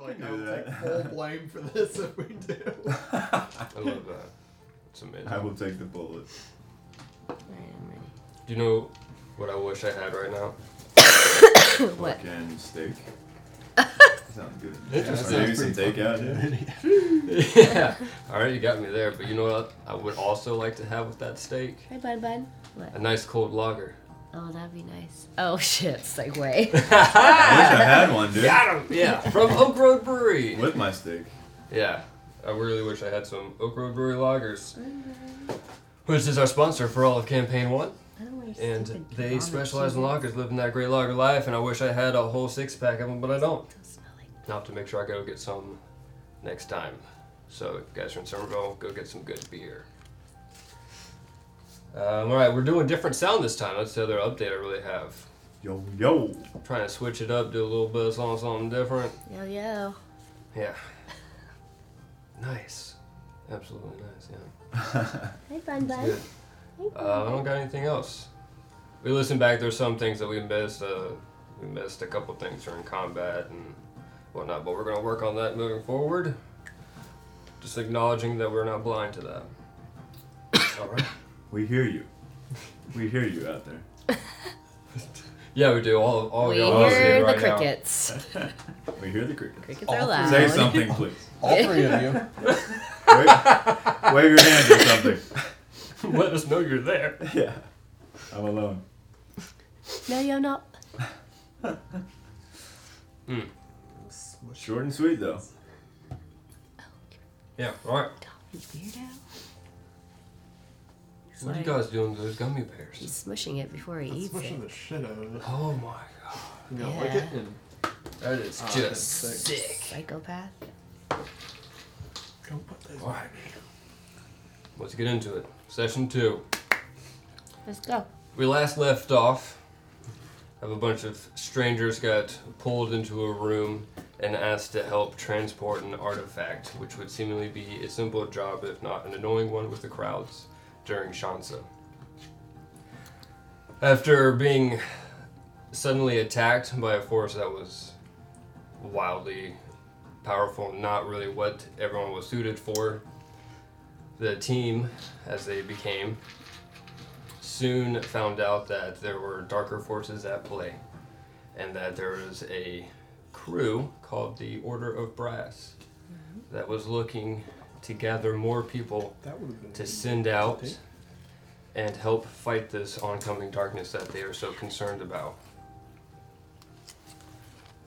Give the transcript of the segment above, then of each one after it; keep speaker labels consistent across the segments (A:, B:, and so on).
A: Like,
B: can
A: I'll
B: do
A: take
B: that.
A: full blame for this if we do.
C: I love that. It's amazing.
B: I will take the bullet.
D: Alright, I'm
C: Do you know what I wish I had right now?
D: ready. what?
B: Fucking steak. Sounds good.
C: That
B: Yeah,
C: just
B: maybe
C: sounds
B: some takeout. yeah.
C: yeah. All right, you got me there. But you know what? I would also like to have with that steak
D: Hey, bud, bud. What?
C: a nice cold lager.
D: Oh, that'd be nice. Oh shit, segue.
B: I wish I
C: got
B: had one, dude.
C: him. Yeah, from Oak Road Brewery.
B: With my steak.
C: Yeah, I really wish I had some Oak Road Brewery lagers, which is our sponsor for all of Campaign One,
D: I don't wear
C: and
D: stupid
C: they
D: vomit
C: specialize in
D: shoes.
C: lagers, living that great lager life. And I wish I had a whole six pack of them, but I don't.
D: Don't smell like
C: I'll have to make sure I go get some next time. So if you guys are in Somerville, go get some good beer. Um, all right, we're doing different sound this time. That's the other update I really have.
B: Yo, yo.
C: trying to switch it up, do a little bit of something, something different.
D: yo yo.
C: Yeah. Nice. Absolutely nice. Yeah.
D: Hey, bud, bud.
C: It's
D: Hey,
C: good. Uh, I don't got anything else. We listened back. There's some things that we missed. Uh, we missed a couple things during combat and whatnot, but we're gonna work on that moving forward. Just acknowledging that we're not blind to that. All right.
B: We hear you. We hear you out there.
C: oh, Yeah, we do. All all
D: we
C: y'all do
D: hear the
C: right now.
D: crickets.
B: We hear the crickets.
D: Crickets are
A: Awesome.
D: loud.
B: Say something, please.
A: All three of you.
B: Wave, wave your hand or something.
C: Let us know you're there.
B: Yeah. I'm alone.
D: No, yo, no.
B: Short and sweet, though.
C: Yeah. All right.
D: Don't be weirdo. He's
C: What are you
D: like-
C: guys doing to those gummy bears?
D: He's smushing it before he eats
A: Pushing
D: it.
A: the shit out of it.
C: Oh my god.
A: You know, like it
D: Yeah.
A: and
C: That is
A: Ah, that's
C: just
A: sick.
C: sick.
D: Psychopath.
A: go put those.
C: Alright. Let's get into it. Session two.
D: Let's go.
C: We last left off. Have a bunch of strangers got pulled into a room and asked to help transport an artifact, which would seemingly be a simple job, if not an annoying one, with the crowds during Shansa. After being suddenly attacked by a force that was wildly powerful, not really what everyone was suited for, the team, as they became, soon found out that there were darker forces at play and that there was a crew called the Order of Brass that was looking to gather more people
A: That would have been.
C: to send out and help fight this oncoming darkness that they are so concerned about.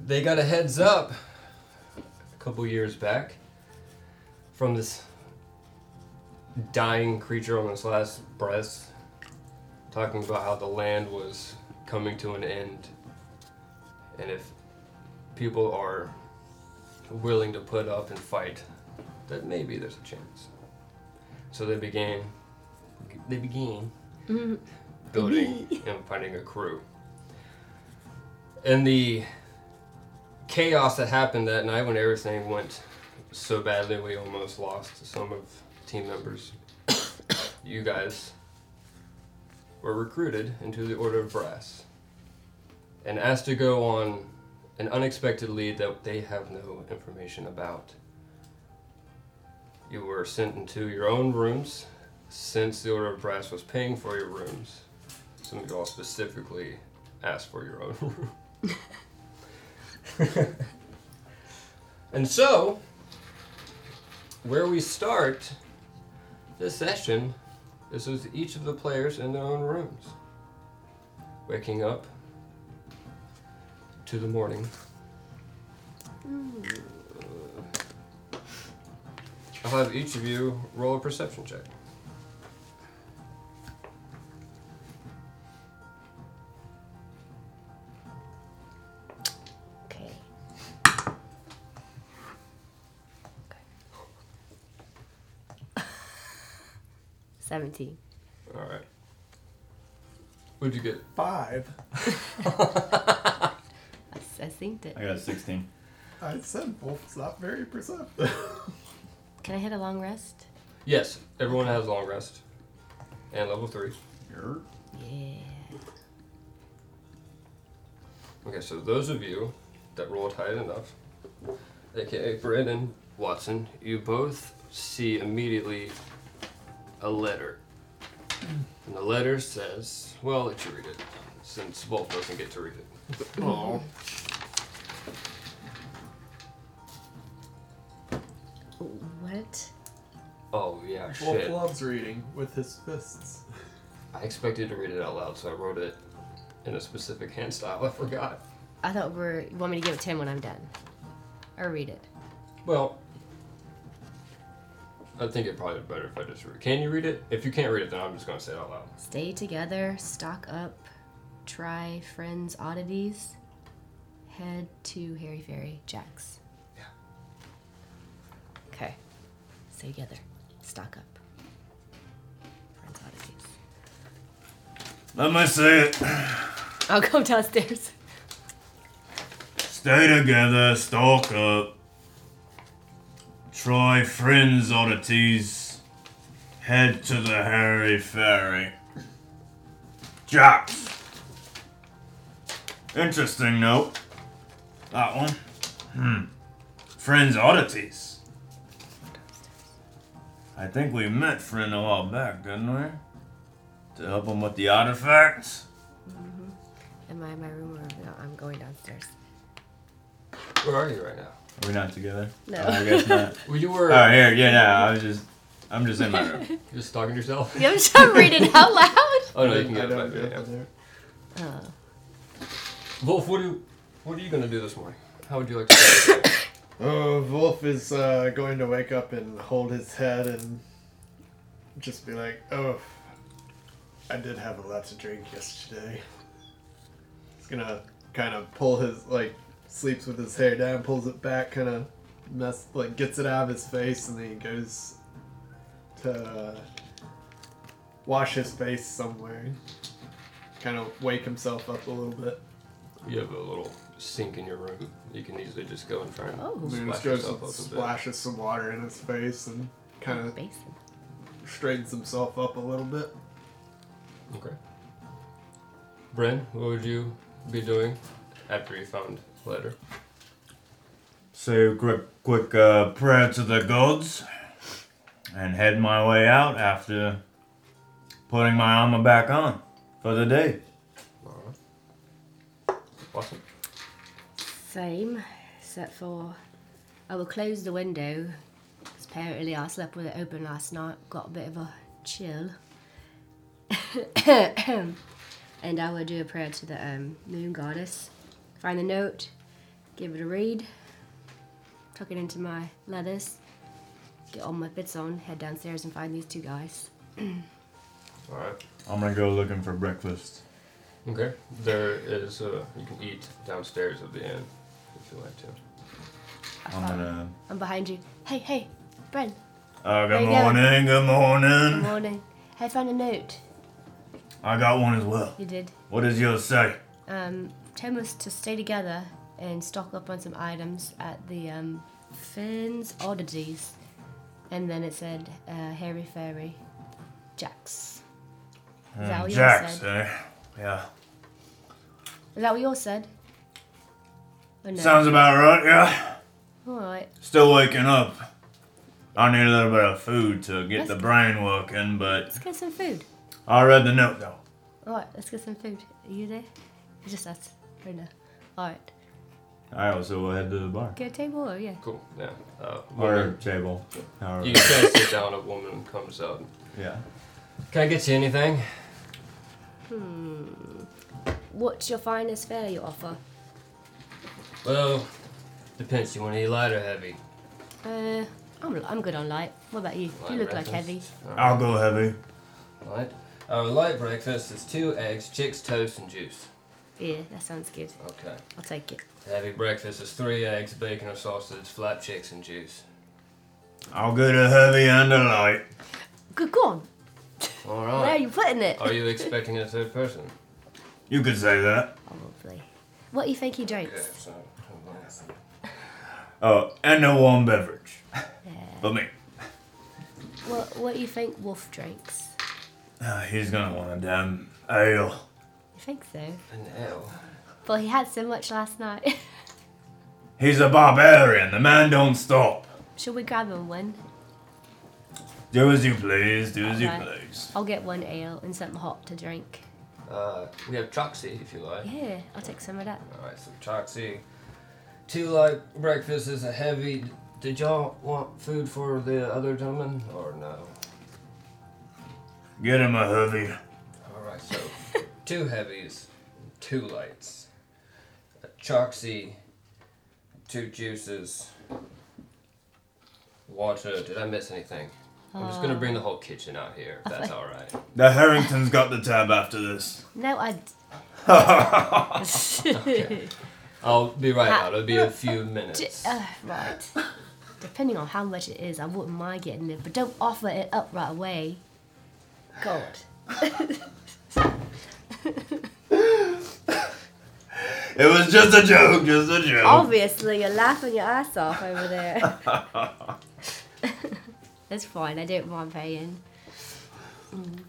C: They got a heads up a couple years back from this dying creature on its last breath, talking about how the land was coming to an end. And if people are willing to put up and fight, that maybe there's a chance. So they began. They began building and finding a crew. And the chaos that happened that night when everything went so badly, we almost lost some of team members. you guys were recruited into the Order of Brass and asked to go on an unexpected lead that they have no information about. You were sent into your own rooms since the Order of Brass was paying for your rooms. Some of y'all specifically asked for your own room. and so, where we start this session is with each of the players in their own rooms, waking up to the morning. I'll have each of you roll a perception check.
D: Okay. Seventeen.
C: All right. What'd you get?
A: Five.
D: I, s- I synced it.
B: I got a 16.
A: I said Wolf's not very perceptive.
D: Can I hit a long rest?
C: Yes, everyone has long rest and level three.
B: Err.
D: Yeah.
C: Okay, so those of you that rolled high enough, aka Bryn and Watson, you both see immediately a letter. And the letter says, well, I'll let you read it, since Wolf doesn't get to read it.
B: Oh.
D: What?
C: Oh, yeah,
A: Wolf
C: shit.
A: loves reading with his fists.
C: I expected to read it out loud, so I wrote it in a specific hand style. I forgot.
D: I thought we're. You want me to give it to him when I'm done? Or read it?
C: Well, I think it probably be better if I just read. Can you read it? If you can't read it, then I'm just gonna say it out loud.
D: Stay together, stock up, try friends' oddities, head to Harry Fairy Jack's.
C: Yeah.
D: Okay. Stay together, stock up, friends' oddities.
B: Let me see it.
D: I'll go downstairs.
B: Stay together, stalk up. Try friends' oddities. Head to the Harry Ferry. Jocks. Interesting note. That one. Hmm. Friends' oddities. I think we met friend a while back, didn't we? To help him with the artifacts.
D: Am I in my room or no? I'm going downstairs.
C: Where are you right now?
B: Are we not together? Oh,
D: No.
B: I guess not.
C: Well, you were
B: Oh, here, yeah, no, I was just, I'm just in my room.
C: you're just talking to yourself.
D: You have to read it out loud?
C: Oh no, you can
A: I
C: get
A: don't
C: it.
A: do it
C: back,
A: from there.
D: Uh,
C: yeah. Wolf, what do you, what are you gonna do this morning? How would you like to? Start your day?
A: Oh, Wolf is uh, going to wake up and hold his head and just be like, oh, I did have a lot to drink yesterday. He's gonna kind of pull his, like, sleeps with his hair down, pulls it back, kind of mess, like, gets it out of his face, and then he goes to uh, wash his face somewhere. Kind of wake himself up a little bit.
C: you have a little sink in your room. You can easily just go and try and
D: Oh.
A: Then he
C: splash
A: just goes
C: yourself up
A: and
C: a bit.
A: splashes some water in his face and kind of
D: basin.
A: straightens himself up a little bit.
C: Okay. Bren, what would you be doing after you found the letter?
B: Say a quick, quick uh, prayer to the gods, and head my way out after putting my armor back on for the day.
C: All right. Awesome.
D: Same, except for I will close the window because apparently I slept with it open last night, got a bit of a chill. and I will do a prayer to the um, moon goddess, find the note, give it a read, tuck it into my leathers, get all my bits on, head downstairs and find these two guys.
C: All right.
B: I'm gonna go looking for breakfast.
C: Okay. There is uh you can eat downstairs at the inn if you like to.
D: I
B: I'm gonna.
D: am behind you. Hey, hey, Bren,
B: Uh,
D: There
B: good
D: you go.
B: morning, good
D: good
B: morning.
D: morning. Hey, found a note.
B: I got one as well.
D: You did.
B: What does yours say?
D: um, tell us to stay together and stock up on some items at the um, Finn's Oddities. And then it said uh, Harry Fairy Jack's. Is that what yours
B: Jack's,
D: said?
B: eh? Hmm, Yeah.
D: Is that what yours said? Oh, no.
B: Sounds about right, yeah.
D: Alright.
B: Still waking up. I need a little bit of food to get
D: That's
B: the brain working, but
D: Let's get some food.
B: I read the note though.
D: Alright, let's get some food. Are you there? It's just us right now. Alright.
B: I also will head to the bar.
D: Get a table or yeah?
C: Cool. Yeah. Uh,
B: Or
C: woman-
B: table. However.
C: you can sit down. A woman comes up.
B: Yeah.
C: Can I get you anything?
D: Hmm. What's your finest fare you offer?
C: Well, depends. You want to eat light or heavy?
D: Uh, I'm, I'm good on light. What about you?
C: Light
D: you look like heavy.
C: breakfast. All
B: I'll go heavy.
C: right. Light. Our light breakfast is two eggs, chicks, toast, and juice.
D: Yeah, that sounds good.
C: Okay.
D: I'll take it.
C: Heavy breakfast is three eggs, bacon or sausage, flat chicks, and juice.
B: I'll go to heavy and a light.
D: Good, go on.
C: All
D: Where are
C: right.
D: you putting it?
C: Are you expecting a third person?
B: You could say that.
D: Probably. What do you think he
C: Okay.
D: drinks?
C: So.
B: Oh, and a warm beverage.
D: Yeah.
B: For me.
D: What What do you think Wolf drinks?
B: Uh, he's gonna want a damn ale.
D: You think so?
C: An L.
D: Well, he had so much last night.
B: He's a barbarian. The man don't stop.
D: Shall we grab him one?
B: Do as you please. Do as you
D: Alright.
B: please.
D: I'll get one ale and something hot to drink.
C: Uh, we have Troxy if you like.
D: Yeah, I'll take some of that.
C: Alright, so Troxy. Two light breakfast is a heavy. Did y'all want food for the other gentleman or no?
B: Get him a heavy.
C: Alright, so two heavies, two lights. A Troxy, two juices, water. Did I miss anything? I'm just gonna bring the whole kitchen out here if that's alright.
B: The Harrington's got the tab after this.
D: No, I.
C: I'll be right out. It'll be a few minutes.
D: Uh, right. Depending on how much it is, I wouldn't mind getting it, but don't offer it up right away. God.
B: It was just a joke. Just a joke.
D: Oh. Obviously, you're laughing your ass off over there. That's fine. I don't mind paying. Mm.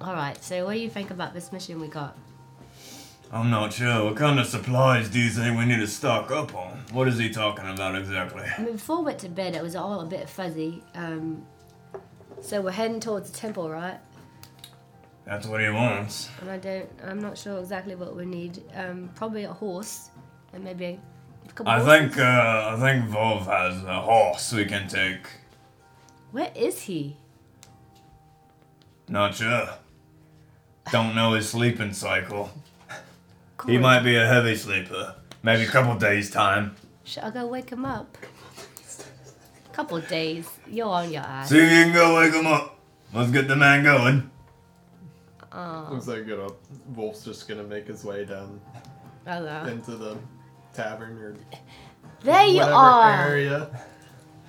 D: All right. So, what do you think about this mission we got?
B: I'm not sure. What kind of supplies do you think we need to stock up on? What is he talking about exactly?
D: I mean, before I went to bed, it was all a bit fuzzy. Um, so we're heading towards the temple, right?
B: That's what he wants.
D: And I don't. I'm not sure exactly what we need. Um, probably a horse, and maybe a couple.
B: I
D: horses.
B: think uh, I think Volv has a horse we can take.
D: Where is he?
B: Not sure. Don't know his sleeping cycle. He
D: God,
B: might be a heavy sleeper. Maybe a couple days time.
D: Should I go wake him up? couple days. You're on your ass.
B: See if you can go wake him up. Let's get the man going.
A: Once I get up, Wolf's just gonna make his way down
D: Oh, well.
A: into the tavern or
D: There you
A: whatever
D: are.
A: area.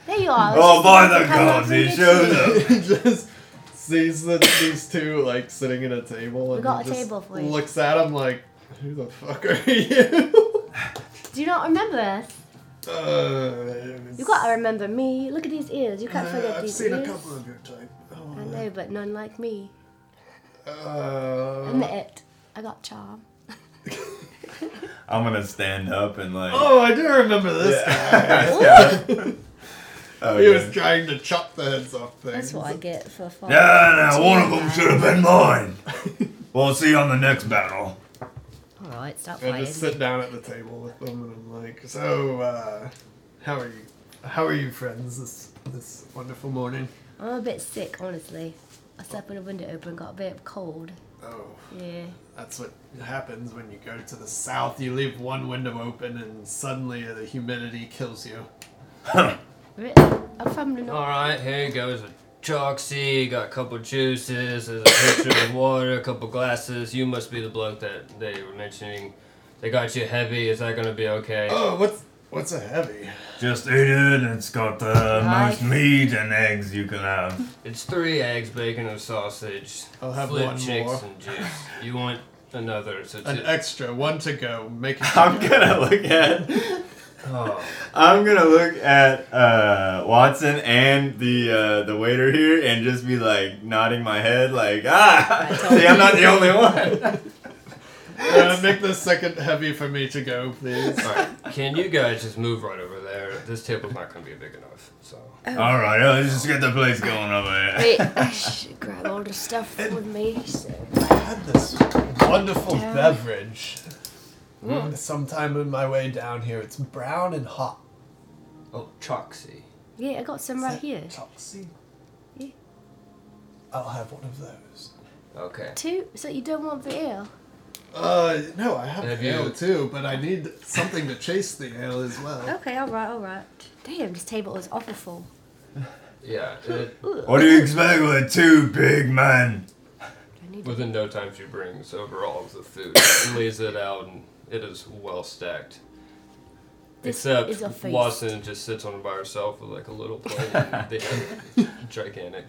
D: There you are.
B: Oh, by
D: Come
B: the gods,
D: over and
B: he
D: get
B: shows
D: you.
B: up.
A: he just sees that these two like sitting at a table and
D: got
A: he
D: a
A: just
D: table for you.
A: looks at him like, "Who the fuck are you?"
D: Do you not remember us?
A: uh,
D: You gotta remember me. Look at these ears. You can't forget
A: I've
D: these
A: seen a
D: ears.
A: couple of your type. Oh,
D: I know, but none like me.
A: Uh,
D: I'm the it. I got charm.
B: I'm gonna stand up and like.
A: oh, I do remember this
B: Yeah. Oh,
A: guy. He was
B: Okay.
A: trying to chop the heads off things.
D: That's what I get for fun.
B: No, no, one of them should have been mine. We'll see on the next battle.
D: All right, stop
A: I
D: playing.
A: just sit down at the table with them, and I'm like, "So, uh, how are you? How are you, friends? This this wonderful morning."
D: I'm a bit sick, honestly. I slept with a window open, got a bit of cold.
A: Oh,
D: Yeah.
A: that's what happens when you go to the south. You leave one window open, and suddenly the humidity kills you.
D: Really? I'm from the north.
C: Alright, here you go. There's a Troxy, got a couple juices, there's a pitcher of water, a couple glasses. You must be the bloke that they were mentioning. They got you heavy, is that gonna be okay?
A: Oh, what's what's a heavy?
B: Just eat it. It's got the most meat and eggs you can have.
C: It's three eggs, bacon, and sausage.
A: I'll have
C: flip
A: one
C: chicks
A: more.
C: and juice. You want another? So
A: An
C: two-
A: extra one to go. Make it.
B: I'm gonna look at.
C: oh,
B: I'm gonna look at uh, Watson and the uh, the waiter here and just be like nodding my head, like ah, see, I'm not the only one.
A: Uh, make the second heavy for me to go, please.
C: all right. Can you guys just move right over there? This table's not gonna be big enough. So
B: All right, let's just get the place going over here.
D: Oh. Wait, I should Oh, grab all the stuff with me. So.
A: had this wonderful
D: Down.
A: beverage Hmm. sometime on my way down here. It's brown and hot.
C: oh, Troxy.
D: Yeah, I got some right here.
A: Toxy.
D: Yeah.
A: I'll have one of those.
C: Okay.
D: Two? So you don't want the ale?
A: Uh, no, I have,
C: Have
A: ale
C: you-
A: too, but I need something to chase the ale as well.
D: Okay, alright, alright. Damn, this table is awful full.
C: Yeah. It,
B: What do you expect with two big men?
D: I need
C: within no time, she brings over all of the food, lays it out, and it is well stacked.
D: This
C: Except
D: is a feast.
C: Watson just sits on it by herself with like a little plate. and they have gigantic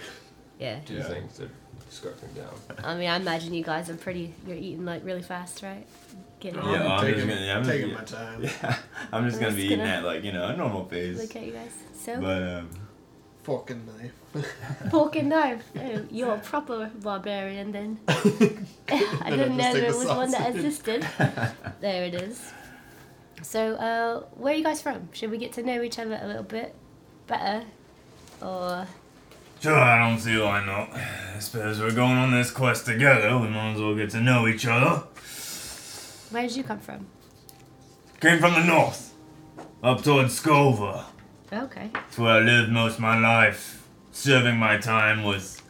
D: Yeah.
C: two
B: Yeah.
C: things they're scarfing down.
D: I mean, I imagine you guys are pretty. You're eating like really fast, right? Getting
B: Yeah,
A: I'm
B: I'm
A: taking,
B: just gonna- yeah, I'm just
A: taking
B: gonna-
A: my time.
B: I'm just gonna be
D: Just
B: eating
D: gonna-
B: at like you know a normal pace,
D: Look at you guys. So
B: but um,
A: Fork and knife.
D: fork and knife. Oh, you're a proper barbarian then. I
A: Then I just
D: didn't know
A: take
D: there
A: the
D: was one that
A: sausage.
D: existed. there it is. So, uh, where are you guys from? Should we get to know each other a little bit better? Or
B: Sure, I don't see why not. I suppose we're going on this quest together. We might as well get to know each other.
D: where did you come from?
B: Came from the north, up towards Scova.
D: Okay.
B: It's where I lived most of my life, serving my time with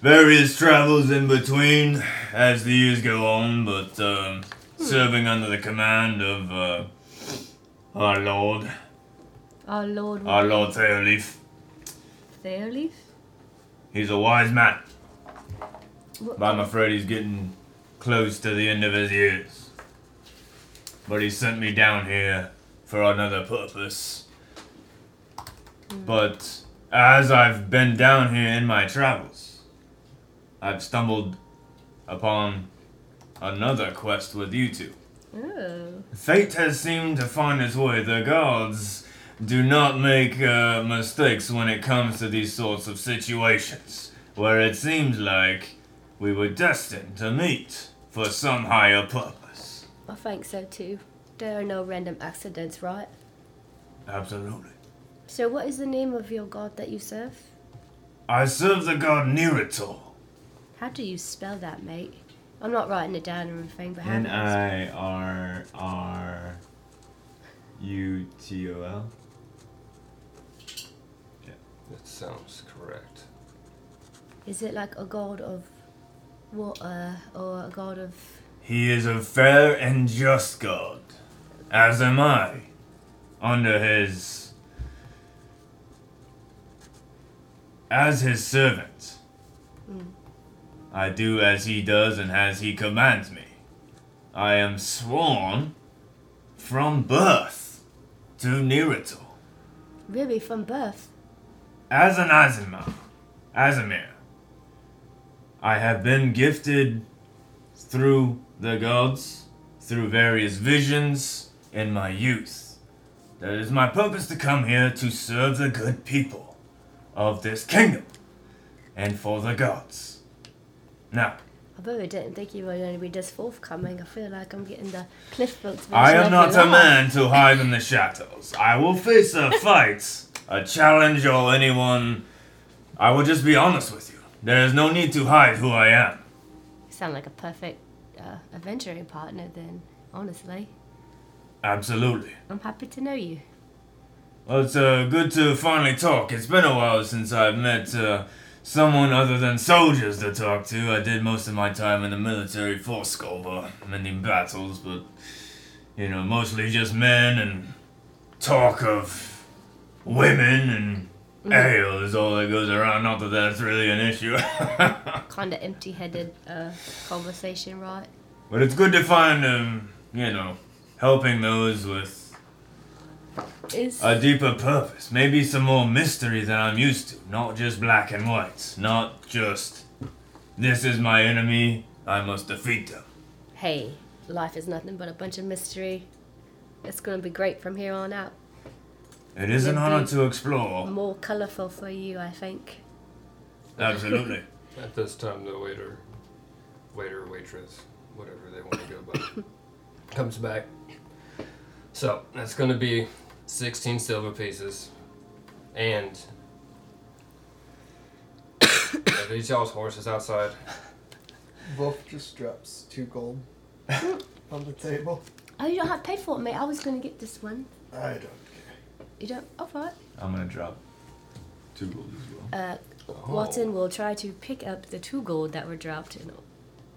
B: various travels in between as the years go on, but um, serving under the command of uh, our Lord,
D: Our Lord
B: our Lord Theolif.
D: Theolif?
B: He's a wise man,
D: What-
B: but I'm afraid he's getting close to the end of his years. But he sent me down here for another purpose. But as I've been down here in my travels, I've stumbled upon another quest with you two.
D: Oh.
B: Fate has seemed to find its way. The gods do not make uh, mistakes when it comes to these sorts of situations, where it seems like we were destined to meet for some higher purpose.
D: I think so too. There are no random accidents, right?
B: Absolutely.
D: So, what is the name of your god that you serve?
B: I serve the god Nerator.
D: How do you spell that, mate? I'm not writing it down or anything, but how do you
B: I R R U T O L.
C: That sounds correct.
D: Is it like a god of water or a god of.
B: He is a fair and just God, as am I, under his. as his servant. I do as he does and as he commands me. I am sworn from birth to Nerator,
D: Really, from birth?
B: as an Azima, Azimir. I have been gifted through the gods, through various visions in my youth. That is my purpose to come here to serve the good people of this kingdom and for the gods. Now,
D: I really didn't think you were going to be this forthcoming. I feel like I'm getting the Cliff Books.
B: I am
D: version of
B: not
D: your
B: a
D: life.
B: man to hide in the shadows. I will face a fight, a challenge, or anyone. I will just be honest with you. There is no need to hide who I am.
D: You sound like a perfect uh, adventuring partner, then, honestly.
B: Absolutely.
D: I'm happy to know you.
B: Well, it's uh, good to finally talk. It's been a while since I've met uh, someone other than soldiers to talk to. I did most of my time in the military for Skolba, many battles, but you know, mostly just men and talk of women and ale is all that goes around. Not that that's really an issue,
D: Kind of empty headed uh, conversation, right?
B: but it's good to find, um, you know, helping those with
D: Is
B: A deeper purpose, maybe some more mystery than I'm used to. Not just black and white, not just this is my enemy, I must defeat them.
D: hey, life is nothing but a bunch of mystery. It's going to be great from here on out.
B: It is an honor to explore.
D: More colourful for you, I think.
B: Absolutely.
C: At this time, the waiter, waiter, waitress, whatever they want to go by, comes back. So that's going to be 16 silver pieces, and are these y'all's horses outside?
A: Wolf just drops two gold on the table.
D: Oh, you don't have to pay for it, mate. I was going to get this one.
A: I don't care.
D: You don't? Oh, Alright.
B: I'm gonna drop two gold as well.
D: Uh, Watson will try to pick up the two gold that were dropped and,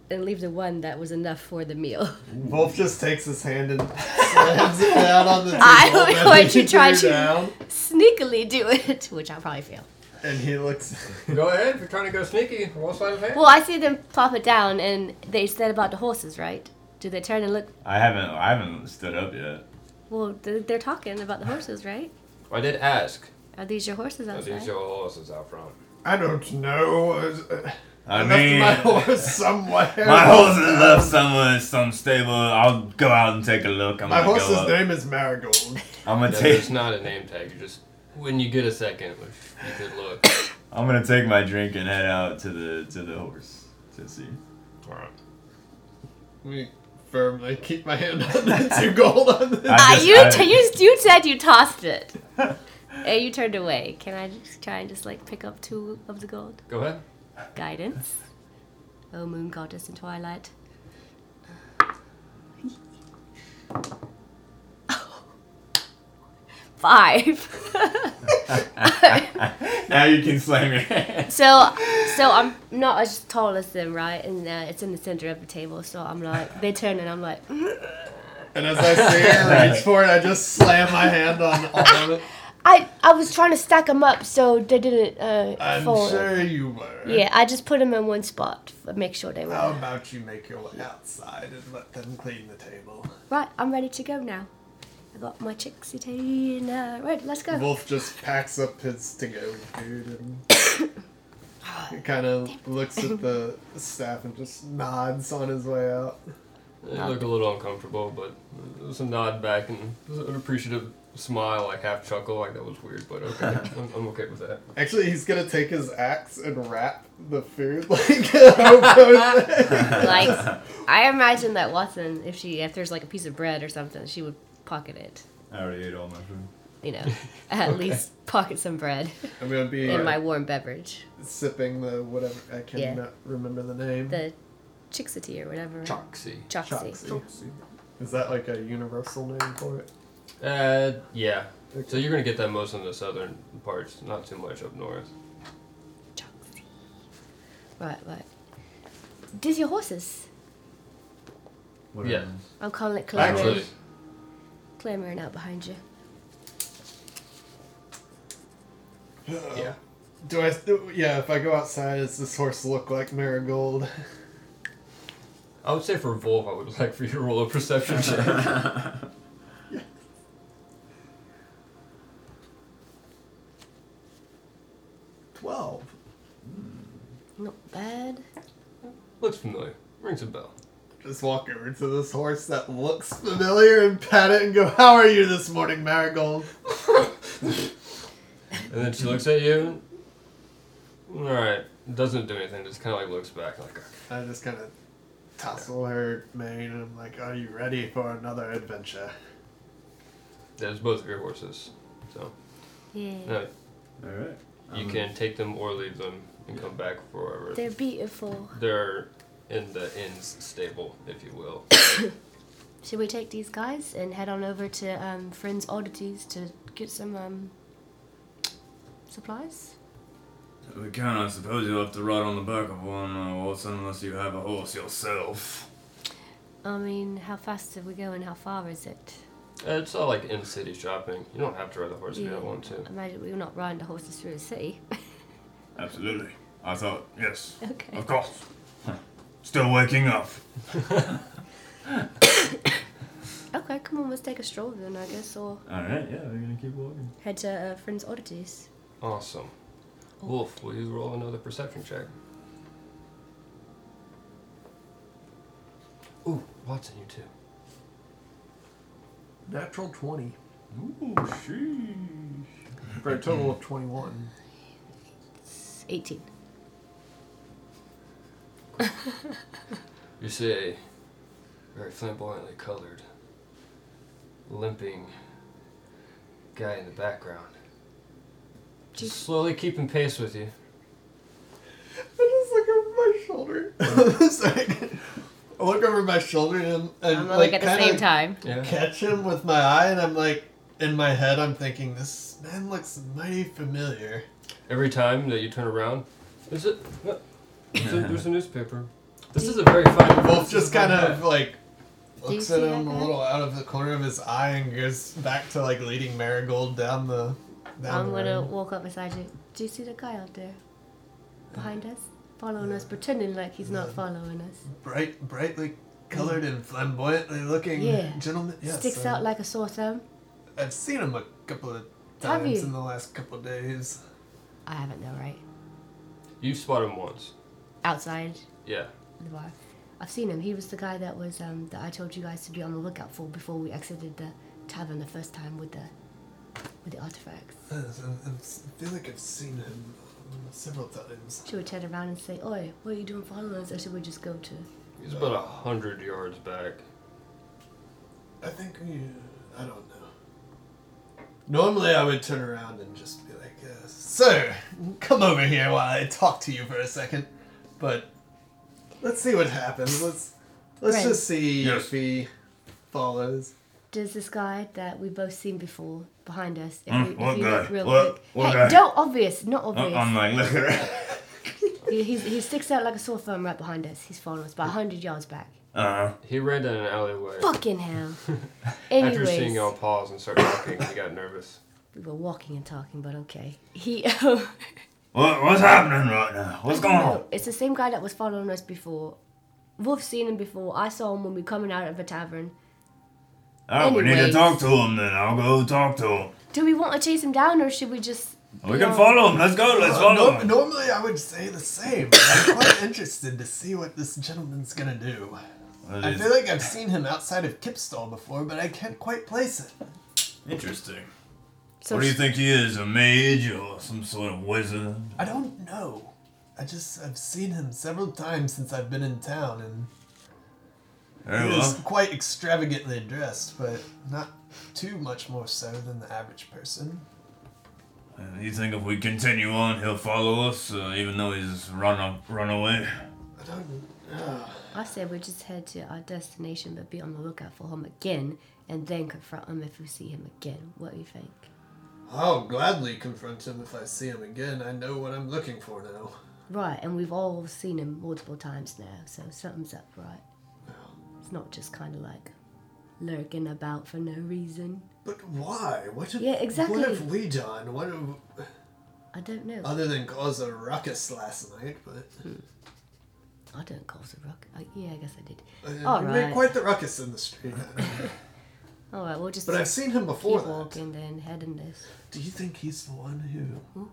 D: and leave the one that was enough for the meal.
A: Wolf just takes his hand and slams it down on the table.
D: I don't know
A: that
D: what
A: he
D: you tried
A: threw
D: to-
A: down,
D: Sneakily do it, which I'll probably fail.
A: And he looks.
C: Go ahead if you're trying to go sneaky. Roll sleight of hand.
D: Well, I see them plop it down, and they said about the horses, right? Do they turn and look?
B: I haven't I haven't stood up yet.
D: Well, th- they're talking about the horses, right?
C: I did ask.
D: Are these your horses
C: Are
D: outside?
C: these y'all horses out front?
A: I don't know. I,
B: I
A: left
B: mean
A: my horse somewhere.
B: my horse is left somewhere, some stable. I'll go out and take a look. I'm
A: My
B: gonna
A: horse's
B: go up.
A: name is Marigold.
B: I'm gonna
C: No,
B: take
C: there's not a name tag. You just when you get a second, which you could look.
B: I'm gonna take my drink and head out to the to the horse to see.
C: All right.
A: We firmly keep my hand on the two gold on this.
B: I
D: Uh,
B: just-
D: you,
B: I-
D: t- you, you said you tossed it. and you turned away. Can I just try and just like pick up two of the gold?
C: Go ahead.
D: Guidance. Oh, moon goddess in twilight. Five.
B: now you can slam your hand.
D: So, so I'm not as tall as them, right? And uh, it's in the center of the table. So I'm like, they turn and I'm like, mm-hmm.
A: And as I see her reach for it, I just slam my hand on all of it.
D: I, I was trying to stack them up so they didn't uh,
A: I'm
D: fall.
A: sure you were.
D: Yeah, I just put them in one spot. f- Make sure they were
A: How about you make your way outside and let them clean the table?
D: right. I'm ready to go now. I got my chicks and uh, right. Let's go.
A: Wolf just packs up his to go food and kind of looks at the staff and just nods on his way out.
C: They look a little uncomfortable, but there's a nod back and an appreciative smile, like half chuckle, like that was weird, but okay, I'm, I'm okay with that.
A: Actually, he's gonna take his axe and wrap the food like a
D: like, I imagine that Watson, if she, if there's like a piece of bread or something, she would pocket it.
B: I already ate all my food.
D: You know, at least pocket some bread
A: I'm gonna be
D: in my warm beverage.
A: sipping the whatever I cannot remember the name.
D: the Chixity or whatever.
C: Choxy.
D: Choxy.
A: Choxy. Is that like a universal name for it?
C: Uh, yeah. So you're gonna get that most in the southern parts, not too much up north.
D: Choxy. Right, right. Does your horses?
B: What are
C: Yeah.
B: those?
D: I'm calling it clamoring,
C: Actually,
D: clamoring out behind you.
C: yeah.
A: Do I? do- Yeah. If I go outside, does this horse look like Marigold?
C: I would say for Volve, I would like for you to roll a perception check.
A: Twelve.
D: Not bad.
C: Looks familiar. Rings a bell.
A: Just walk over to this horse that looks familiar and pat it and go, "How are you this morning, Marigold?"
C: And then she looks at you. Alright. Doesn't do anything, just kinda like looks back like
A: I just kind of tousle her mane and I'm like, "Are you ready for another adventure?"
C: there's both of your horses. So
D: Yeah.
C: no,
B: All right.
C: you
B: Um,
C: can take them or leave them and come back forever.
D: They're beautiful.
C: They're in the inn's stable, if you will.
D: Should we take these guys and head on over to um, Friends Oddities to get some um, supplies?
B: We can, I suppose you'll have to ride on the back of one, uh, Watson, unless you have a horse yourself.
D: I mean, how fast are we going? How far is it?
C: Uh, It's all like in city shopping. You don't have to ride the horse if you
D: Yeah.
C: don't want to.
D: Imagine we're not riding the horses through the city.
B: Absolutely. I thought, yes.
D: okay.
B: Of course. Still waking up.
D: Okay, come on, let's take a stroll then, I guess, or
B: Alright, yeah, we're gonna keep walking.
D: head to uh, Friends Oddities.
C: Awesome. Wolf, will you roll another perception check? Ooh, Watson, you too.
A: Natural twenty
B: Ooh, sheesh.
A: for a total of twenty-one.
D: 18.
C: You see a very flamboyantly colored, limping guy in the background.
D: Gee.
C: Just slowly keeping pace with you.
A: I just look over my shoulder. Sorry. I look over my shoulder and, and
D: I'm gonna
A: like
D: look at the
A: kinda
D: same time.
C: Yeah.
A: catch him with my eye, and I'm like, in my head, I'm thinking, this man looks mighty familiar.
C: Every time that you turn around, is it? uh, There's a, there's a newspaper. This is a very fine.
A: Wolf
C: this
A: just
C: is a fine
A: kind of
C: guy.
A: like
D: Do you
A: looks
D: see
A: at
D: that
A: him a
D: guy?
A: little out of the corner of his eye and goes back to like leading Marigold down the. Down
D: I'm
A: the
D: gonna
A: road.
D: walk up beside you. Do you see the guy out there? Behind us? Following us, pretending like he's not following us.
A: bright, brightly colored and flamboyantly looking
D: Yeah.
A: gentleman. Yes,
D: Sticks
A: I-
D: out like a sore thumb.
A: I've seen him a couple of
D: Have
A: times
D: you?
A: in the last couple of days.
D: I haven't though, right?
C: You've spotted him once.
D: Outside
C: Yeah.
D: the bar. I've seen him. He was the guy that was um, that I told you guys to be on the lookout for before we exited the tavern the first time with the with the artifacts.
A: I feel like I've seen him um, several times.
D: Should we turn around and say, Oi, what are you doing following us or should we just go to
C: He's about a hundred yards back.
A: I think we. I don't know. Normally, I would turn around and just be like, uh, "Sir, come over here while I talk to you for a second. But let's see what happens. Let's let's
D: Right.
A: just see
B: Yes.
A: if he follows.
D: Does this guy that we've both seen before behind us? If
B: Hmm,
D: you, if
B: what
D: you
B: guy?
D: look real
B: What-
D: quick.
B: what
D: hey,
B: guy?
D: don't obvious, not obvious.
B: I- Uh, I'm like, look at her.
D: He, he's, he sticks out like a sore thumb right behind us. He's following us by 100 yards back.
B: Uh,
C: He ran down an alleyway.
D: Fucking hell.
C: After seeing
D: Anyways,
C: y'all pause and start walking, he got nervous.
D: we were walking and talking, but okay. He. um,
B: what, what's happening right now? What's going on?
D: No, it's the same guy that was following us before. We've seen him before. I saw him when we were coming out of a tavern.
B: Oh, we need to
D: Anyways.
B: talk to him then. I'll go talk to him.
D: Do we want to chase him down or should we just.
B: We
D: you
B: can
D: know-
B: follow him. Let's go. Let's
A: Well,
B: follow
A: nor-
B: him.
A: normally, I would say the same. But I'm quite interested to see what this gentleman's gonna do. I
B: That
A: feel
B: is
A: like I've seen him outside of Kipstall before, but I can't quite place it.
B: interesting.
D: So
B: What do you think he is? A mage or some sort of wizard?
A: I don't know. I just I've seen him several times since I've been in town, and
B: Very
A: He was
B: well.
A: quite extravagantly dressed, but not too much more so than the average person.
B: Uh, You think if we continue on, he'll follow us, uh, even though he's run up, run away?
A: I don't. Uh,
D: I said we just head to our destination but be on the lookout for him again and then confront him if we see him again. What do you think?
A: I'll gladly confront him if I see him again. I know what I'm looking for now.
D: Right, and we've all seen him multiple times now, so something's up, right? It's not just kind of like lurking about for no reason.
A: But why? What have,
D: Yeah, exactly.
A: What have we done? What have,
D: I don't know.
A: other than cause a ruckus last night? But
D: I don't cause a rock. I, yeah, I guess I did.
A: uh,
D: All
A: we
D: right.
A: made quite the ruckus in the street.
D: All right, we'll just
A: but I've seen him
D: keep
A: before. That.
D: walking then, heading this.
A: Do you think he's the one who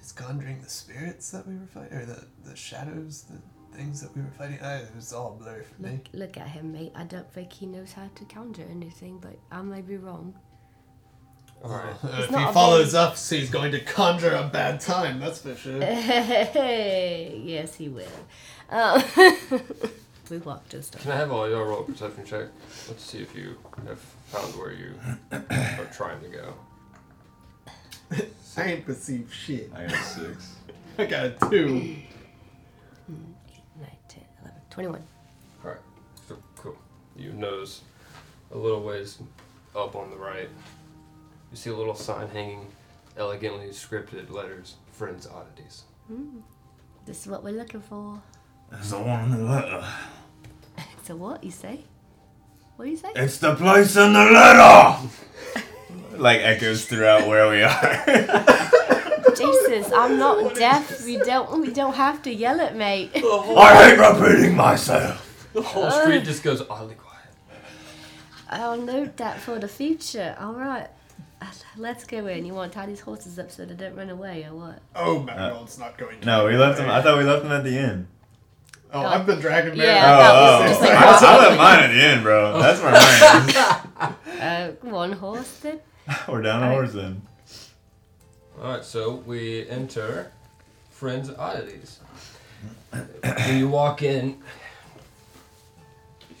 A: is conjuring the spirits that we were fighting, or the the shadows, the things that we were fighting? I, it was all blurry for me.
D: Look, look at him, mate. I don't think he knows how to conjure anything, but I may be wrong.
C: All right.
A: Uh, If
D: not
A: he
D: a
A: follows up, he's going to conjure a bad time, that's for sure.
D: Eh. Hey, yes, he will. Um, we walked and stuff.
C: Can I have all y'all roll a perception check? Let's see if you have found where you are trying to go.
A: I ain't perceived shit.
B: I got six.
A: I got a two.
D: 9, 10, 11, 21.
C: All right. So, cool. You nose a little ways up on the right. You see a little sign hanging, elegantly scripted letters, Friends Oddities.
D: This is what we're looking for.
B: It's the one in the letter.
D: So what you say? What do you say?
B: It's the place in the letter! like echoes throughout where we are.
D: Jesus, I'm not deaf. We don't. We don't have to yell it, mate.
B: Oh. I hate repeating myself.
C: The whole street just goes oddly quiet.
D: I'll note that for the future. All right. Let's go in. You want to tie these horses up so they don't run away, or what?
A: Oh, Marigold's not going to.
B: Uh, No, we left him. I thought we left him at the end.
A: Oh, I've been dragging
D: Yeah.
A: Marigold.
D: I thought we
B: oh,
D: was
B: oh.
D: just
B: I, I left mine at the end, bro. That's where mine is.
D: Uh, one horse then.
B: We're down a horse then.
C: All right, so we enter Friends Oddities. when you walk in,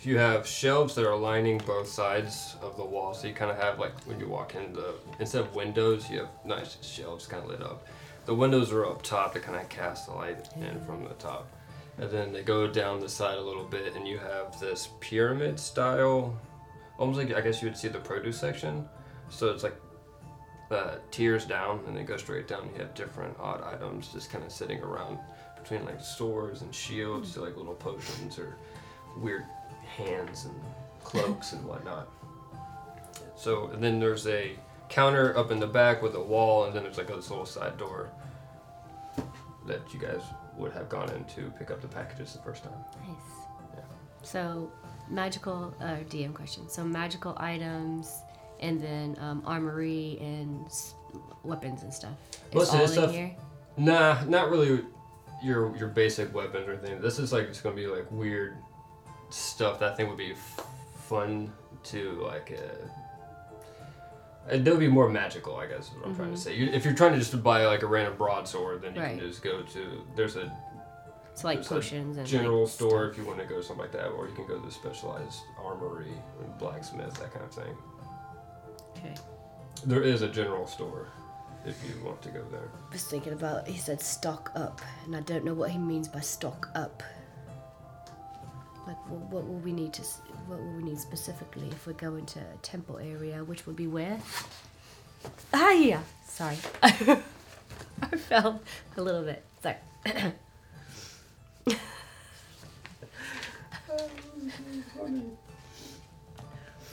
C: you have shelves that are lining both sides of the wall. So you kind of have like when you walk in, the instead of windows, you have nice shelves kind of lit up. The windows are up top; they kind of cast the light in from the top, and then they go down the side a little bit, and you have this pyramid style, almost like I guess you would see the produce section. So it's like uh, tiers down and then go straight down. You have different odd items just kind of sitting around between like swords and shields to like little potions or weird hands and cloaks and whatnot. So and then there's a counter up in the back with a wall and then there's like this little side door that you guys would have gone in to pick up the packages the first time.
D: Nice.
C: Yeah.
D: So, magical uh, DM question. So, magical items, and then um, armory and s- weapons and stuff. It's
C: Most of
D: all
C: this
D: in
C: stuff-
D: here.
C: Nah, not really your your basic weapons or anything. This is like it's gonna be like weird stuff that I think would be f- fun to like. Uh, it would be more magical, I guess, is what I'm trying to say. You, if you're trying to just buy like a random broadsword, then you
D: Right.
C: can just go to there's a
D: So like
C: There's a
D: potions and
C: General
D: like,
C: store, if you want to go to something like that, or you can go to the specialized armory, and blacksmith, that kind of thing.
D: Okay.
C: There is a general store if you want to go there.
D: I was thinking about. He said stock up, and I don't know what he means by stock up. Like, wha- what will we need to? s- What will we need specifically if we're going to a temple area, which would be where? Ah, yeah. Sorry, I fell a little bit. Sorry.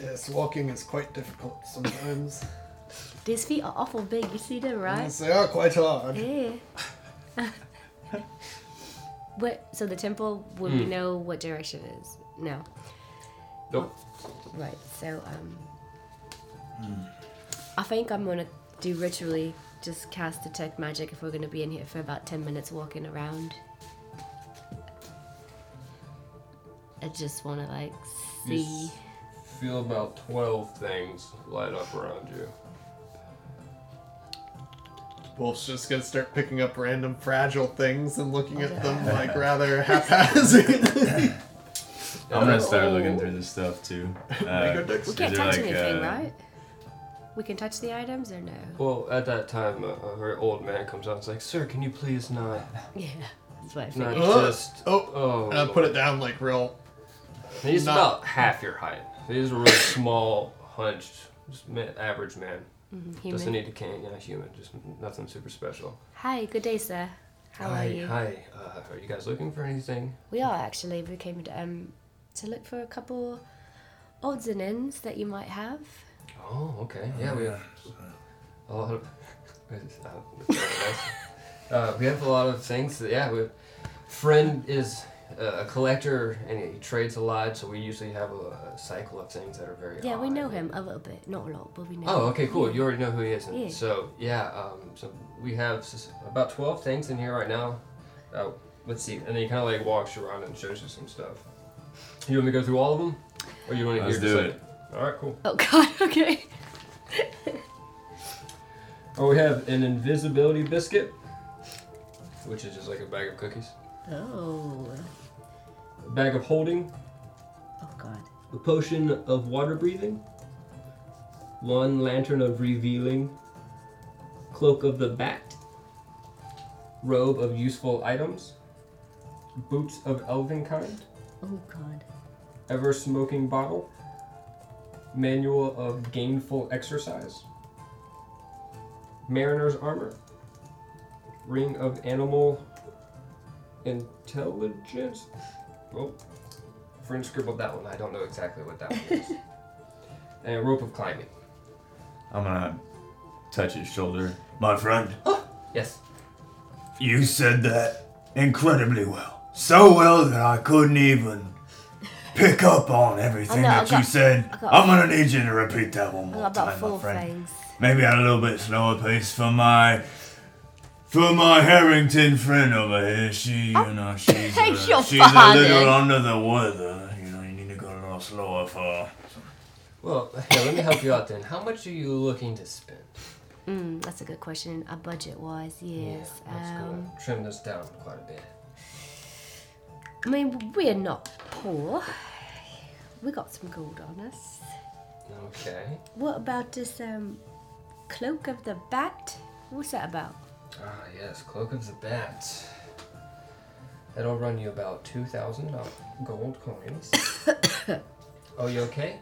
A: Yes, walking is quite difficult sometimes.
D: These feet are awful big. You see them, right?
A: Yes, they are quite hard.
D: Yeah. what? So the temple? Would we know what direction it is? No.
C: Nope.
D: Right. So um,
C: Hmm.
D: I think I'm gonna do ritually just cast detect magic if we're gonna be in here for about ten minutes walking around. I just wanna like
C: You
D: see.
C: s- feel about 12 things light up around you.
A: Wolf's just gonna start picking up random fragile things and looking at them like rather haphazardly.
B: I'm gonna start looking through this stuff too.
A: Make a
B: Uh,
A: dex-
D: we can't
B: is there
D: touch
B: like,
D: anything,
B: uh,
D: right? We can touch the items or no?
C: Well, at that time, a, a very old man comes out and is like, Sir, can you please not?
D: Yeah, that's what I
C: Not
D: figured.
A: Oh,
C: just.
A: oh,
C: Oh.
A: and I put it down like real.
C: He's
A: not-
C: about half your height. He's a really small, hunched, just ma- average man.
D: Mhm,
C: Doesn't
D: human.
C: need a cane, yeah, human. Just nothing super special.
D: Hi, good day, sir. How
C: hi,
D: are you?
C: Hi. Uh, are you guys looking for anything?
D: We are actually. We came to, um, to look for a couple odds and ends that you might have.
C: Oh,
B: Uh,
C: okay. Yeah, we have a lot of. uh, we have a lot of things. That, yeah, we. Friend is uh, a collector and he trades a lot, so we usually have a, a cycle of things that are very.
D: Yeah, we
C: odd.
D: know him a little bit. Not a lot, but we know
C: Oh,
D: him.
C: okay, cool. You already know who he is. and
D: Yeah.
C: So yeah, um, so we have s- about twelve things in here right now. Uh, let's see, and then he kind of like walks you around and shows you some stuff. You want me to go through all of them, or you want to
B: Let's
C: hear
B: do
C: just like- All right, cool.
D: Oh, God, okay.
C: Oh, we have an invisibility biscuit, which is just like a bag of cookies,
D: Oh.
C: a bag of holding,
D: Oh, God.
C: a potion of water breathing, one lantern of revealing, cloak of the bat, robe of useful items, boots of elven kind,
D: Oh, God.
C: ever smoking bottle, manual of gainful exercise, mariner's armor, ring of animal intelligence. Oh, friend scribbled that one. I don't know exactly what that one is. and rope of climbing.
B: I'm gonna touch his shoulder. My friend,
C: Yes.
B: you said that incredibly well. So well that I couldn't even pick up on everything
D: I know,
B: that
D: I've
B: you
D: got-
B: said.
D: I've got-
B: I'm gonna need you to repeat that one more
D: Oh, I've got
B: time, my
D: four
B: friend.
D: things.
B: Maybe at a little bit slower pace for my for my Harrington friend over here. She, you
D: Oh,
B: know, she's a,
D: Thank your
B: she's a
D: father.
B: little under the weather. You know, you need to go a little slower for.
C: Well, yeah, let me help you out then. How much are you looking to spend?
D: Mm, that's a good question. Uh, budget wise, yes.
C: Yeah, let's
D: um,
C: go trim this down quite a bit.
D: I mean, we're not poor. We got some gold on us.
C: Okay.
D: What about this um, cloak of the bat? What's that about?
C: Ah, yes, Cloak of the Bat. That'll run you about 2,000 of gold coins. oh, you okay?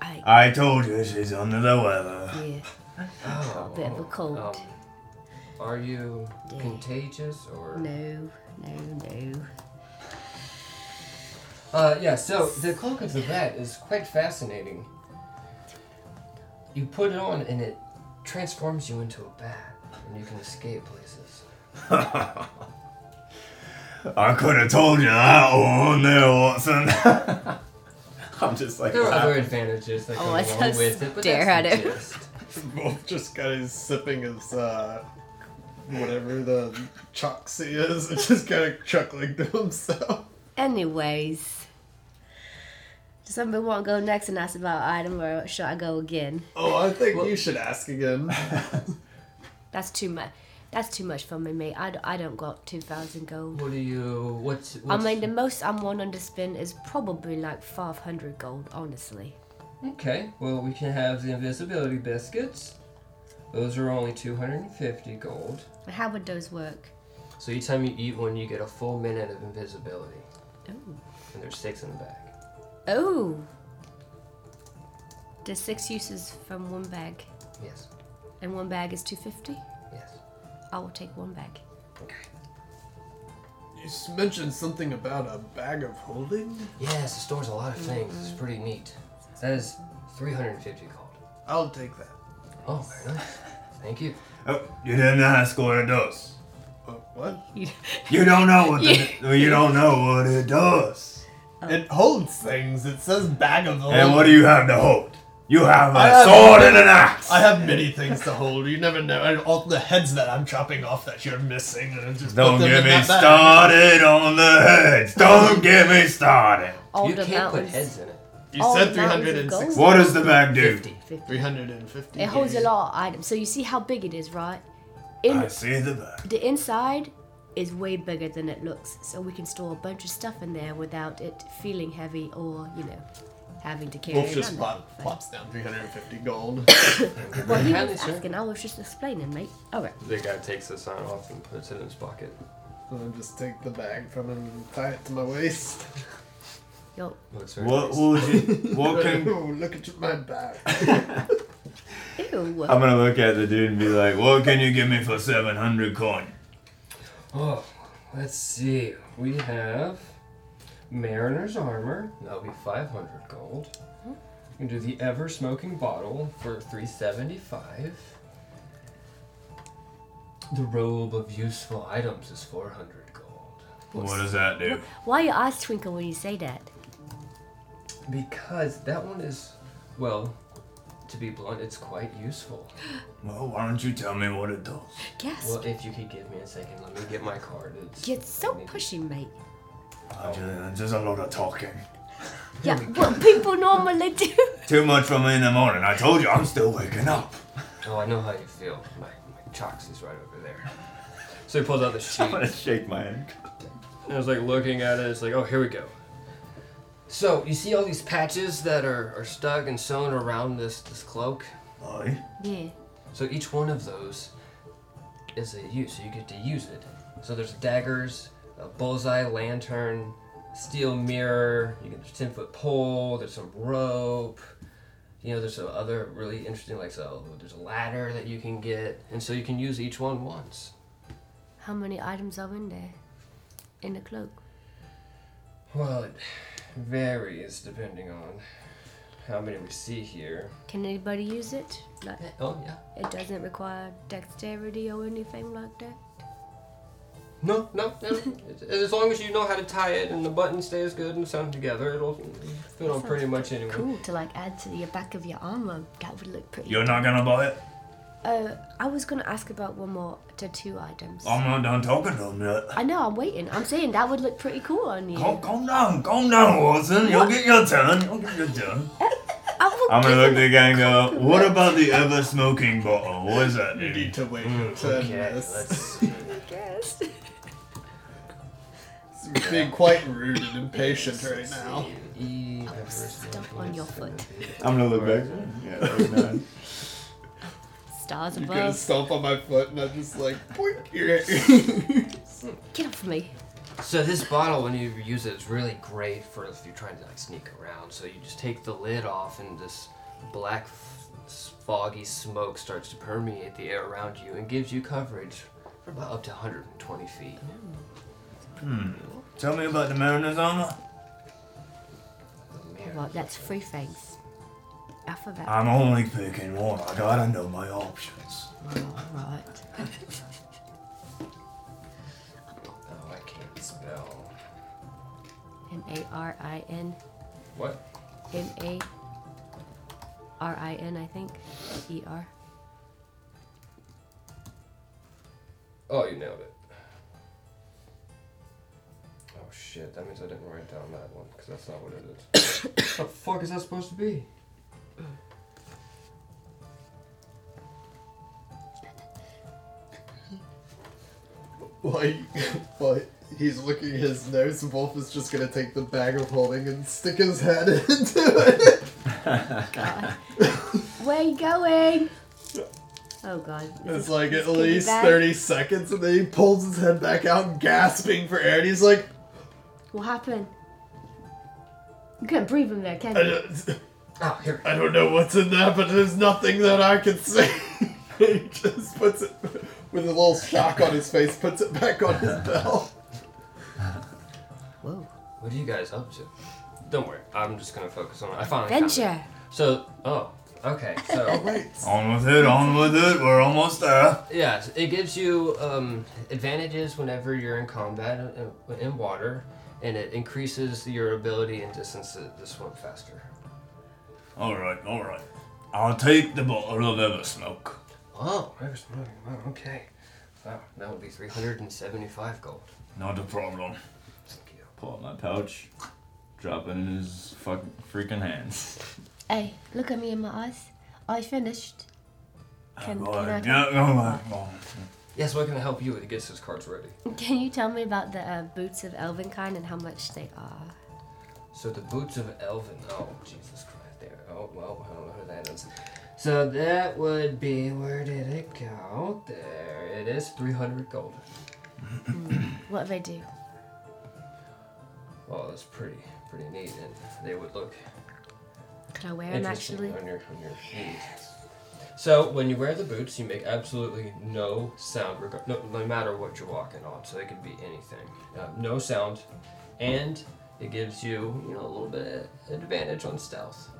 D: I
B: I told you she's under the
C: Uh,
B: weather.
D: yeah.
C: Oh,
D: A bit of a cold.
C: um, are you
D: Yeah.
C: contagious or?
D: No, no, no.
C: Uh, yeah, so the Cloak of the Bat is quite fascinating. You put it on and it transforms you into a bat and you can escape places.
B: I could have told you that one there, Watson. I'm just like
C: There are other
B: laughing.
C: advantages that
D: Oh,
C: come
D: I
C: along
D: just
C: with it, but
D: stare
C: that's
D: at
C: the
D: him.
C: gist.
A: Wolf just got his sipping his uh, whatever the choxy is, and just kind of chuckling to himself.
D: Anyways, does somebody want to go next and ask about item, or should I go again?
A: Oh, I think
C: Well-
A: you should ask again.
D: That's too much. That's too much for me, mate. I, d- I don't got 2,000 gold.
C: What do you? What's?
D: I
C: what's
D: mean, the most I'm wanting to spend is probably like 500 gold, honestly.
C: Okay, well, we can have the invisibility biscuits. Those are only 250 gold.
D: How would those work?
C: So each time you eat one, you get a full minute of invisibility.
D: Ooh.
C: And there's six in the bag.
D: Oh! There's six uses from one bag,
C: Yes,
D: and one bag is 250?
C: yes.
D: I will take one bag.
A: You s- mentioned something about a bag of holding?
C: Yes, it stores a lot of things. It's
D: Mm-hmm.
C: pretty neat. That is 350 gold.
A: I'll take that.
C: Oh, very nice. Thank you.
B: Oh, you didn't ask what it does.
A: Uh, what?
B: You don't know what
D: Yeah.
B: the, well, you don't know what it does.
A: It holds things. It says bag of holding.
B: And what do you have to hold? You have a
A: I have-
B: sword and an axe.
A: I have many things to hold. You never know. And all the heads that I'm chopping off that you're missing. And just put
B: Don't
A: them
B: get
A: in
B: me
A: that bag.
B: started on the heads. Don't get me started.
D: All
C: you
D: the
C: can't
D: mountains.
C: put heads in it.
A: You
D: All
A: said
D: the mountains of
A: 360.
D: gold.
B: What does the bag do?
C: 50.
D: 50.
A: 350.
D: It holds a
A: games.
D: lot of items. So you see how big it is, right? In
B: I see the bag.
D: the inside is way bigger than it looks, so we can store a bunch of stuff in there without it feeling heavy or, you know, having to carry
A: Wolf
D: it
A: just
D: around.
A: plop, plops down 350 gold.
D: Well, he was
C: Apparently, sir.
D: asking. I was just explaining, mate. All right.
C: The guy takes the sign off and puts it in his pocket.
A: I'll just take the bag from him and tie it to my waist.
D: Yo,
C: Looks very
B: What
C: nice.
B: would you? What can?
A: Oh, look at my bag.
D: ew.
B: I'm gonna look at the dude and be like, "What can you give me for 700 coin?"
C: Oh, let's see. We have Mariner's Armor. That'll be 500 gold. We can do the Ever Smoking Bottle for 375. The Robe of Useful Items is 400 gold.
B: What does that do?
D: Why your eyes twinkle when you say that?
C: Because that one is, well, to be blunt, it's quite useful.
B: Well, why don't you tell me what it does?
D: Yes.
C: Well, if you could give me a second, let me get my card. It's,
D: You're so
C: maybe-
D: pushy, mate.
B: I ju- Just a lot of talking.
D: Yeah, what people normally do.
B: Too much from me in the morning. I told you I'm still waking up.
C: Oh, I know how you feel. My, my chocks is right over there. So he pulls out the sheet.
B: shake my hand.
C: And I was like looking at it, it's like, oh, here we go. So you see all these patches that are, are stuck and sewn around this, this cloak?
B: Aye.
D: yeah.
C: So each one of those is a use, so you get to use it. So there's daggers, a bullseye lantern, steel mirror, you get a 10 foot pole, there's some rope. You know, there's some other really interesting, like, so there's a ladder that you can get, and so you can use each one once.
D: How many items are in there? In the cloak?
C: Well, it varies depending on how many we see here.
D: Can anybody use it? Like,
C: Oh, yeah.
D: it doesn't require dexterity or anything like that?
C: No, no, no. It's- as long as you know how to tie it and the button stays good and sewn together, it'll fit on pretty much anywhere.
D: Cool to like add to the back of your armor. That would look pretty.
B: You're not gonna buy it?
D: Uh, I was gonna ask about one more tattoo items.
A: Um,
B: I'm not done talking to him yet.
D: I know, I'm waiting. I'm saying that would look pretty cool on you.
B: Calm, calm down, calm down, Watson. You'll get your turn. You'll get your turn.
D: I will
B: I'm gonna
D: give
B: look at
D: it-
B: the guy and go, "What about the ever smoking bottle? What is that,
A: You
B: dude?"
A: need to wait
C: Mm,
A: your turn.
C: okay,
A: miss.
C: let's see.
D: I guess.
A: You're being quite rude and impatient right now.
C: E-
D: Stomp on your foot.
B: I'm gonna look back. Yeah, that was nice.
D: Stars
A: You're gonna
D: above.
A: stomp on my foot, and I'm just like, boink. You're-
D: Get off me.
C: So this bottle, when you use it, is really great for if you're trying to like sneak around. So you just take the lid off, and this black, f- foggy smoke starts to permeate the air around you and gives you coverage for about up to 120 feet.
B: Tell me about the mariner's armor.
C: Man.
D: Well, that's free things. After
A: Ah.
D: that.
B: I'm only picking one. I gotta know my options.
D: Alright.
C: Oh, I can't spell.
D: M A R I N.
C: What?
D: M A R I N, I think. E R.
C: Oh, you nailed it. Oh shit, that means I didn't write down that one, because that's not what it is. what the fuck is that supposed to be?
A: While, he- while he's licking his nose, Wolf is just gonna take the bag of holding and stick his head into it.
D: Where you going? Oh god. This
A: It's
D: is-
A: like
D: this
A: at
D: could be
A: least
D: bad.
A: 30 seconds, and then he pulls his head back out, gasping for air, and he's like,
D: What happened? You can't breathe in there, can
A: I
D: you?
A: don't,
C: Oh,
A: I don't know what's in there, but there's nothing that I can see. he just puts it, with a little shock on his face, puts it back on his belt.
D: Whoa.
C: What are you guys up to? Don't worry, I'm just gonna focus on it. I finally found it.
D: Adventure!
C: So, oh, okay. So,
A: Wait,
B: On with it, on with it, we're almost there.
C: yeah, it gives you um, advantages whenever you're in combat in, in water, and it increases your ability and distance to, to swim faster.
B: Alright, alright. I'll take the bottle of Eversmoke.
C: Oh, there's money. Wow, okay. Wow, that would be 375 gold.
B: Not a problem.
C: Thank you.
B: Pull out my pouch, drop it in his fucking freaking hands.
D: Hey, look at me in my eyes. I finished. Can,
B: Oh,
D: can, I
B: yeah, oh my God.
C: Yes, what can I help you with? It gets his cards ready.
D: can you tell me about the uh, boots of Elvenkind and how much they are?
C: So the boots of Elvin. Oh, Jesus Christ! There. Oh well, I don't know who that is. So that would be where did it go? There it is. Three hundred gold.
D: What do they do?
C: Oh, that's pretty, pretty neat, and they would look
D: Can I wear them
C: interesting
D: actually?
C: on your on your feet. So when you wear the boots, you make absolutely no sound, reg- no, no matter what you're walking on. So it could be anything. Uh, no sound, and it gives you, you know, a little bit advantage on stealth.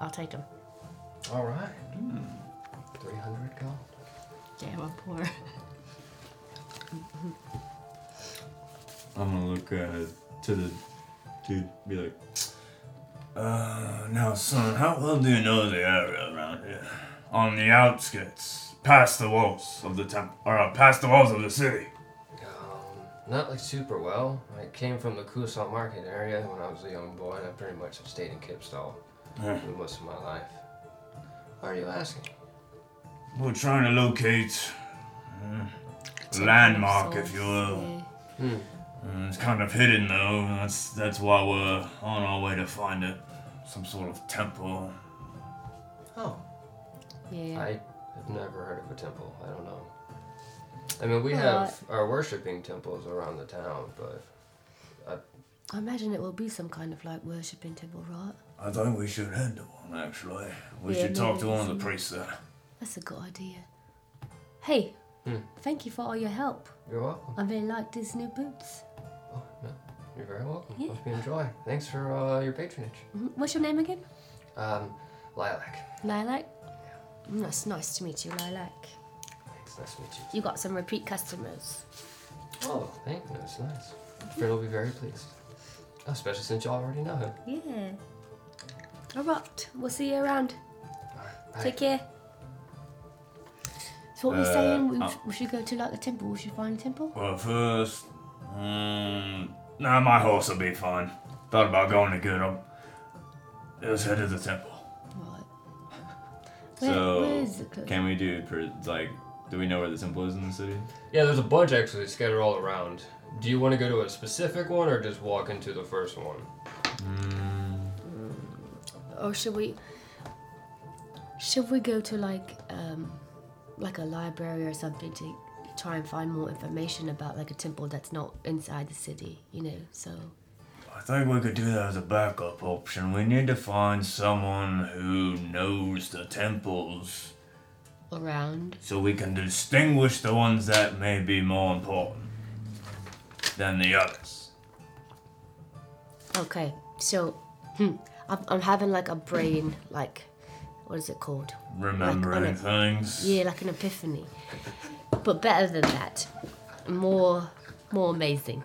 D: I'll take them.
C: All right. Hmm. Three hundred gold.
D: Yeah, I'm poor.
B: I'm gonna look uh, to the dude, be like, uh, now, son, how well do you know the area around here? On the outskirts, past the walls of the temple, or uh, past the walls of the city.
C: Um, not like super well. I came from the Kusal Market area when I was a young boy, and I pretty much have stayed in Kipstall
B: Yeah.
C: for most of my life. Why are you asking?
B: We're trying to locate landmark, if you will.
D: Yeah.
C: Hmm.
B: Uh, it's kind of hidden though. That's that's why we're on our way to find it. Some sort of temple.
C: Oh.
D: Yeah.
C: I have never heard of a temple. I don't know. I mean, we
D: Well,
C: have our worshiping temples around the town, but
D: I imagine it will be some kind of like worshipping temple, right?
B: I think we should head to one actually. We
D: Yeah,
B: should talk
D: maybe
B: to one of
D: some-
B: the priests there.
D: That's a good idea. Hey,
C: Hmm.
D: thank you for all your help.
C: you're welcome.
D: I really like these new boots.
C: Oh, no, you're very welcome.
D: Yeah.
C: Hope you enjoy. Thanks for uh, your patronage.
D: Mhm. What's your name again?
C: Um, Lilac.
D: Lilac? Mm, That's nice to meet you, Lilac.
C: Thanks. Nice to meet you.
D: You got some repeat customers.
C: Oh, thank you. That's nice. Fred will be very pleased. Oh, especially since y'all already know him.
D: Yeah. All right, we'll see you around.
C: Bye.
D: Take care. So what we're
B: Uh,
D: saying, we,
B: uh,
D: sh- we should go to like a temple. We should find a temple.
B: Well, first, um, nah, my horse will be fine. Thought about going to get him. Let's head to the temple.
D: Right. Where,
E: So,
D: where is the clo-
E: Can we do per, like? Do we know where the temple is in the city?
C: Yeah, there's a bunch actually scattered all around. Do you want to go to a specific one or just walk into the first one?
B: Mm,
D: Or should we? Should we go to like um, like a library or something to try and find more information about like a temple that's not inside the city? You know, so
B: I think we could do that as a backup option. We need to find someone who knows the temples
D: around.
B: so we can distinguish the ones that may be more important than the others.
D: Okay, so hmm, I'm, I'm having like a brain like what is it called?
B: Remembering
D: Like uh,
B: things.
D: Yeah, like an epiphany, but better than that, more more amazing.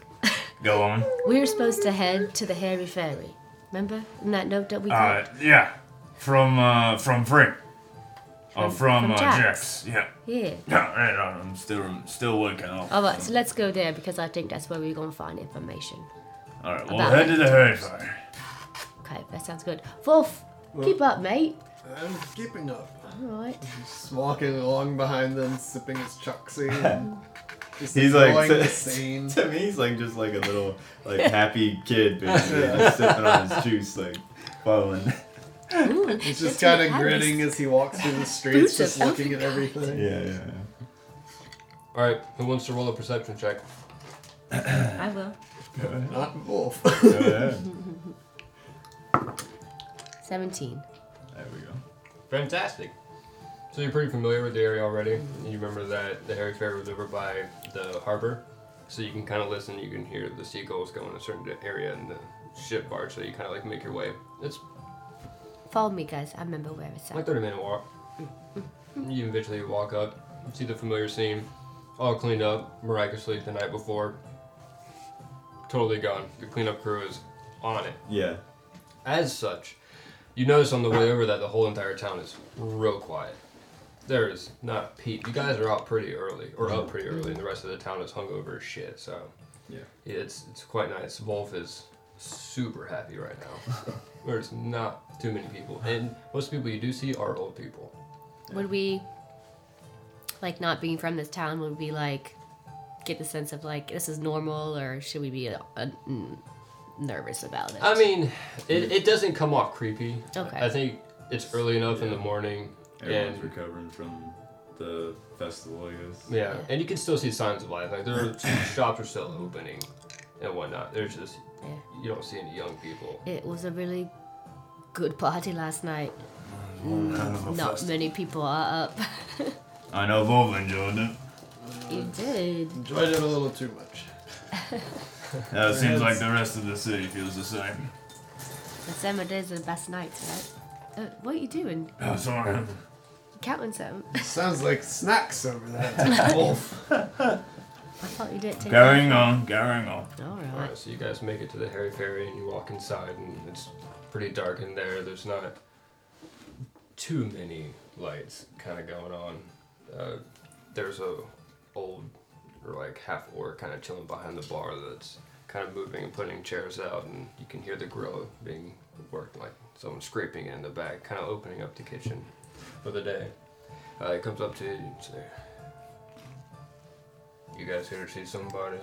B: Go on.
D: We were supposed to head to the Hairy Fairy. Remember in that note that we got?
B: Uh, yeah. From uh, from Frink. Or
D: from
B: from, uh,
D: Jax.
B: Jax. Yeah.
D: yeah.
B: Yeah, right on. I'm still I'm still working off.
D: All right, so let's go there because I think that's where we're gonna find information.
B: All right. We'll
D: about
B: head
D: it.
B: to the Hurricane.
D: Okay, that sounds good. Wolf, keep up, mate.
A: I'm keeping up.
D: All right.
A: just walking along behind them, sipping his chucksy. and Just
E: He's like
A: enjoying
E: to,
A: the scene.
E: to me, he's like just like a little like happy kid, basically, just sipping on his juice, like following.
D: Ooh,
A: He's just kind of grinning as he walks through the streets,
D: Boots
A: just
D: of
A: looking at everything.
E: Yeah, yeah.
C: All right, who wants to roll a perception check?
D: I will.
A: Not Wolf.
E: yeah. Go ahead.
D: 17.
E: There we go.
C: Fantastic. So you're pretty familiar with the area already. You remember that the Harry Fair was over by the harbor, so you can kind of listen. You can hear the seagulls going in a certain area and the ship barge. So you kind of like make your way. It's
D: Follow me, guys. I remember where it's
C: like
D: at.
C: 30 minute walk. You eventually walk up, see the familiar scene, all cleaned up miraculously the night before. Totally gone. The cleanup crew is on it.
E: Yeah.
C: As such, you notice on the way over that the whole entire town is real quiet. There is not a peep. You guys are out pretty early, or up pretty early, and the rest of the town is hungover as shit. So
E: Yeah.
C: it's it's quite nice. Wolf is super happy right now. There's not too many people, and most people you do see are old people.
D: Would we, like, not being from this town, would we, like, get the sense of, like, this is normal, or should we be uh, uh, mm, nervous about it?
C: I mean, it, it doesn't come off creepy.
D: Okay.
C: I think it's early enough in the morning,
E: Everyone's
C: and
E: recovering from the festival, I guess.
C: Yeah, and you can still see signs of life. Like there are shops are still opening and whatnot. There's just
D: Yeah.
C: you don't see any young people.
D: It was a really good party last night. Mm, Not many people are up.
B: I know Volvo enjoyed it.
D: you did.
A: Enjoyed it a little too much.
B: Uh, it seems like the rest of the city feels the same.
D: The summer days are the best nights, right? Uh, what are you doing?
B: Oh, sorry.
D: Counting some?
A: Sounds like snacks over that Wolf.
D: I thought you didn't take
B: Carrying on, carrying on.
D: All
C: All
D: right.
C: right, so you guys make it to the Harry Ferry and you walk inside, and it's pretty dark in there. There's not too many lights kind of going on. Uh, there's a old or like half orc kind of chilling behind the bar that's kind of moving and putting chairs out, and you can hear the grill being worked like someone scraping it in the back, kind of opening up the kitchen for the day. Uh, he comes up to you and says, "You guys here to see somebody?"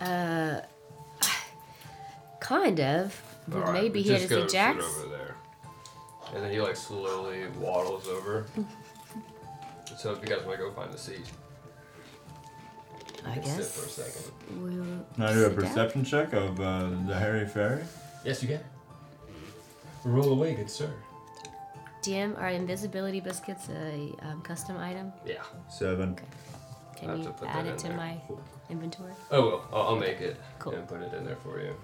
D: Uh, kind of. We
C: All right,
D: may be
C: we
D: here
C: just
D: to see
C: gotta sit
D: Jax.
C: over there. And then he like slowly waddles over. so if you guys want to go find a seat,
D: I
C: you can sit for a
D: guess.
C: second.
D: We'll
E: Can I do
D: sit
E: a
D: down.
E: perception check of uh, the Harry Ferry?
C: Yes, you can. Roll away, good sir.
D: DM, are invisibility biscuits a um, custom item?
C: Yeah.
E: Seven.
C: I'll
D: Can
C: have
D: you
C: to put
D: add
C: that in
D: it to
C: there.
D: my inventory?
C: Oh well, I'll, I'll make it
D: Cool.
C: and put it in there for you.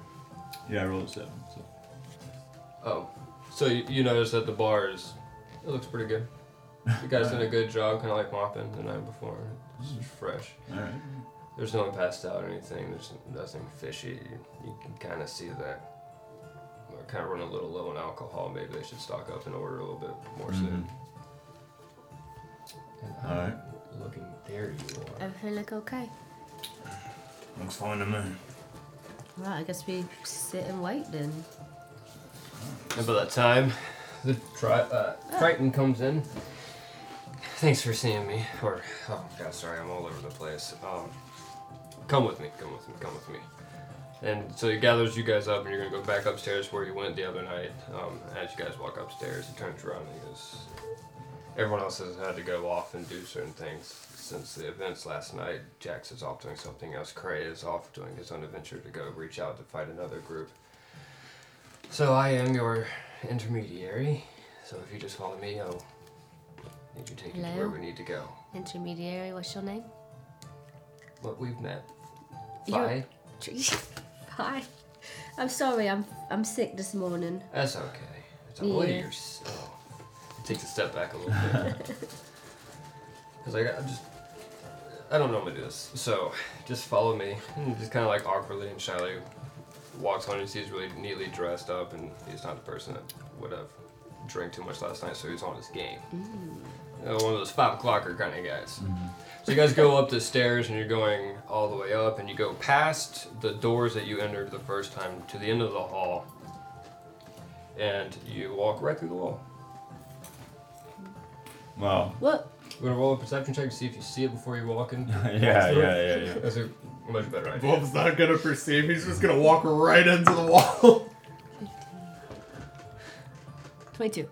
E: Yeah, I rolled a seven. So.
C: Oh, so you, you notice that the bar is it looks pretty good. You guys did a good job, kind of like mopping the night before. It's just fresh.
E: All right.
C: There's no one passed out or anything. There's nothing fishy. You, you can kind of see that we're kind of running a little low on alcohol. Maybe they should stock up and order a little bit more soon. And I'm
E: Alright.
C: Looking there, you are.
D: Everything Oh, look okay?
B: Looks fine to me.
D: Right, I guess we sit and wait then.
C: And by that time, the tri- uh, Triton comes in. Thanks for seeing me. Or oh god, sorry, I'm all over the place. Um, come with me. Come with me. Come with me. And so he gathers you guys up, and you're gonna go back upstairs where you went the other night. Um, as you guys walk upstairs, he turns around and he goes, "Everyone else has had to go off and do certain things since the events last night. Jax is off doing something else. Cray is off doing his own adventure to go reach out to fight another group. So I am your intermediary. So if you just follow me, I'll need you take you to
D: Hello?
C: where we need to go.
D: Intermediary, what's your name?
C: What we've met.
D: You're-
C: Bye.
D: Tree. Hi. I'm sorry, I'm I'm sick this morning.
C: That's okay. It's all
D: Yeah.
C: yours. Oh. Takes a step back a little bit. Cause like I just, I don't normally do this. So just follow me. And just kind of like awkwardly and shyly walks on. You see he's really neatly dressed up, and he's not the person that would have drank too much last night, so he's on his game. You know, one of those five o'clocker kind of guys. So you guys go up the stairs and you're going all the way up, and you go past the doors that you entered the first time to the end of the hall, and you walk right through the wall.
E: Wow.
D: What?
C: We're gonna roll a perception check to see if you see it before you walk in.
E: yeah, yeah, yeah, yeah.
C: That's a much better idea.
A: Wolf's not gonna perceive. He's just gonna walk right into the wall.
D: 22.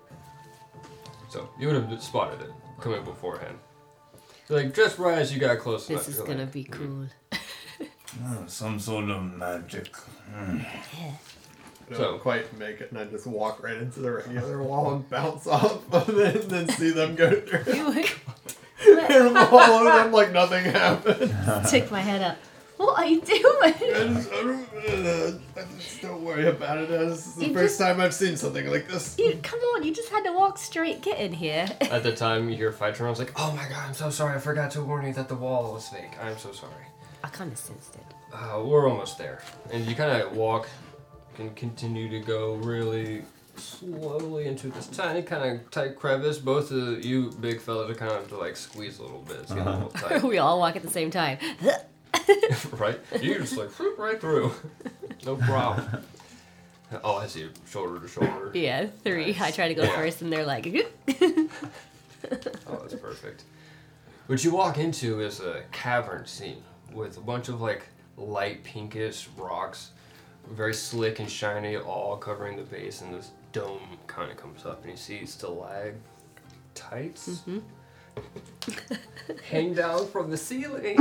C: So you would have spotted it coming beforehand. So, like just right as you got close enough.
D: This is
C: you're
D: gonna
C: like, "Mm."
D: be cool.
B: Oh, some sort of magic.
A: I don't
C: So-
A: quite make it, and I just walk right into the regular wall and bounce off of it, and then see them go through
D: You would
A: and wall, and I'm like nothing happened.
D: tick my head up. What are you doing?
A: I just, I don't, uh, I just don't worry about it. uh, This is the
D: You
A: first
D: just-
A: time I've seen something like this.
D: You, come on, you just had to walk straight. Get in here.
C: At the time you hear fights, and I was like, "Oh my god, I'm so sorry. I forgot to warn you that the wall was fake. I'm so sorry."
D: I kind of sensed it.
C: Uh, we're almost there, and you kind of walk and continue to go really slowly into this tiny kind of tight crevice. Both of you big fellas are kind of have to like squeeze a little bit. It's getting a little tight.
D: we all walk at the same time.
C: right? You just like whoop right through. No problem. Oh, I see you shoulder to shoulder.
D: yeah, three. I try to go
C: Yeah.
D: first, and they're like,
C: Oh, that's perfect. What you walk into is a cavern scene with a bunch of like light pinkish rocks, very slick and shiny, all covering the base, and this dome kind of comes up, and you see stalactites Mm-hmm. hang down from the ceiling,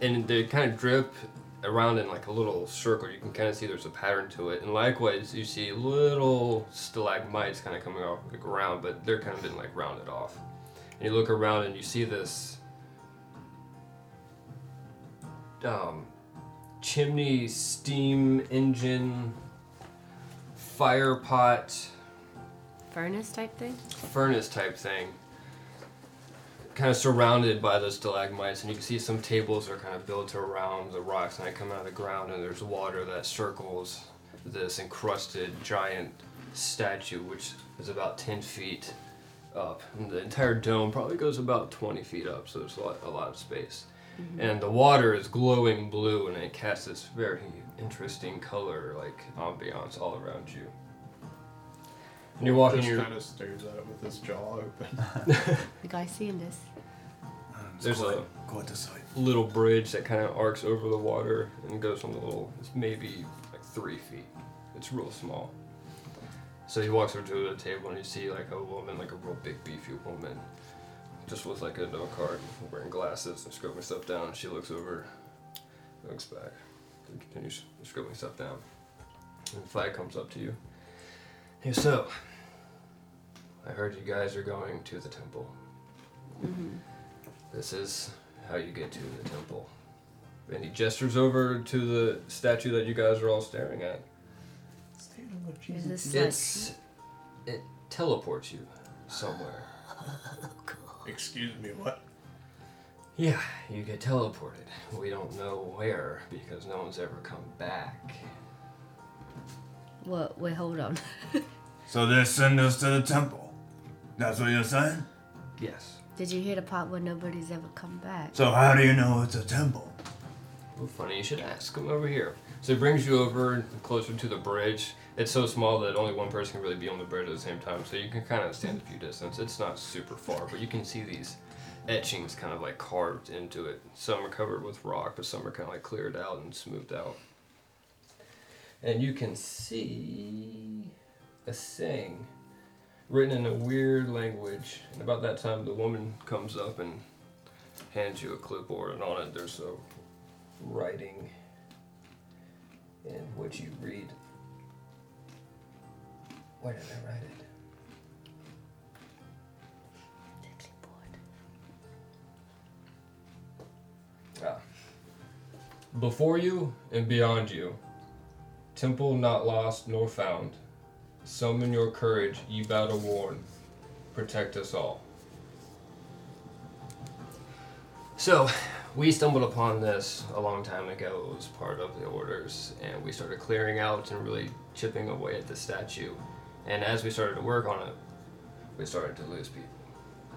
C: and they kind of drip around in like a little circle. You can kind of see there's a pattern to it, and likewise you see little stalagmites kind of coming off the ground, but they're kind of been like rounded off. And you look around and you see this um, chimney, steam engine, fire pot
D: furnace type thing.
C: furnace type thing, kind of surrounded by those stalagmites, and you can see some tables are kind of built around the rocks, and they come out of the ground, and there's water that circles this encrusted giant statue, which is about 10 feet up. And the entire dome probably goes about 20 feet up, so there's a lot, a lot of space. And the water is glowing blue, and it casts this very interesting color, like ambiance, all around you. And you walk in
A: Just
C: your
A: kind of stares at it with his jaw open.
D: The guy seeing this.
C: There's
B: quite,
C: a-
B: quite a sight.
C: little bridge that kind of arcs over the water and goes on the little, it's maybe like three feet. It's real small. So he walks over to the table and you see like a woman, like a real big beefy woman, just with like a note card, wearing glasses and scribbling stuff down. She looks over, looks back, and continues scribbling stuff down. And the flag comes up to you. Hey, so I heard you guys are going to the temple. This is how you get to the temple. And he gestures over to the statue that you guys are all staring at.
D: Is this
C: It's it teleports you somewhere.
A: Excuse me, what?
C: Yeah, you get teleported. We don't know where because no one's ever come back.
D: like, what? Wait, hold on.
B: So they send us to the temple. That's what you're saying?
C: Yes.
D: Did you hear the part where nobody's ever come back?
B: So how do you know it's a temple?
C: Well, funny you should ask. Come over here. So he brings you over closer to the bridge. It's so small that only one person can really be on the bridge at the same time, so you can kind of stand a few distance. It's not super far, but you can see these etchings kind of like carved into it. Some are covered with rock, but some are kind of like cleared out and smoothed out. And you can see a saying written in a weird language. And about that time, the woman comes up and hands you a clipboard, and on it there's a writing and what you read. Where did I write it? Ah. Before you and beyond you, temple not lost nor found. Summon your courage, ye battle worn. Protect us all. So, we stumbled upon this a long time ago. It was part of the orders, and we started clearing out and really chipping away at the statue. And as we started to work on it, we started to lose people.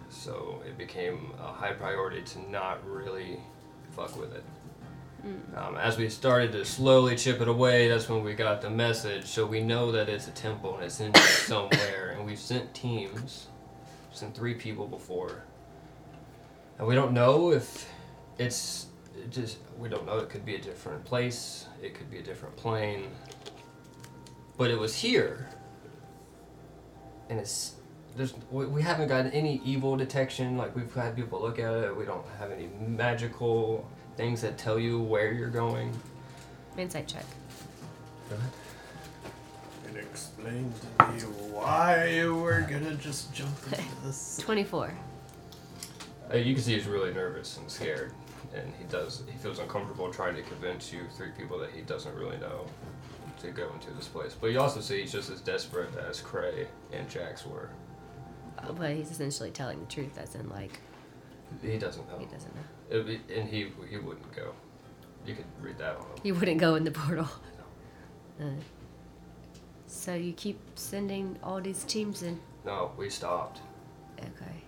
C: So it became a high priority to not really fuck with it. Um, as we started to slowly chip it away, that's when we got the message. So we know that it's a temple and it's in there somewhere, and we've sent teams ships and three people before. And we don't know if it's it just we don't know. It could be a different place. It could be a different plane. But it was here. And it's there's we, we haven't gotten any evil detection. Like we've had people look at it. We don't have any magical things that tell you where you're going.
D: Insight check.
A: It explained to me why we're gonna just jump into this.
D: 24.
C: Uh, you can see he's really nervous and scared, and he does he feels uncomfortable trying to convince you three people that he doesn't really know to go into this place. But you also see he's just as desperate as Cray and Jax were.
D: Uh, but he's essentially telling the truth, as in, like,
C: He doesn't know,
D: he doesn't know.
C: It'd be- and he he wouldn't go. You could read that on him.
D: He wouldn't go in the portal. Uh, so you keep sending all these teams in.
C: No, we stopped.
D: Okay.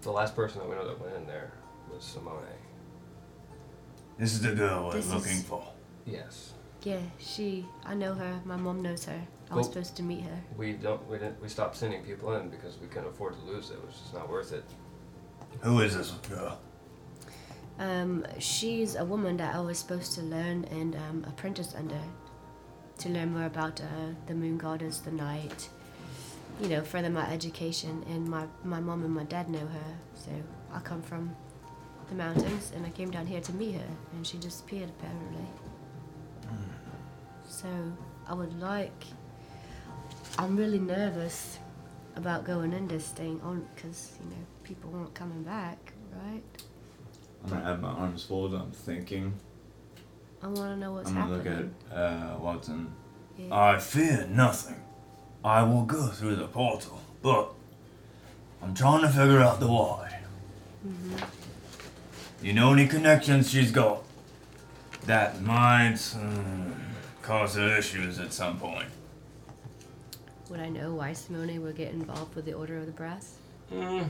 C: The last person that we know that went in there was Simone.
B: This is the girl we're
D: This is-
B: looking for.
C: Yes,
D: Yeah, she. I know her. My mom knows her. I was
C: Cool.
D: supposed to meet her.
C: we don't we didn't we stopped sending people in because we couldn't afford to lose it. It was just not worth it.
B: Who is this girl?
D: Um, she's a woman that I was supposed to learn and um, apprentice under to learn more about uh, the moon goddess, the night, you know, further my education. And my, my mom and my dad know her, so I come from the mountains and I came down here to meet her, and she disappeared apparently. So I would like. I'm really nervous about going in this thing on because, you know, people aren't coming back, right?
E: I'm gonna have my arms folded. I'm thinking.
D: I want to know what's
B: I'm gonna
D: happening.
B: look at uh, Watson.
D: Yeah.
B: I fear nothing. I will go through the portal, but I'm trying to figure out the why.
D: Mm-hmm.
B: You know any connections she's got that might uh, cause her issues at some point?
D: Would I know why Simone would get involved with the Order of the Brass?
C: Mm.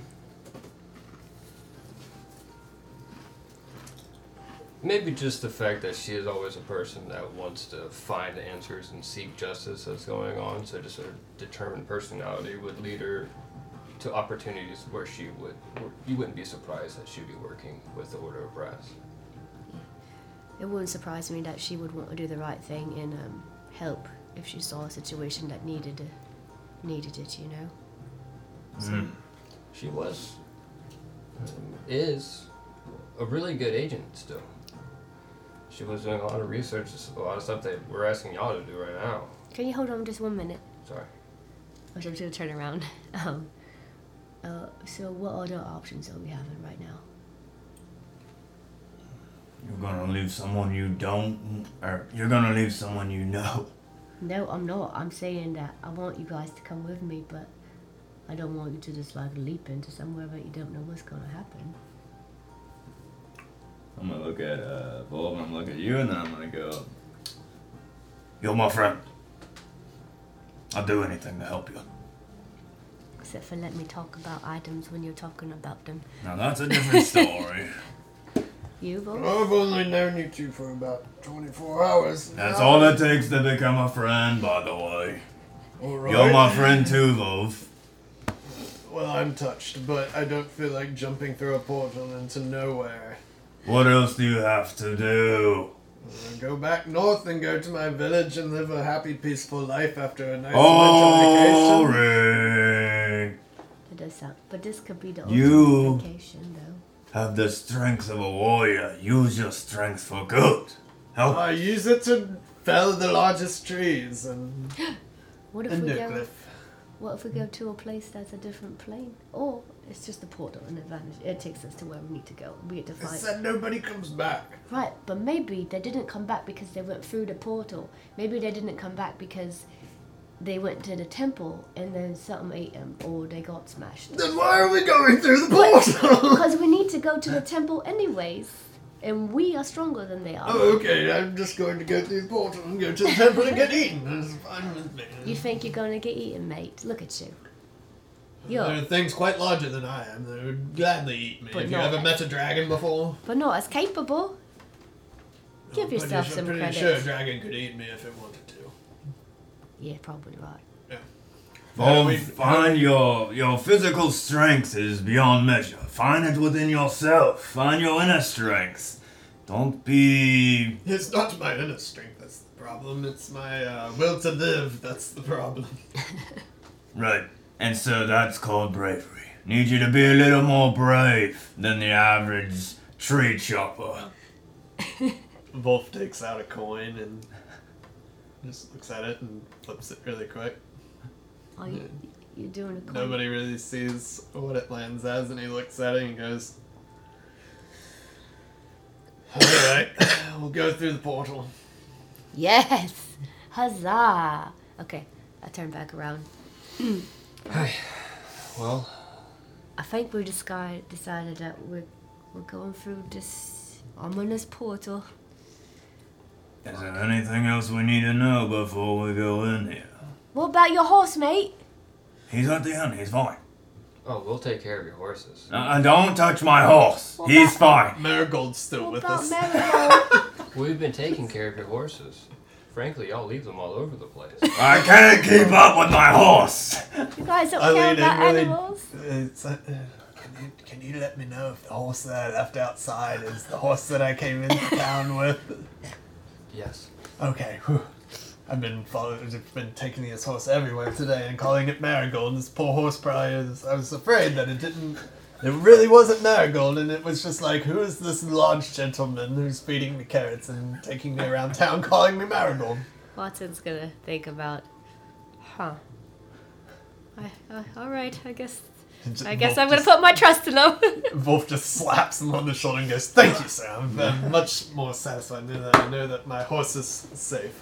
C: Maybe just the fact that she is always a person that wants to find answers and seek justice that's going on, so just her determined personality would lead her to opportunities where she would, where you wouldn't be surprised that she'd be working with the Order of Brass.
D: It wouldn't surprise me that she would want to do the right thing and um, help if she saw a situation that needed needed it. You know.
B: Hmm.
C: She was, um, is, a really good agent still. She was doing a lot of research, a lot of stuff that we're asking y'all to do right now.
D: Can you hold on just one minute?
C: Sorry.
D: I'm just gonna turn around. Um, uh, so what other options are we having right now?
B: You're gonna leave someone you don't, or you're gonna leave someone you know.
D: No, I'm not. I'm saying that I want you guys to come with me, but I don't want you to just like leap into somewhere that you don't know what's gonna happen.
E: I'm gonna look at uh, Volv and I'm gonna look at you, and then I'm gonna go.
B: You're my friend. I'll do anything to help you.
D: Except for let me talk about items when you're talking about them.
B: Now that's a different story.
D: You, Vol?
A: I've only known you two for about 24 hours.
B: That's
A: now.
B: all it takes to become a friend, by the way.
A: All right.
B: You're my friend too, Vov.
A: Well, I'm touched, but I don't feel like jumping through a portal into nowhere.
B: What else do you have to do?
A: I'm gonna go back north and go to my village and live a happy, peaceful life after a nice winter vacation.
B: Ori,
D: It does sound, but this could be the
B: You-
D: ultimate vacation, though.
B: have the strength of a warrior. Use your strength for good. Help.
A: I use it to fell the largest trees and
D: What if
A: and
D: we
A: no
D: go?
A: cliff.
D: What if we go to a place that's a different plane, or it's just a portal and it vanishes? It takes us to where we need to go. We get to
A: It
D: fight.
A: said nobody comes back.
D: Right, but maybe they didn't come back because they went through the portal. Maybe they didn't come back because they went to the temple and then something ate them, or they got smashed.
A: Then why are we going through the portal?
D: because we need to go to the temple anyways, and we are stronger than they are.
A: oh, okay, I'm just going to go through the portal and go to the temple and get eaten. That's fine with me.
D: You think you're gonna get eaten, mate? Look at you. You're
A: There are things quite larger than I am that would gladly eat me.
D: But
A: Have you
D: no.
A: ever met a dragon before?
D: but not as capable. Give
A: I'm pretty
D: yourself
A: sure-
D: some
A: pretty
D: credit.
A: sure a dragon could eat me if it wanted to.
D: Yeah, probably right.
A: Yeah. How do
B: Vom,
A: we-
B: find your your physical strength is beyond measure. Find it within yourself. Find your inner strength. Don't be
A: It's not my inner strength that's the problem. It's my uh, will to live that's the problem.
B: right. And so that's called bravery. Need you to be a little more brave than the average tree chopper.
A: Wolf takes out a coin and just looks at it and flips it really quick.
D: Oh, you, you're doing a coin.
A: Nobody really sees what it lands as, and he looks at it and goes, Alright, we'll go through the portal.
D: Yes! Huzzah! Okay, I turn back around.
C: Well,
D: I think we just got, decided that we're, we're going through this ominous portal.
B: Is there anything else we need to know before we go in here?
D: What about your horse, mate?
B: He's at the end. He's fine.
C: oh, we'll take care of your horses.
B: Uh, don't touch my horse.
D: Well,
B: He's
D: that-
B: fine.
A: Marigold's still
D: What
A: with
D: about
A: us.
D: Marigold?
C: We've been taking care of your horses. Frankly, y'all leave them all over the place.
B: I can't keep up with my horse.
D: you guys don't
A: I
D: care
A: lean in
D: about
A: really-
D: animals?
A: It's, uh, can, you, can you let me know if the horse that I left outside is the horse that I came into town with?
C: Yes.
A: Okay, whew. I've been following, I've been taking this horse everywhere today and calling it Marigold. And this poor horse probably is, I was afraid that it didn't, it really wasn't Marigold, and it was just like, who is this large gentleman who's feeding me carrots and taking me around town calling me Marigold?
D: Watson's gonna think about, huh. I, uh, all right, I guess.
A: And just-
D: I guess
A: Wolf
D: I'm gonna
A: just-
D: put my trust in them.
A: Wolf just slaps him on the shoulder and goes, Thank you, sir. I'm, I'm much more satisfied now that I know that my horse is safe.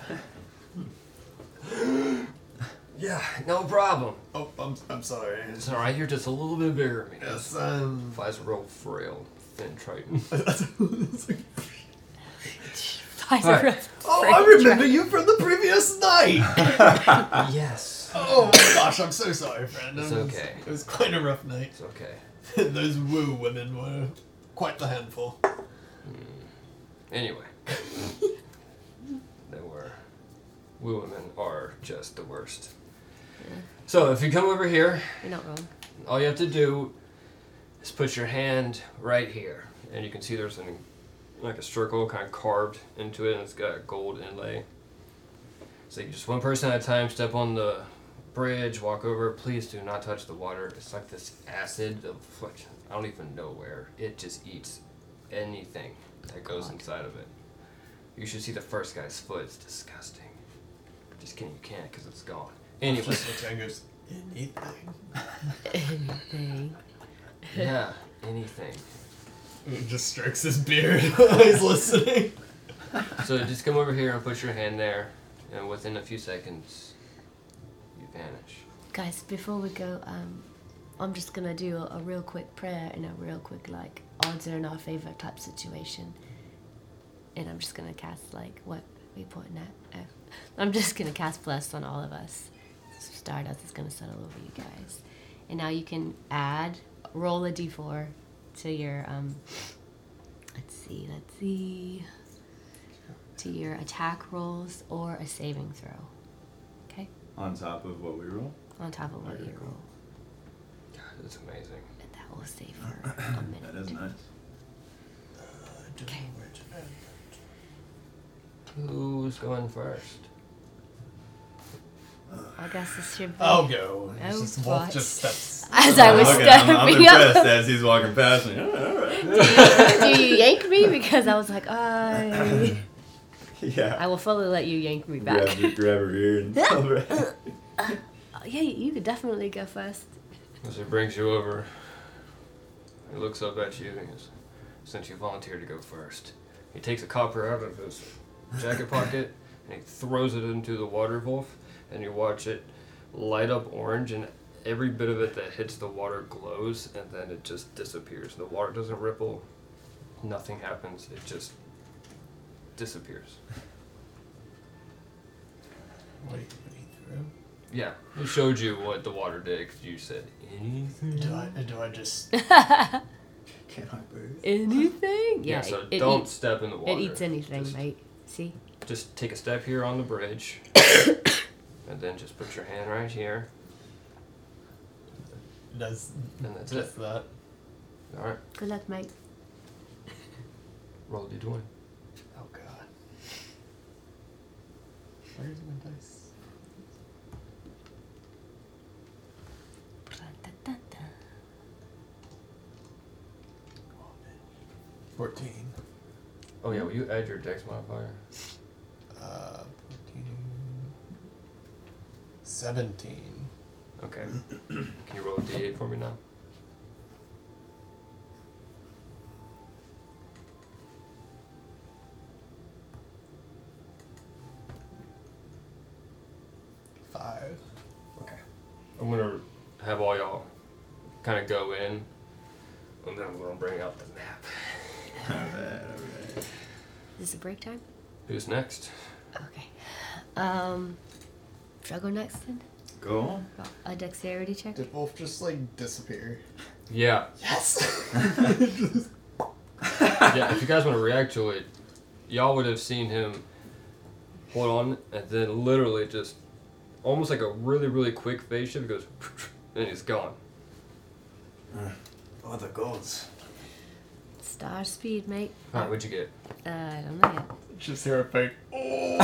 C: Yeah, no problem.
A: Oh, I'm, I'm sorry.
C: It's alright, you're just a little bit bigger than me.
A: Yes, um.
C: Flies a real frail, thin Triton.
D: Alright.
A: Oh, I remember you from the previous night.
C: yes.
A: Oh my gosh, I'm so sorry, friend. It
C: It's
A: was-
C: okay.
A: It was quite a rough night.
C: It's okay.
A: Those woo women were quite the handful.
C: Anyway, they were. We women are just the worst. So if you come over here,
D: You're not wrong.
C: all you have to do is put your hand right here, and you can see there's an like a circle kind of carved into it, and it's got a gold inlay. So you just one person at a time step on the bridge, walk over. Please do not touch the water. It's like this acid of like, I don't even know where. It just eats anything that goes inside of it. You should see the first guy's foot. It's disgusting. Just kidding, you can't because it's gone. Anyway.
A: Just looks down and goes, anything.
D: Anything.
C: yeah, anything.
A: And Just strokes his beard while he's listening.
C: So just come over here and put your hand there, and within a few seconds, you vanish.
D: Guys, before we go, um, I'm just gonna do a, a real quick prayer and a real quick like odds are in our favor type situation, and I'm just gonna cast like what we pointing at. Uh, I'm just gonna cast bless on all of us. Stardust is gonna settle over you guys, and now you can add roll a d4 to your um. Let's see, let's see. To your attack rolls or a saving throw. Okay,
E: On top of what we roll?
D: on top of what
E: Okay,
D: you
E: cool.
D: roll.
C: God, that's amazing.
D: And that will stay for a minute.
E: That is nice.
D: Okay.
C: Who's going first?
D: I guess this should be.
A: I'll go. It's
D: Oh,
A: just, Wolf
D: what?
A: just steps.
D: As I was
E: Look at him, I'm
D: stepping
E: impressed
D: up,
E: as he's walking past me. All right, all right.
D: do you yank me? Because I was like, I, I
E: Yeah.
D: will fully let you yank me back.
E: Grab, your, grab her ear and
D: Oh, yeah, you could definitely go first.
C: As he brings you over, he looks up at you and goes, Since you volunteered to go first, he takes a copper out of his jacket pocket and he throws it into the water wolf, and you watch it light up orange, and every bit of it that hits the water glows, and then it just disappears. The water doesn't ripple, nothing happens, it just disappears.
A: Wait, what
C: Yeah, it showed you what the water did 'cause you said
A: he
C: anything.
A: threw? Do I, do I just.
E: Can I breathe?
D: Anything? Yeah,
C: so
D: it,
C: don't
D: eats,
C: step in the
D: it
C: water.
D: eats anything,
C: Just-
D: mate. See?
C: just take a step here on the bridge and then just put your hand right here
A: does
C: And that's it.
A: just that.
C: All right,
D: Good luck, mate.
C: roll a d20.
A: Oh god. Where's my dice? Fourteen.
C: Oh yeah, will you add your dex modifier?
A: Uh, 14. Seventeen.
C: Okay. Can you roll a d8 for me now?
A: Five.
C: Okay. I'm gonna have all y'all kind of go in, and then I'm gonna bring out the map.
D: Is this a break time?
C: Who's next?
D: Okay. Um, should I go next then?
E: Go on.
D: Roll A dexterity check?
A: Did Wolf just like disappear?
C: Yeah,
A: Yes.
C: yeah. If you guys want to react to it, y'all would have seen him hold on, and then literally just almost like a really really quick phase shift he goes, and he's gone.
E: Oh, the gods.
D: Star speed, mate.
C: All right, what'd you get?
D: Uh, I don't know yet.
A: just hear a fake.
D: What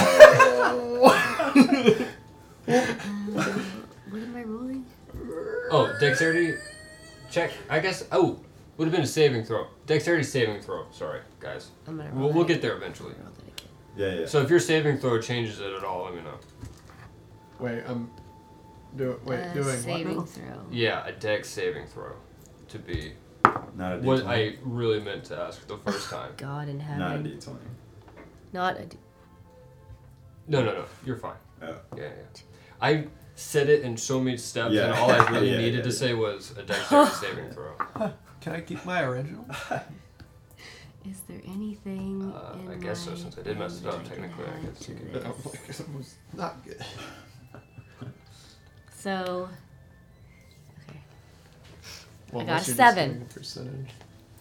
D: am I rolling?
C: Oh, dexterity check. I guess. Oh, would have been a saving throw. Dexterity saving throw. Sorry, guys.
D: I'm gonna roll
C: We'll,
D: that
C: we'll
D: again.
C: get there eventually.
D: Roll that again.
E: Yeah, yeah.
C: So if your saving throw changes it at all, let me know.
A: Wait, I'm. Do wait
D: Uh,
A: doing
D: saving
A: what?
D: throw.
C: Yeah, a dex saving throw to be
E: Not a D20.
C: what I really meant to ask the first time.
D: God in heaven.
E: Not a D20.
D: Not a d-
C: No, no, no. You're fine.
E: Oh.
C: Yeah, yeah. I said it in so many steps, and
E: Yeah.
C: all I really
E: Yeah,
C: needed
E: yeah,
C: to
E: yeah.
C: say was a dexterity saving throw.
A: Can I keep my original?
D: Is there anything
C: Uh,
D: in
C: I guess so,
D: my
C: since I did mess it
D: phone
C: up
D: that I can
C: technically, I
D: add
C: guess
D: to
C: you could-
A: No,
D: this?
A: it was not good.
D: So, okay.
A: Well,
D: got
A: unless
D: a
A: you're just
D: seven.
A: doing a Percentage.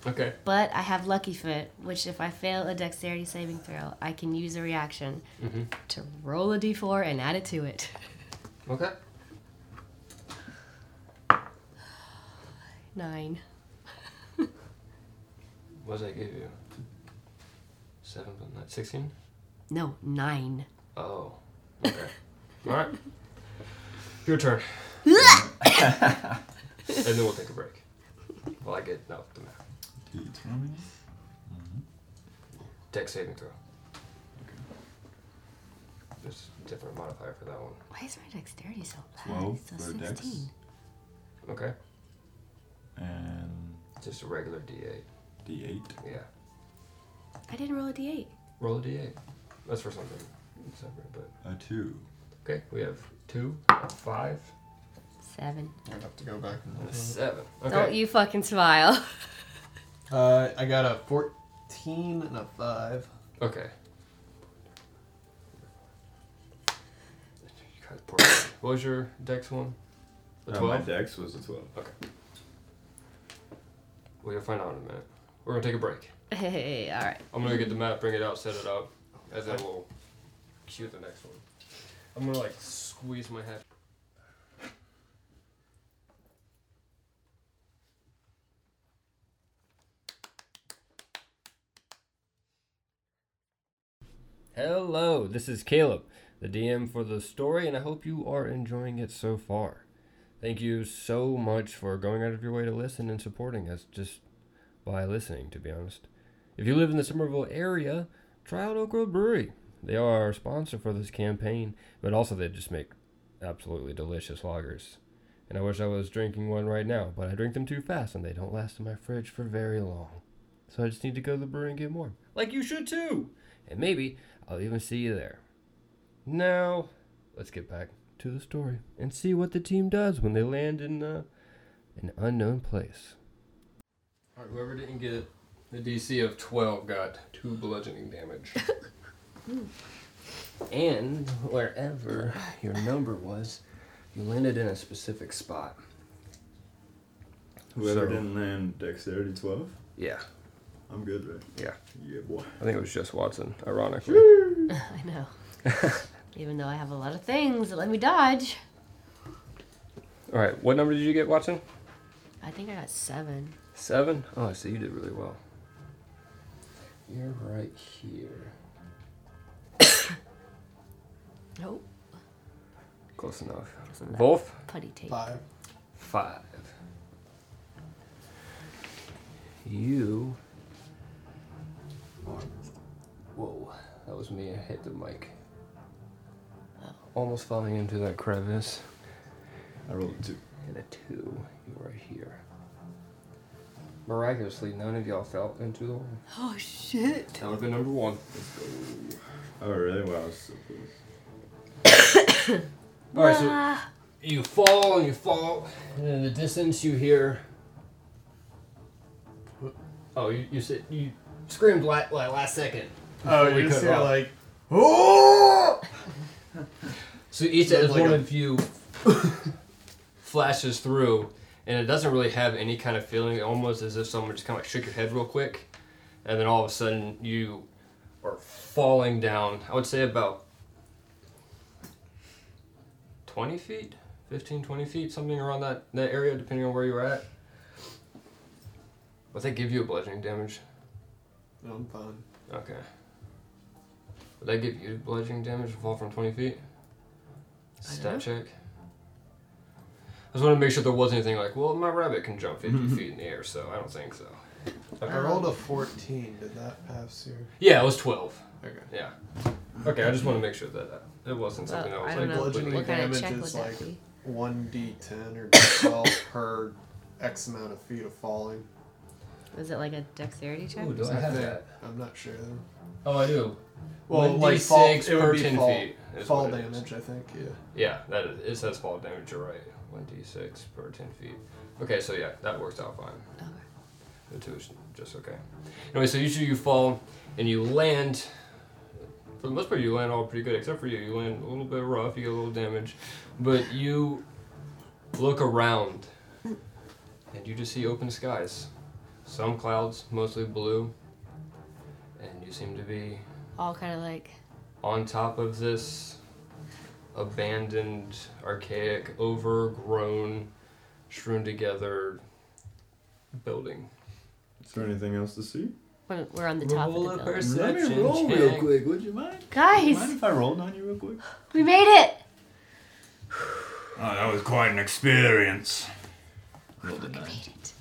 C: Okay.
D: But I have lucky foot, which if I fail a dexterity saving throw, I can use a reaction
C: Mhm.
D: to roll a d4 and add it to it.
C: Okay.
D: Nine.
C: What did I give you? Seven, but not sixteen.
D: No, nine.
C: Oh. Okay. all right. Your turn. and then we'll take a break. Well, I get no the map.
E: D20?
C: Deck saving throw. There's a different modifier for that one.
D: Why is my dexterity so bad?
E: Twelve
D: It's
E: for
D: still
E: dex.
D: 16.
C: Okay.
E: And
C: Just a regular D8.
E: D8.
C: Yeah.
D: I didn't roll a d8.
C: Roll a D8. That's for something separate, but.
E: A 2.
C: Okay, we have two, a five,
D: Seven.
A: I'd have to go back. and
C: and a
A: look.
C: seven.
D: Don't
C: Okay.
D: you fucking smile.
A: Uh, I got a fourteen and a five.
C: Okay. You guys, poor guy. What was your dex one? A
E: Uh, my
C: 12?
E: dex was a 12.
C: We're gonna find out in a minute. We're gonna take a break.
D: hey, alright.
C: I'm gonna get the map, bring it out, set it up, and then we'll cue the next one. I'm gonna like squeeze my head. Hello, this is Caleb, the DM for the story, and I hope you are enjoying it so far. Thank you so much for going out of your way to listen and supporting us just by listening, to be honest. If you live in the Somerville area, try out Oak Grove Brewery. They are our sponsor for this campaign, but also they just make absolutely delicious lagers. And I wish I was drinking one right now, but I drink them too fast and they don't last in my fridge for very long. So I just need to go to the brewery and get more. Like you should too! And maybe I'll even see you there. Now, let's get back to the story and see what the team does when they land in uh, an unknown place. Alright, whoever didn't get it the DC of 12 got two bludgeoning damage. and wherever your number was, you landed in a specific spot.
E: Whoever
C: So-
E: didn't land dexterity 12,
C: Yeah,
E: I'm good, right?
C: yeah.
E: Yeah, boy.
C: I think it was just Watson, ironically.
D: I know. Even though I have a lot of things that let me dodge.
C: All right, what number did you get, Watson?
D: I think I got seven.
C: Seven? Oh, so you did really well. You're right here.
D: Nope.
C: Close enough.
D: Close enough.
C: Wolf?
D: Putty tape.
A: Five.
C: Five. You are. Whoa, that was me. I hit the mic. Almost falling into that crevice.
E: I rolled a two.
C: And a two. You are here. Miraculously, none of y'all fell into the hole.
D: Oh shit.
C: That would have been number one.
E: Oh, really? Wow, I was so close.
C: Alright, so you fall and you fall, and in the distance you hear. Oh, you, you said you screamed la- la- last second.
A: Oh,
C: before we
A: you just
C: cut it
A: hear
C: off.
A: like, oh!
C: So each as
A: Like
C: one
A: a-
C: of you flashes through, and it doesn't really have any kind of feeling. Almost as if someone just kind of like shook your head real quick, and then all of a sudden you are falling down. I would say about 20 feet, 15, 20 feet, something around that, that area, depending on where you're at. But they give you a bludgeoning damage.
A: I'm fine.
C: Okay. Would that give you bludgeoning damage if fall from 20 feet? Stat check. I just want to make sure there wasn't anything like, well, my rabbit can jump 50 feet in the air, so I don't think so.
D: Uh-huh.
A: I rolled a 14. Did that pass your.
C: Yeah, it was 12.
A: Okay.
C: Yeah. Okay, I just want to make sure that that- it wasn't something
D: Well, Uh,
C: that
D: I don't
C: was
D: know.
C: like
A: bludgeoning
D: What kind of
A: damage
D: check
A: is
D: would that
A: like-
D: be?
A: 1d10 or d12 per X amount of feet of falling.
D: Was it like a dexterity check?
C: Ooh, do I
A: I
C: have
A: think.
C: that?
A: I'm not sure. Though.
C: Oh, I do.
A: Well, like
C: 1d6
A: fall, it
C: per
A: would be
C: 10
A: fall,
C: feet is
A: fall
C: what it is.
A: damage, I think. Yeah.
C: Yeah, that is, it says fall damage, you're right. 1d6 per 10 feet. Okay, so yeah, that works out fine.
D: Okay.
C: The two is just okay. Anyway, so usually you fall and you land. For the most part, you land all pretty good, except for you. You land a little bit rough, you get a little damage. But you look around and you just see open skies. Some clouds, mostly blue. And you seem to be
D: All kind of like
C: on top of this abandoned, archaic, overgrown, strewn together building.
E: Is there anything else to see?
D: when we're on the top of the building.
E: Let me roll real quick. Would you mind? Mind
D: Guys,
E: if I rolled on you real quick?
D: we made it.
B: Oh, that was quite an experience. Rolled a
D: We
B: nine.
D: made it.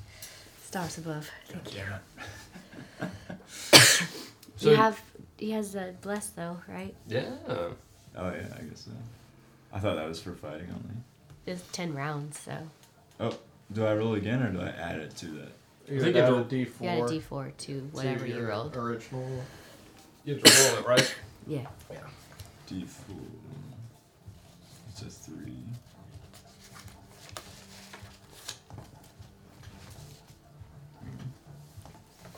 D: Stars above. Thank you.
C: So-
D: you have he has that bless though, right?
C: Yeah.
E: Oh yeah, I guess so. I thought that was for fighting only.
D: It's ten rounds, so
E: Oh, do I roll again or do I add it to that?
A: You
C: think
A: would
C: it
A: add
C: roll-
A: a d4.
D: you got a D four to
A: to
D: whatever you
A: your
D: rolled.
A: Original.
C: You have to roll it, right?
D: Yeah.
E: D four. It's a three.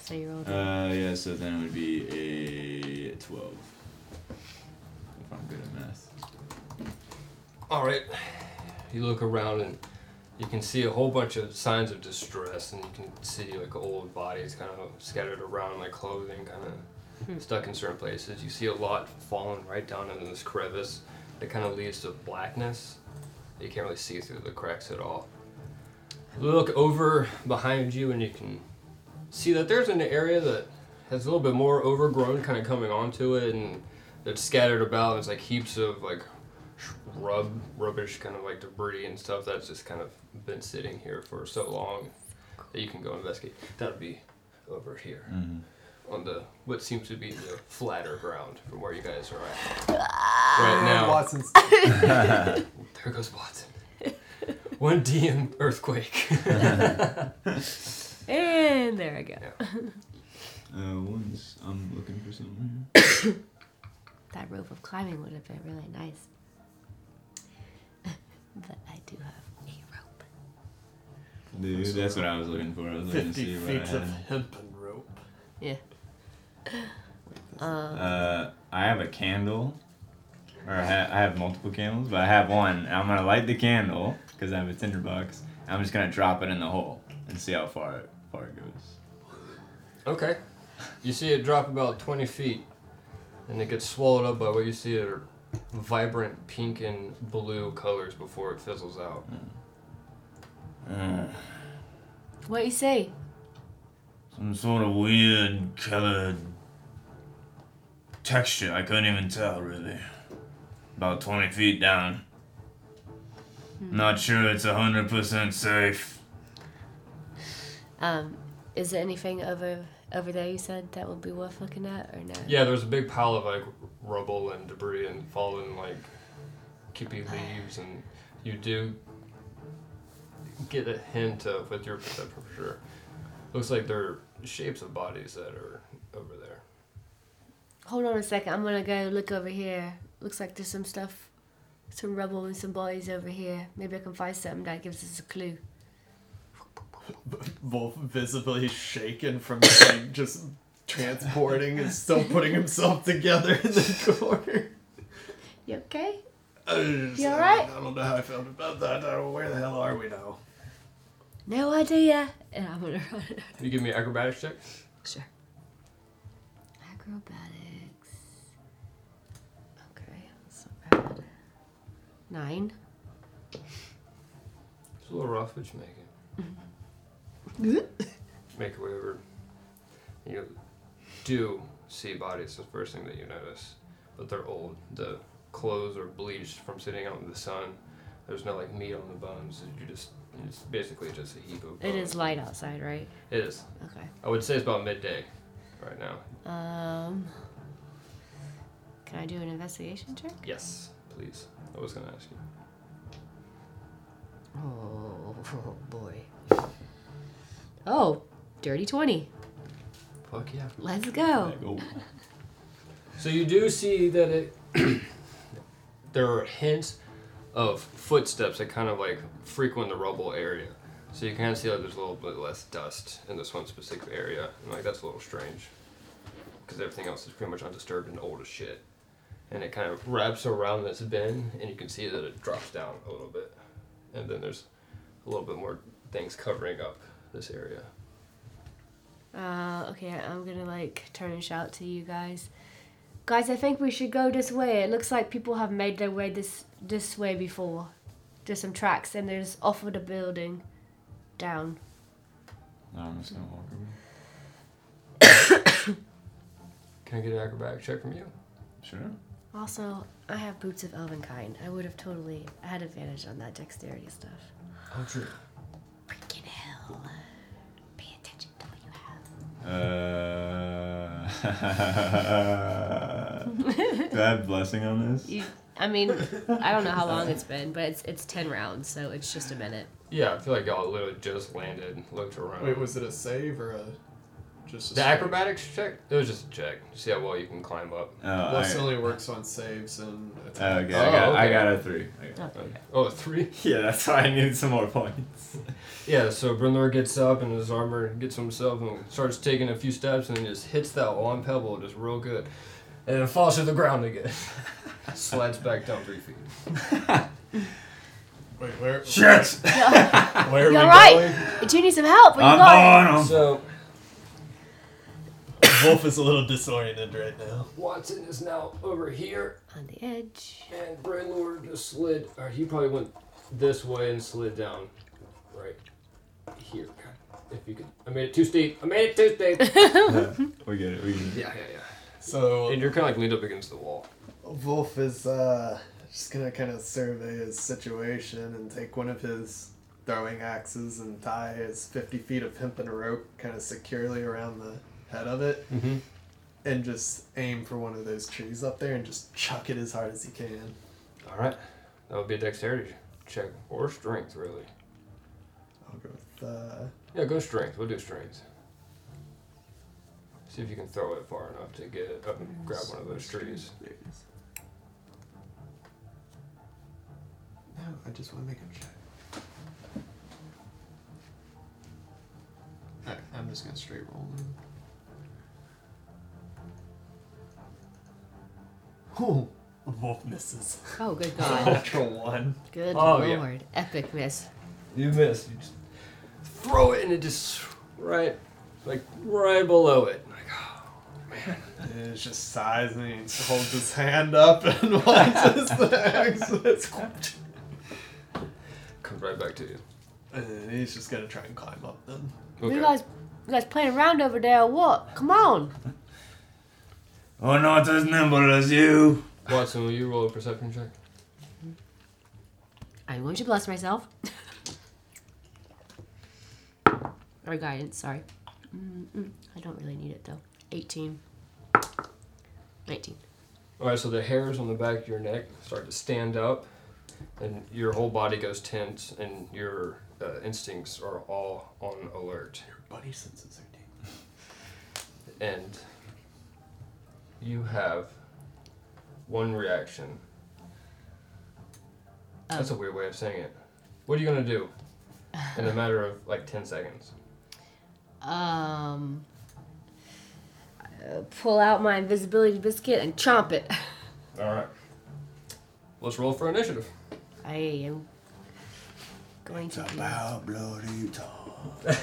D: So you rolled a
E: Uh yeah, so then it would be a twelve. If I'm good at math.
C: All right. You look around and you can see a whole bunch of signs of distress, and you can see like old bodies kind of scattered around, like clothing kind of stuck in certain places. You see a lot falling right down into this crevice that kind of leads to blackness. You can't really see through the cracks at all. You look over behind you, and you can see that there's an area that has a little bit more overgrown, kind of coming onto it, and it's scattered about. And it's like heaps of like rub rubbish kind of like debris and stuff that's just kind of been sitting here for so long that you can go investigate that would be over here
E: Mm-hmm.
C: on the what seems to be the flatter ground from where you guys are at right now
A: Watson's.
C: there goes watson one dm earthquake
D: and there I go.
E: Uh once I'm looking for something
D: That rope of climbing would have been really nice. but I do have a rope.
E: here. Dude, that's what I was looking for. I was looking to
A: 50
E: see what I
A: feet of
E: had.
A: hempen rope.
D: Yeah.
E: Uh, I have a candle, or I, ha- I have multiple candles, but I have one. And I'm gonna light the candle because I have a tinder box. I'm just gonna drop it in the hole and see how far it, far it goes.
C: okay you see it drop about 20 feet and it gets swallowed up by what you see are vibrant pink and blue colors before it fizzles out
E: Uh,
D: What you say?
B: Some sort of weird colored texture. I couldn't even tell, really. About 20 feet down. Not sure it's 100% safe.
D: Um, is there anything over over there you said that would be worth looking at or no?
C: Yeah, there's a big pile of like rubble and debris and fallen like kippy leaves, and you do get a hint of with your perception for sure. Looks like they're shapes of bodies that are over there.
D: Hold on a second. I'm gonna go look over here. Looks like there's some stuff, some rubble and some bodies over here. Maybe I can find something that gives us a clue.
A: Wolf visibly shaken from like, just transporting and still putting himself together in the corner.
D: You okay?
A: I was just
D: You
A: like,
D: alright?
A: I don't know how I felt about that. Uh, Where the hell are we now?
D: No idea. And I'm gonna run it.
C: Can you give me an acrobatics check?
D: Sure. Acrobatics. Okay, that's not bad. Nine.
C: It's a little rough, but you make it. make it whatever. You do see bodies, it's the first thing that you notice. But they're old. The clothes are bleached from sitting out in the sun. There's no like meat on the bones. You just it's basically just a heap of
D: It
C: bones.
D: is light outside, right?
C: It is.
D: Okay.
C: I would say it's about midday right now.
D: Um. Can I do an investigation check?
C: Yes, please. I was gonna ask you.
D: Oh, boy. Oh, dirty 20.
C: Fuck yeah.
D: Let's go.
E: Like, oh.
C: So you do see that it. there are hints of footsteps that kind of like frequent the rubble area. So you kind of see like there's a little bit less dust in this one specific area, and like that's a little strange, because everything else is pretty much undisturbed and old as shit. And it kind of wraps around this bin, and you can see that it drops down a little bit, and then there's a little bit more things covering up this area.
D: Uh, okay, I'm gonna like turn and shout to you guys. Guys, I think we should go this way. It looks like people have made their way this this way before. There's some tracks, and there's off of the building, down.
E: No, I'm just gonna walk over.
C: Can I get an acrobatic check from you?
E: Sure.
D: Also, I have boots of elven kind. I would have totally had advantage on that dexterity stuff.
C: Oh, true.
D: Freaking hell! Pay attention to what you have.
E: Uh, do I have blessing on this?
D: You, I mean, I don't know how long it's been, but it's it's ten rounds, so it's just a minute.
C: Yeah, I feel like y'all literally just landed, looked around.
A: Wait, was it a save or a just a
C: The
A: straight-
C: acrobatics check? It was just a check. to See how well you can climb up.
E: Oh, I,
A: Plus,
E: oh,
A: only works on saves and
E: okay,
A: attacks.
E: I, got,
C: Oh,
E: I
C: okay.
E: got a three. I got-
D: Okay.
C: Oh, three?
E: Yeah, that's why I needed some more points.
C: Yeah, so Brindler gets up and his armor gets himself and starts taking a few steps and just hits that one pebble just real good. And then falls to the ground again. Slides back down three feet.
A: Wait, where?
E: Shit!
A: Where are we
D: You're right.
A: going?
D: Do you need some help? Where you going?
E: I'm on 'em.
C: So,
A: Wolf is a little disoriented right now.
C: Watson is now over here
D: On the edge.
C: and Brindler just slid, or he probably went this way and slid down right here. If you could. I made it too steep. I made it too steep.
E: we get it. We get it.
C: yeah, yeah, yeah.
A: So
C: And you're kind of like leaned up against the wall.
A: Wolf is uh, just gonna kind of survey his situation and take one of his throwing axes and tie his 50 feet of hempen rope kind of securely around the head of it
C: Mhm.
A: and just aim for one of those trees up there and just chuck it as hard as he can.
C: All right, that would be a dexterity check or strength, really.
A: I'll go with uh,
C: Yeah, go strength. We'll do strength. See if you can throw it far enough to get it up and grab one of those trees.
A: No, I just want to make him shy. Alright, I'm just gonna straight roll him. Ooh, Wolf misses.
D: Oh, good God.
A: Natural one.
D: Good
C: Oh, yeah.
D: Lord. Epic miss.
C: You miss. You just throw it and it just right, like right below it. Like,
A: It's just sighs and he holds his hand up and watches the exit.
C: comes right back to you.
A: And Uh, he's just gonna try and climb up then.
D: You guys, you guys playing around over there or what? Come on.
B: We're Oh, not as nimble as you.
C: Watson, will you roll a perception check?
D: I'm going to bless myself. or guidance, sorry. Mm-mm, I don't really need it though. 18. 19.
C: All right, so the hairs on the back of your neck start to stand up, and your whole body goes tense, and your uh, instincts are all on alert.
A: Your buddy senses are deep.
C: And you have one reaction. That's a weird way of saying it. What are you gonna do in a matter of like ten seconds?
D: Um, uh, pull out my invisibility biscuit and chomp it.
C: All right. Let's roll for initiative.
D: I am going to. Be,
A: bloody Tom.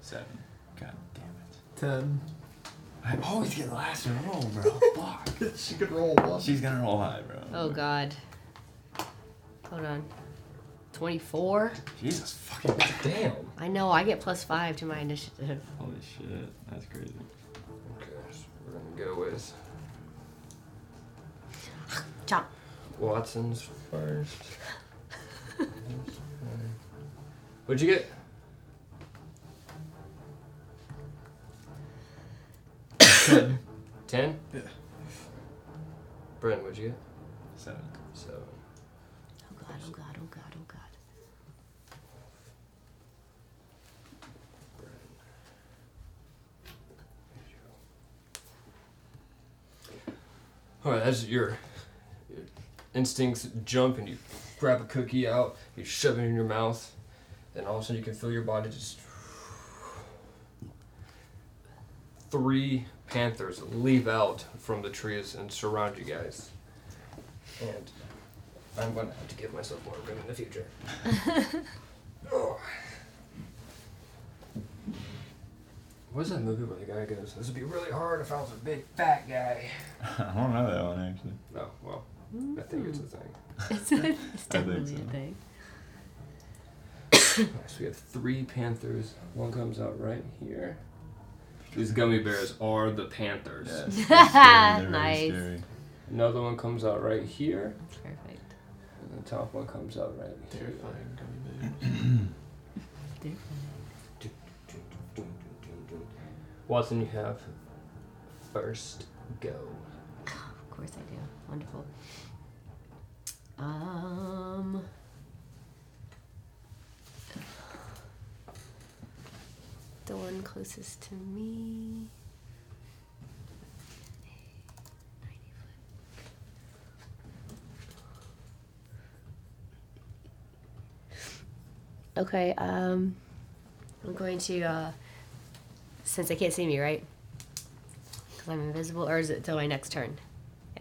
E: Seven. God damn it.
A: Ten.
E: I always get the last roll, bro. Fuck.
A: She could roll one.
E: She's gonna roll high, bro.
D: oh God. Hold on. 24.
E: Jesus fucking.
C: Damn.
D: I know. I get plus five to my initiative.
E: Holy shit. That's crazy.
C: Okay, so we're gonna go with
D: Chomp.
C: Watson's first. What'd you get? Ten?
A: Yeah.
C: Brent, what'd you get?
E: Seven.
C: Seven.
D: Oh God. Oh God. Oh God. Oh God.
C: Alright, that's your, your instincts jump and you grab a cookie out, you shove it in your mouth, and all of a sudden you can feel your body just. Three panthers leap out from the trees and surround you guys. And I'm gonna have to give myself more room in the future. oh. What is that movie where the guy goes, This would be really hard if I was a big fat guy?
E: I don't know that one actually.
C: Oh, well, I think it's a thing.
D: It's, it's
E: I think
D: definitely a
E: so.
D: thing.
C: So we have three panthers. One comes out right here. These gummy bears are the panthers.
E: it's very scary. They're
D: Nice.
E: Scary.
C: Another one comes out right here.
D: That's perfect.
C: And the top one comes out right here.
A: Terrifying gummy bears.
C: Watson, you have first go.
D: Of course I do. Wonderful. Um. The one closest to me. 90 foot. Okay, um, I'm going to, uh, since they can't see me, right? Because I'm invisible, or is it till my next turn?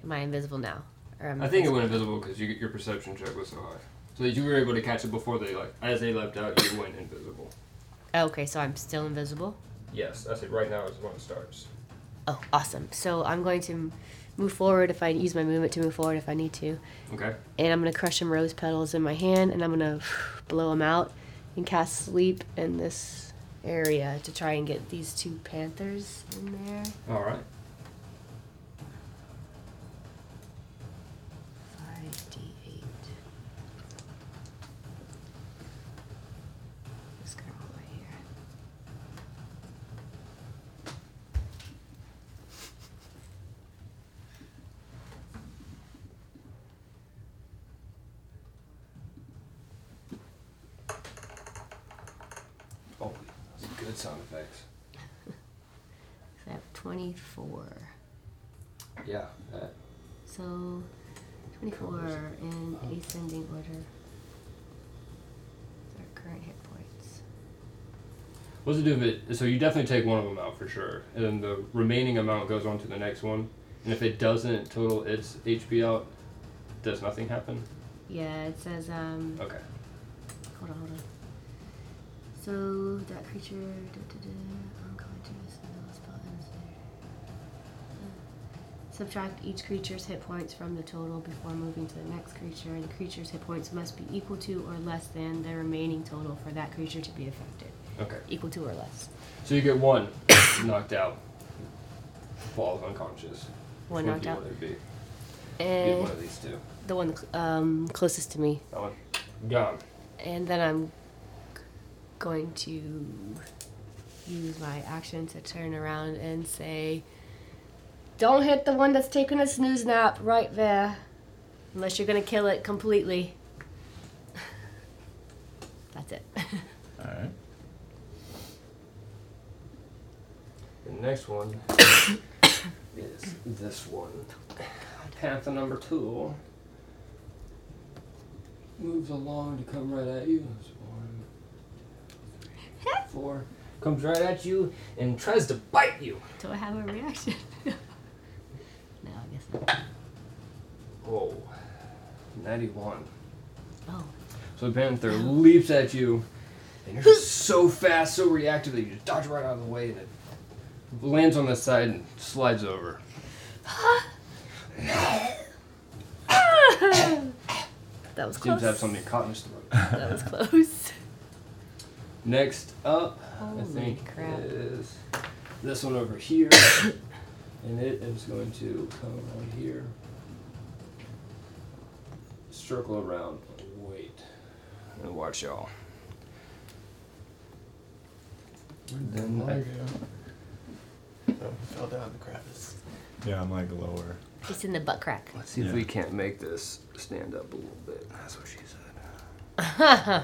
D: Am I invisible now? Or am
C: I think it went invisible because you, your perception check was so high. So you were able to catch it before they like as they left out. You went invisible.
D: Oh, okay, so I'm still invisible.
C: Yes, I said right now is when it starts.
D: Oh, awesome. So I'm going to m- move forward if I use my movement to move forward if I need to.
C: Okay.
D: And I'm going to crush some rose petals in my hand and I'm going to blow them out and cast sleep in this area to try and get these two panthers in there.
C: All right.
D: 5d8. Just gonna roll right here.
C: Oh, that's good sound effects.
D: So I have 24.
C: Yeah. That.
D: So, 24 in ascending order. Their current hit points.
C: What's it do if it? So you definitely take one of them out for sure, and then the remaining amount goes on to the next one. And if it doesn't total its HP out, does nothing happen?
D: Yeah, it says, um,
C: Okay.
D: hold on, hold on. So, that creature, da da da, unconscious, and the spell ends there. Uh, Subtract each creature's hit points from the total before moving to the next creature, and the creature's hit points must be equal to or less than the remaining total for that creature to be affected.
C: Okay.
D: Equal to or less.
C: So you get one knocked out, falls unconscious.
D: One
C: Which
D: knocked out. Eh.
C: One would it be? Be
D: And
C: one of these two.
D: the one cl- um, closest to me.
C: That one. Gone.
D: And then I'm going to use my action to turn around and say, Don't hit the one that's taking a snooze nap right there. Unless you're going to kill it completely. that's it.
E: Alright.
C: The next one is this one. Panther number two moves along to come right at you. That's one, two, three, four. Comes right at you and tries to bite you.
D: Do I have a reaction? no, I guess not.
C: Whoa. 91.
D: Oh.
C: So the panther leaps at you, and you're so fast, so reactive that you just dodge right out of the way, and it lands on the side and slides over.
D: That was
C: Seems
D: close.
C: to have something caught in his throat.
D: That was close.
C: Next up, I
D: Holy
C: think
D: Oh crap.
C: is this one over here, and it is going to come right here, circle around, and wait, and watch y'all. Then I-
A: Oh, fell down the crevice.
E: Yeah, I'm like lower.
D: it's in the butt crack.
C: Let's see
E: Yeah.
C: if we can't make this stand up a little bit. That's what she said.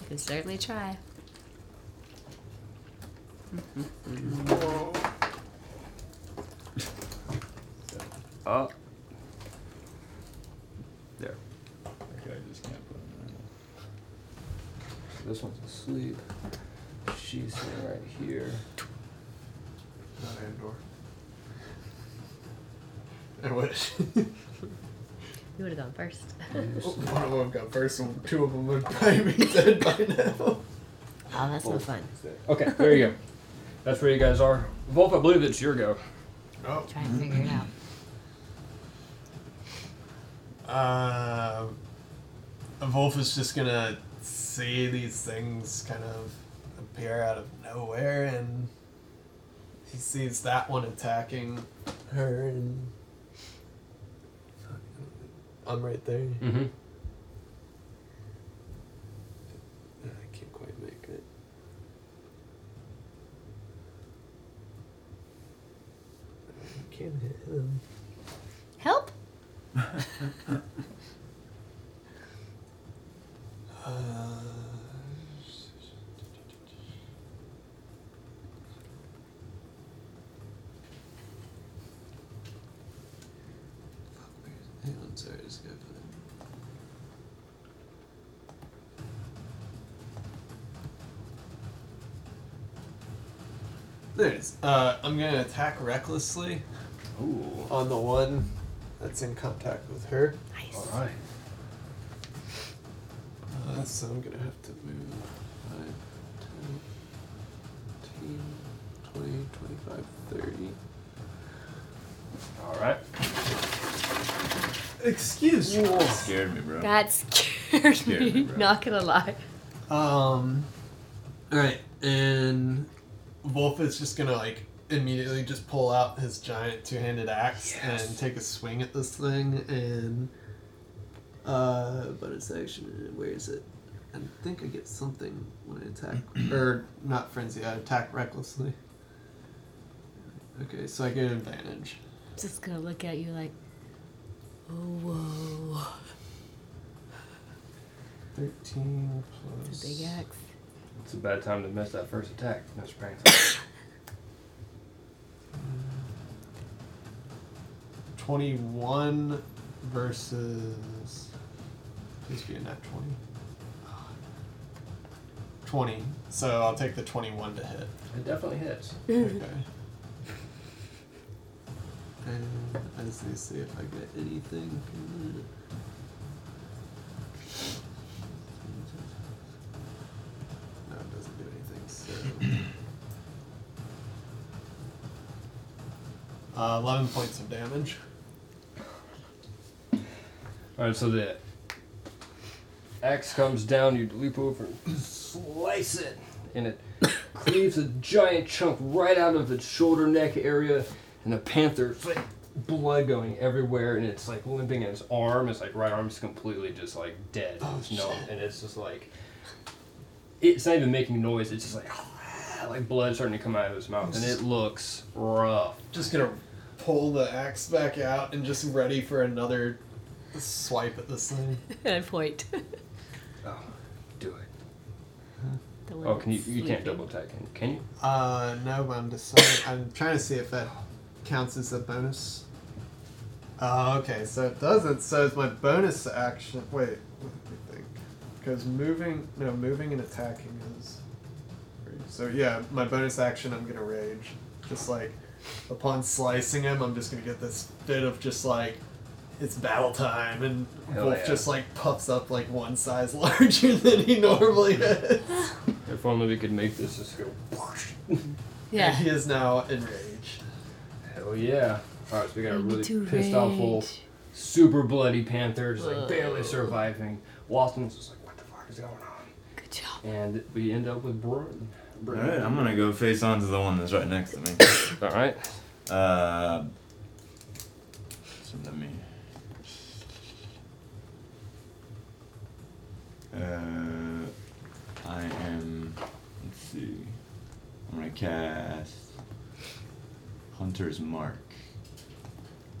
D: You can certainly try.
C: Up. There.
E: Okay, I just can't put it
C: This one's asleep. She's sitting right here.
A: Not Andor. I wish.
D: You would have gone first.
A: One of them got first, and two of them would probably be dead by now.
D: Oh, that's no fun.
C: Okay, there you go. That's where you guys are. Wolf, I believe it's your go.
A: Oh,
D: Try and figure it out.
A: Um, Wolf is just gonna see these things kind of appear out of nowhere, and he sees that one attacking her, and I'm right there.
C: Mm-hmm.
A: I can't quite make it. I can't hit him.
D: Help!
A: Uh, Hang on, sorry, just go for that. There it is. Uh, I'm gonna attack recklessly
C: Ooh.
A: on the one that's in contact with her.
D: Nice.
C: Alright.
A: Uh, so I'm gonna have to move 5, 10, 15, 20, 25, 30.
C: Alright.
A: Excuse me.
E: in. Scared me, bro.
D: That scared
E: Scared
D: me.
E: me, bro.
D: Not gonna lie.
A: Um. Alright, and Wolf is just gonna like immediately just pull out his giant two handed axe
C: Yes.
A: and take a swing at this thing and uh but it's actually where is it? I think I get something when I attack or not frenzy, I attack recklessly. Okay, so I get an advantage.
D: Just gonna look at you like, oh whoa,
A: 13 plus.
D: it's a big axe.
C: It's a bad time to miss that first attack, Mr. Panther.
A: 21 versus. Please be a net 20. 20. So I'll take the 21 to hit.
C: it definitely hits.
A: Okay. and I just need to see if I get anything. from it. No, it doesn't do anything, so. Uh, 11 points of damage.
C: All right, so the axe comes down. You leap over, and slice it, and it cleaves a giant chunk right out of its shoulder neck area, and the panther it's like blood going everywhere, and it's like limping in its arm. It's like right arm's completely just like dead. it's numb, and it's just like it's not even making noise. It's just like like blood starting to come out of its mouth, and it looks rough.
A: Just gonna pull the axe back out and just ready for another swipe at this thing.
D: I point.
C: Oh, do it.
D: The one
C: Oh, can you?
D: that's
C: You can't
D: sleeping.
C: double tag, can- can you?
A: Uh, no, I'm deciding. I'm trying to see if that counts as a bonus. Uh, okay, so it doesn't. So it's my bonus action. Wait, let me think. Because moving, no, moving and attacking is. So yeah, my bonus action, I'm gonna rage. Just like, upon slicing him, I'm just gonna get this bit of just like, it's battle time, and
C: Hell
A: Wolf
C: yeah.
A: just like puffs up like one size larger than he normally is.
C: If only we could make this just go.
A: And
D: Yeah.
A: he is now enraged.
C: Hell yeah. Alright, so we got a
D: I need
C: really
D: to
C: pissed off wolf.
D: rage.
C: Super bloody panther, just like
D: Whoa.
C: barely surviving. Walton's just like, what the fuck is going on?
D: Good job.
C: And we end up with Bruin.
E: Alright, I'm gonna go face on to the one that's right next to me.
C: Alright.
E: Uh, so let me. Uh, I am. Let's see. I'm gonna cast Hunter's Mark,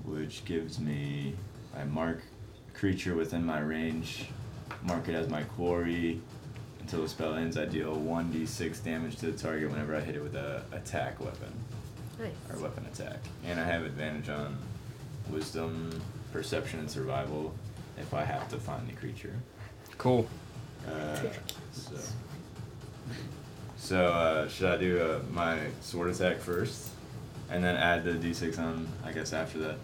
E: which gives me. I mark creature within my range, mark it as my quarry. Until the spell ends, I deal 1d6 damage to the target whenever I hit it with a attack weapon or
D: Nice.
E: weapon attack. And I have advantage on wisdom, perception, and survival if I have to find the creature.
C: Cool.
E: Uh, so, so uh, should I do uh, my sword attack first? And then add the d6 on, I guess, after that?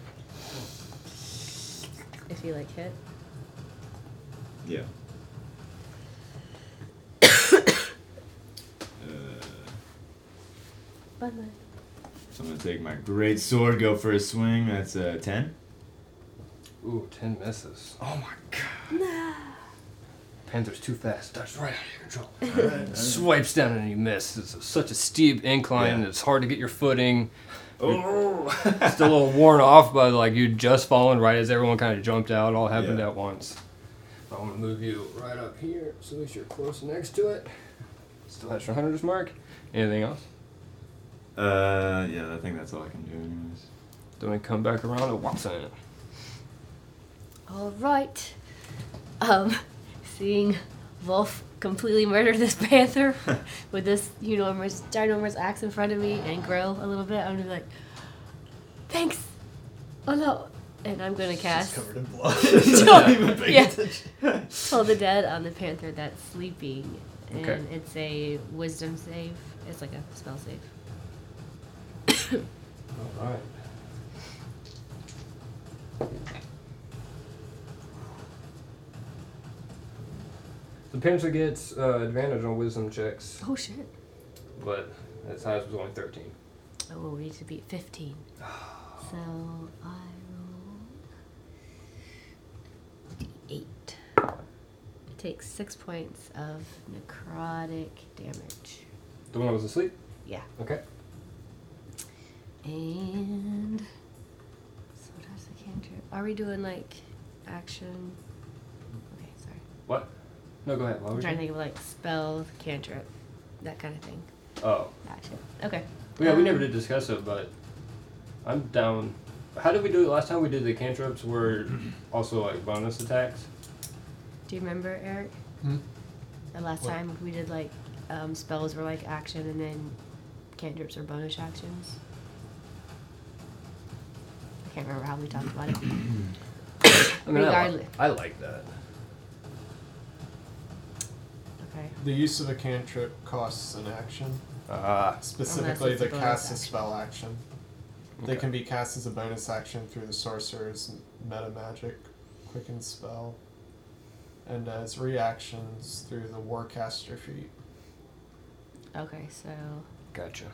D: If you like hit.
E: Yeah. uh,
D: Bye bye.
E: so I'm going to take my great sword, go for a swing. That's uh, a 10.
C: Ooh, 10 misses.
E: Oh my god.
C: Panther's too fast. That's right out of your control.
E: Alright, alright.
C: Swipes down and you miss. It's such a steep incline,
E: Yeah.
C: it's hard to get your footing.
E: Oh.
C: Still a little worn off, but like you just fallen right as everyone kind of jumped out. All happened
E: Yeah.
C: at once. I'm gonna move you right up here, so at least you're close next to it. Still has your hunter's mark. Anything else?
E: Uh, yeah, I think that's all I can do, anyways.
C: Then we come back around to Watson.
D: All right. Um, seeing Wolf completely murder this panther with this enormous, ginormous axe in front of me and growl a little bit, I'm gonna be like, thanks. Oh no. And I'm gonna
A: She's
D: cast
A: covered in blood. Not even paying
D: Yeah.
A: attention.
D: Toll the Dead on the panther that's sleeping. And
C: Okay.
D: it's a wisdom save. It's like a spell save.
C: All right. The panther gets uh, advantage on wisdom checks,
D: Oh shit.
C: but its highest was only 13.
D: Oh, well, we need to beat 15. so I roll. 8. It takes 6 points of necrotic damage.
C: The one that was asleep.
D: Yeah.
C: Okay.
D: And. So does the cantrip. Are we doing like action? Okay, sorry.
C: What? No, go ahead. What
D: I'm
C: were
D: trying to
C: you-
D: think of like spell, cantrip, that kind of thing.
C: Oh.
D: Action. Okay.
C: Yeah, we
D: Um,
C: never did discuss it, but I'm down. How did we do it last time? We did the cantrips were also like bonus attacks.
D: Do you remember, Eric?
A: Hmm?
D: The last
A: What?
D: time we did like um, spells were like action and then cantrips were bonus actions. I can't remember how we talked about it.
C: I mean, I, li-
D: Regardless.
C: I like that.
D: Okay.
A: The use of a cantrip costs an action,
C: Ah,
A: specifically
D: it's Oh, a
A: the
D: bonus
A: cast a
D: action.
A: spell action. They
C: Okay.
A: can be cast as a bonus action through the sorcerer's meta magic, quicken spell, and as reactions through the warcaster feat.
D: Okay, so
C: gotcha.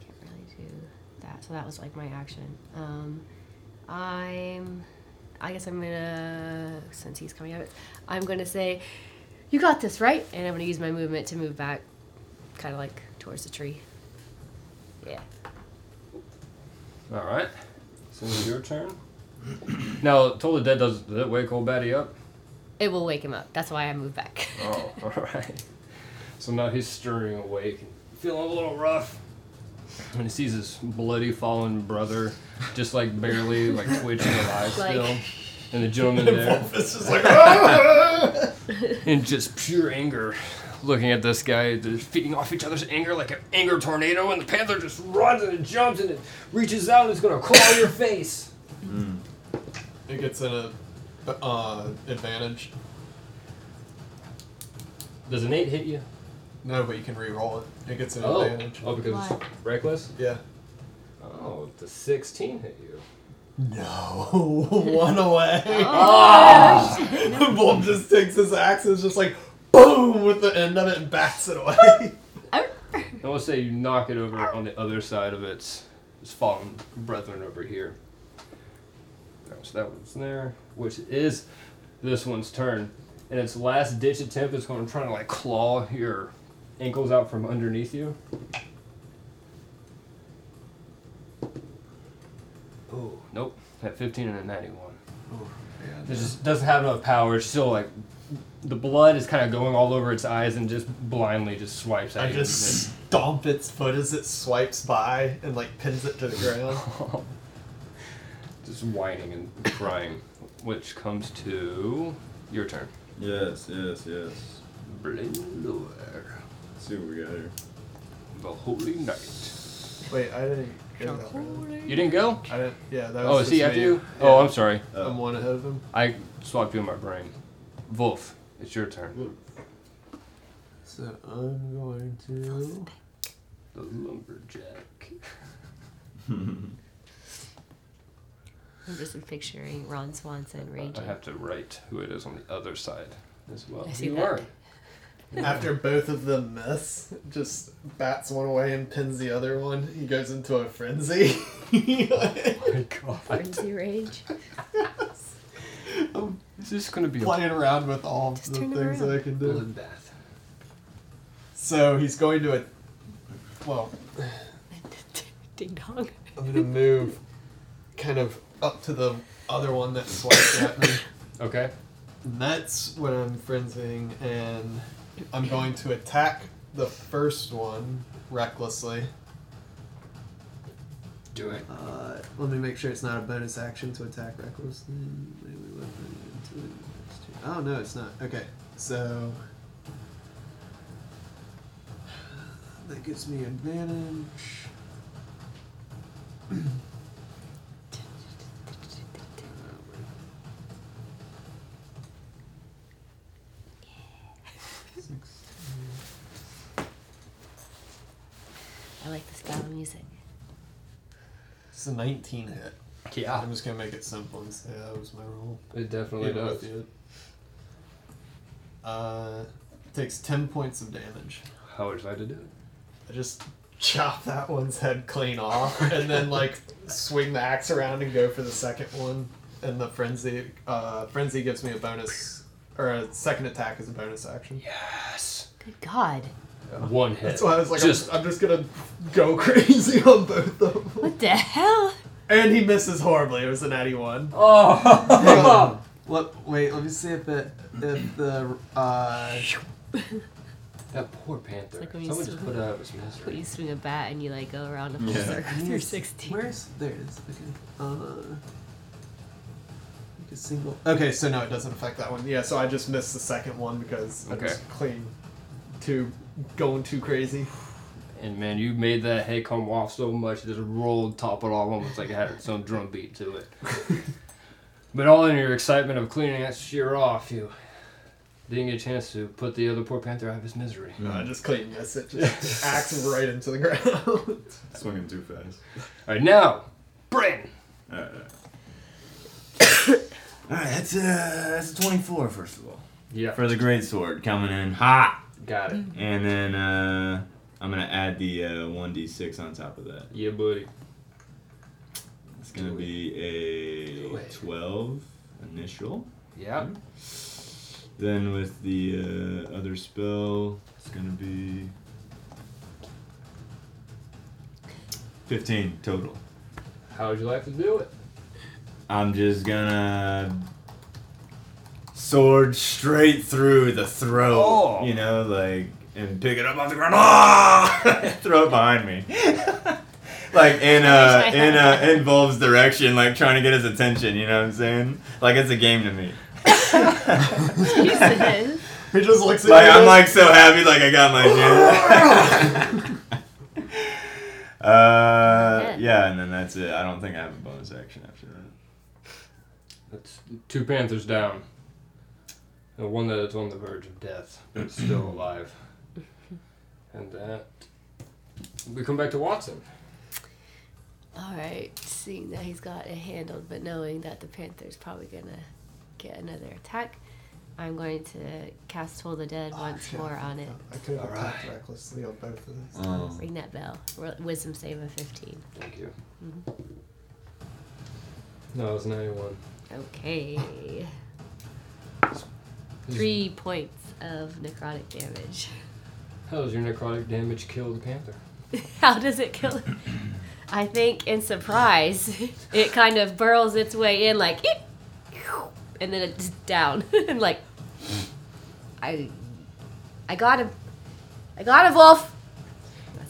D: can't really do that. So that was like my action. Um, I'm. I guess I'm gonna. Since he's coming out, I'm gonna say, "You got this, right?" And I'm gonna use my movement to move back, kind of like towards the tree. Yeah.
C: All right. So it's your turn. now, Toll the Dead does, does it wake old Batty up?
D: It will wake him up. That's why I moved back.
C: Oh, all right. So now he's stirring awake, and feeling a little rough. And he sees his bloody fallen brother, just like barely like twitching alive
D: Like-
C: still. And the gentleman there,
A: Wolfus is like, "Ah!"
C: in just pure anger, looking at this guy, they're feeding off each other's anger like an anger tornado. And the panther just runs and it jumps and it reaches out and it's gonna claw your face.
A: it gets an uh, advantage.
C: Does an eight hit you?
A: No, but you can re-roll it. It gets an
C: Oh,
A: advantage.
C: oh, because it's
D: Why?
C: reckless.
A: Yeah.
C: Oh, the sixteen hit you.
A: No, one away. Wolf just takes his axe and is just like boom with the end of it and bats it away.
C: Oh. I want to say you knock it over on the other side of its, its fallen brethren over here. Alright, so that one's there, which is this one's turn. And its last ditch attempt is going to try to like claw your ankles out from underneath you. Oh, nope. At 15 and a 91. It just doesn't have enough power. It's still like the blood is kind of going all over its eyes and just blindly just swipes at
A: I
C: you.
A: just stomp its foot as it swipes by and like pins it to the ground.
C: just whining and crying, which comes to your turn.
E: Yes, yes, yes.
C: Blindor,
E: Let's see what we got here.
C: the Holy Knight.
A: Wait, I didn't go that round.
C: You didn't go?
A: I didn't. Yeah, that was.
C: Oh, is he
A: just
C: after
A: me.
C: you?
A: Yeah.
C: Oh, I'm sorry.
A: I'm one ahead of him.
C: I swapped you in my brain. Wolf, it's your turn.
A: So I'm going to.
C: The lumberjack.
D: I'm just picturing Ron Swanson
C: I
D: raging.
C: have to write who it is on the other side as well.
D: I see
C: you
D: that.
C: are.
A: After both of them miss, just bats one away and pins the other one. He goes into a frenzy.
C: My God.
D: Frenzy rage.
C: Is this gonna be a
A: Playing around with all the
D: turn it
A: things that I can do.
C: bloodbath?
A: So he's going to a. Well,
D: Ding dong.
A: I'm gonna move, kind of up to the other one that swiped at me.
C: Okay.
A: And that's when I'm frenzying, and I'm going to attack the first one recklessly.
C: Do it.
A: Uh, let me make sure it's not a bonus action to attack recklessly. Melee weapon until it- Oh no, it's not. Okay, so that gives me advantage.
D: I like this guy music.
A: It's a 19 hit.
C: Yeah.
A: I'm just gonna make it simple and say that was my roll.
C: It definitely
A: Even
C: does.
A: with it. Uh, takes 10 points of damage.
C: How would you like to do it?
A: I just chop that one's head clean off and then like swing the axe around and go for the second one. And the frenzy, uh, frenzy gives me a bonus, or a second attack is a bonus action.
C: Yes.
D: Good God.
C: One hit.
A: That's why I was like,
C: Just
A: I'm, I'm just gonna go crazy on both of them.
D: What the hell?
A: And he misses horribly. It was an 81.
C: Oh!
A: What? Wait, let me see if it, if the uh,
C: that poor panther.
D: like when you
C: Someone just
D: swing-
C: put it out of his
D: When you
C: misery.
D: swing a bat and you like go around the full
E: Yeah.
D: circle through
A: Yes.
D: 16.
A: Where's there it is? Okay. Uh, make a single. Okay, so no, it doesn't affect that one. Yeah, so I just missed the second one because I
C: Okay.
A: just clean, too, going too crazy.
C: And man, you made that head come off so much, it just rolled top it off almost like it had its own drum beat to it. but all in your excitement of cleaning that shear off, you didn't get a chance to put the other poor panther out of his misery.
A: No, I just clean miss it. Just axe right into the ground.
E: Swinging too fast.
C: All right, now, Brandon.
E: Alright, alright. alright, that's, uh, that's a 24, first of all.
C: Yeah,
E: For the great sword coming in hot.
C: got
D: Mm.
C: it.
E: And then uh, I'm gonna add the uh, 1d6 on top of that.
C: Yeah, buddy.
E: gonna be
C: Do
E: a
C: it.
E: twelve initial.
C: Yeah.
E: Then with the uh, other spell, it's gonna be fifteen total.
C: How would you like to do it?
E: I'm just gonna sword straight through the throat.
C: Oh.
E: You know, like and pick it up off the ground. Ah! throw it behind me. like in uh
D: wish I
E: in uh in Volv's direction, like trying to get his attention, you know what I'm saying? Like it's a game to me.
D: Useless.
A: He just looks at
E: Like
A: you
E: I'm
A: and-
E: like so happy like I got my gym. uh
D: Yeah.
E: yeah, and then that's it. I don't think I have a bonus action after that.
C: That's two panthers down. And one that is on the verge of death, but still alive. And that. We come back to Watson.
D: All right, seeing that he's got it handled, but knowing that the panther's probably gonna get another attack, I'm going to cast Toll the Dead once
A: yeah.
D: more on it.
A: I could have attacked
C: Alright.
A: recklessly on both of these.
E: Oh.
D: Ring that bell. Wi- Wisdom save of 15.
C: Thank you. No, it's 91.
D: Okay. Three points of necrotic damage.
C: How does your necrotic damage kill the panther?
D: How does it kill it? I think in surprise, it kind of burrows its way in like, "Eep," and then it's down and like, I, I got him, I got him, wolf.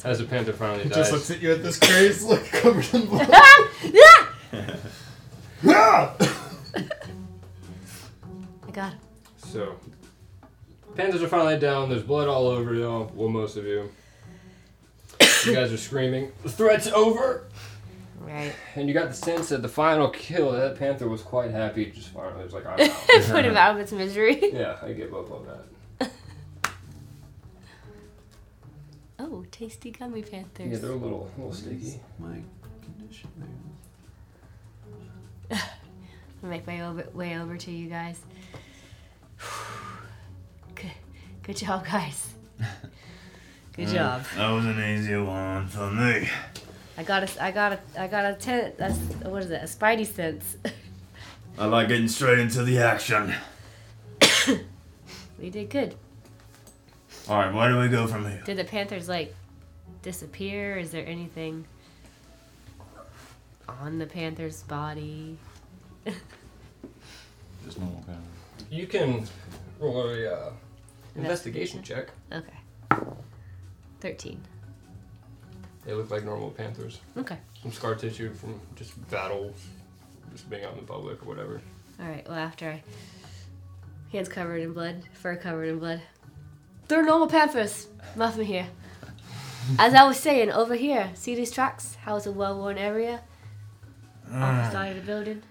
C: As the panther finally
A: He
C: dies.
A: just looks at you with this crazed look covered in blood.
D: Ah! Ah!
A: Ah!
D: I got him.
C: So, panthers are finally down. There's blood all over y'all. Well, most of you. You guys are screaming. The threat's over.
D: Right.
C: And you got the sense that the final kill, that panther was quite happy. Just finally, was like, I'm out.
D: Put him out of its misery.
C: yeah, I give up on that.
D: Oh, tasty gummy
C: Yeah,
D: panthers.
C: they're a little, a little sticky.
F: My condition
D: I'll make my over, way over to you guys. Good, good job, guys. Good job.
B: That was an easy one for me.
D: I got a, I got a, I got a ten. That's what is it? A spidey sense.
B: I like getting straight into the action.
D: we did good.
B: Alright, where do we go from here?
D: Did the Panthers like disappear? Is there anything on the Panther's body?
E: Just normal kind
C: You can roll a uh, investigation check.
D: Okay. Thirteen.
C: They look like normal panthers.
D: Okay.
C: Some scar tissue from just battle, just being out in the public or whatever.
D: All right. Well, after I hands covered in blood, fur covered in blood. They're normal Panthers. Muffin here. As I was saying, over here, see these tracks? How it's a well-worn area off the
B: Mm,
D: side of the building.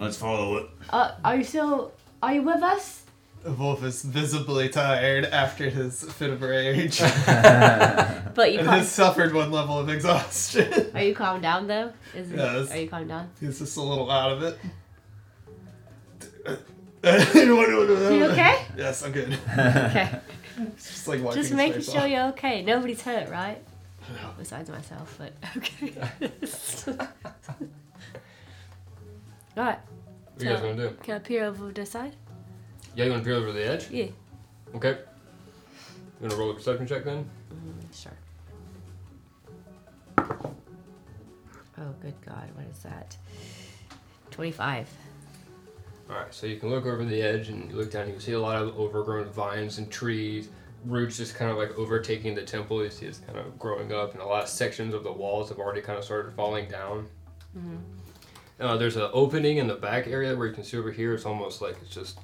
B: let's follow it.
D: Uh, are you still? Are you with us?
A: Wolf is visibly tired after his fit of rage
D: But you
A: and
D: calm,
A: has suffered one level of exhaustion.
D: are you calmed down though? Is it,
A: Yes.
D: Are you calmed down?
A: He's just a little out of it. you
D: You okay?
A: Yes, I'm good.
D: Okay.
A: It's just like wiping
D: Just
A: his
D: making
A: face
D: sure
A: off.
D: you're okay. Nobody's hurt, right?
A: No.
D: Besides myself, but okay. All
C: What
D: right.
C: you guys
D: So-
C: gonna do?
D: Can I peer over the side?
C: Yeah, you wanna peer over the edge?
D: Yeah.
C: Okay. You wanna roll a perception check then?
D: Sure. Oh, good God! What is that? Twenty-five.
C: Alright, so you can look over the edge and you look down, you can see a lot of overgrown vines and trees, roots just kind of like overtaking the temple. You see it's kind of growing up, and a lot of sections of the walls have already kind of started falling down.
D: Mm-hmm.
C: Uh, there's an opening in the back area where you can see over here. It's almost like it's just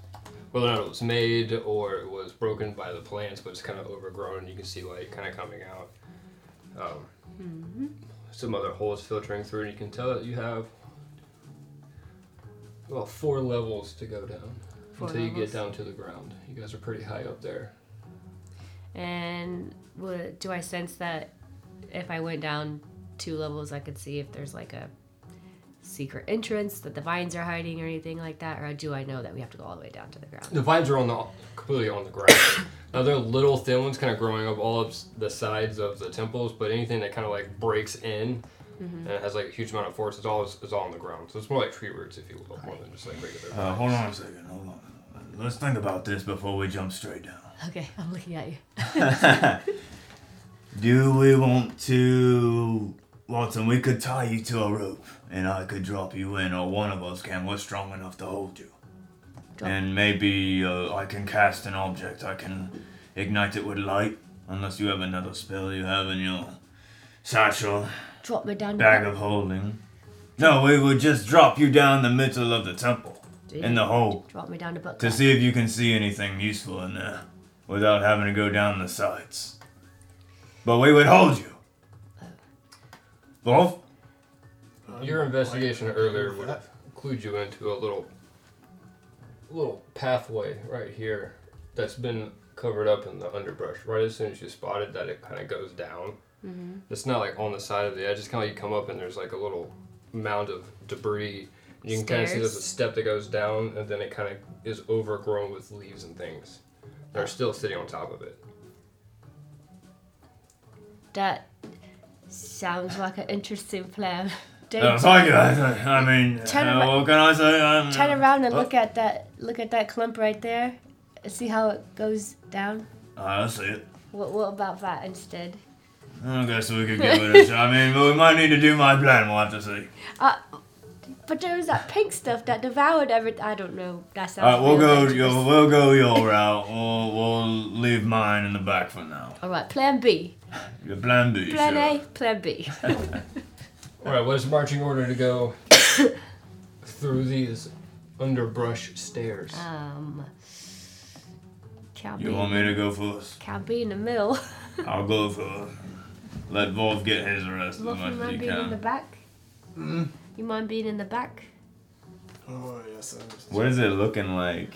C: whether or not it was made or it was broken by the plants, but it's kind of overgrown. and You can see light kind of coming out. Um,
D: Mm-hmm.
C: Some other holes filtering through, and you can tell that you have about four levels to go down
D: Four
C: until you
D: levels.
C: get down to the ground. You guys are pretty high up there.
D: And would, do I sense that if I went down two levels, I could see if there's like a secret entrance that the vines are hiding or anything like that? Or do I know that we have to go all the way down to the ground?
C: The vines are on the completely on the ground. now they're little thin ones, kind of growing up all up s- the sides of the temples. But anything that kind of like breaks in and it has like a huge amount of force. It's all it's all on the ground, so it's more like tree roots, if you will, more than just like regular.
B: Uh, hold on a second. Hold on. Let's think about this before we jump straight down.
D: Okay, I'm looking at you.
B: Do we want to, Watson? We could tie you to a rope, and I could drop you in, or one of us can. We're strong enough to hold you.
D: Drop-
B: And maybe uh, I can cast an object. I can ignite it with light, unless you have another spell you have in your satchel
D: Drop me down.
B: bag of holding. No, we would just drop you down the middle of the temple, in the hole,
D: Drop me down to book.
B: to
D: club.
B: see if you can see anything useful in there, without having to go down the sides. But we would hold you. Wolf?
C: Your investigation earlier would have clued you into a little little pathway right here that's been covered up in the underbrush. Right as soon as you spotted that, it kind of goes down. It's not like on the side of the edge. It's kind of like you come up and there's like a little mound of debris. You can kind of see there's a
D: Stairs.
C: step that goes down, and then it kind of is overgrown with leaves and things. They're still sitting on top of it.
D: That sounds like an interesting plan. Don't
B: Uh, thank you. I, I- I mean,
D: Turn
B: uh,
D: ar-
B: what can I say? Um,
D: turn around and
B: uh,
D: look at that. Look at that clump right there. and See how it goes down.
B: I see it.
D: What, what about that instead?
B: I guess we could give it a shot. I mean, we might need to do my plan. We'll have to see.
D: Uh, but there was that pink stuff that devoured everything. I don't know. That sounds.
B: Alright, uh, we'll
D: real
B: go your
D: dangerous.
B: we'll go your route. We'll we'll leave mine in the back for now.
D: All right, plan B,
B: Your plan B.
D: plan
B: sure.
D: A, plan B.
C: All right, what is marching order to go through these underbrush stairs?
D: Um, can
B: You
D: be,
B: want me to go first?
D: can be in the middle.
B: I'll go first. Let Wolf get his rest as
D: Wolf, you
B: much as he
D: mind being in the
B: can.
D: back?
B: Hmm.
D: You mind being in the back?
A: Oh yes, I understand.
E: What is it looking like?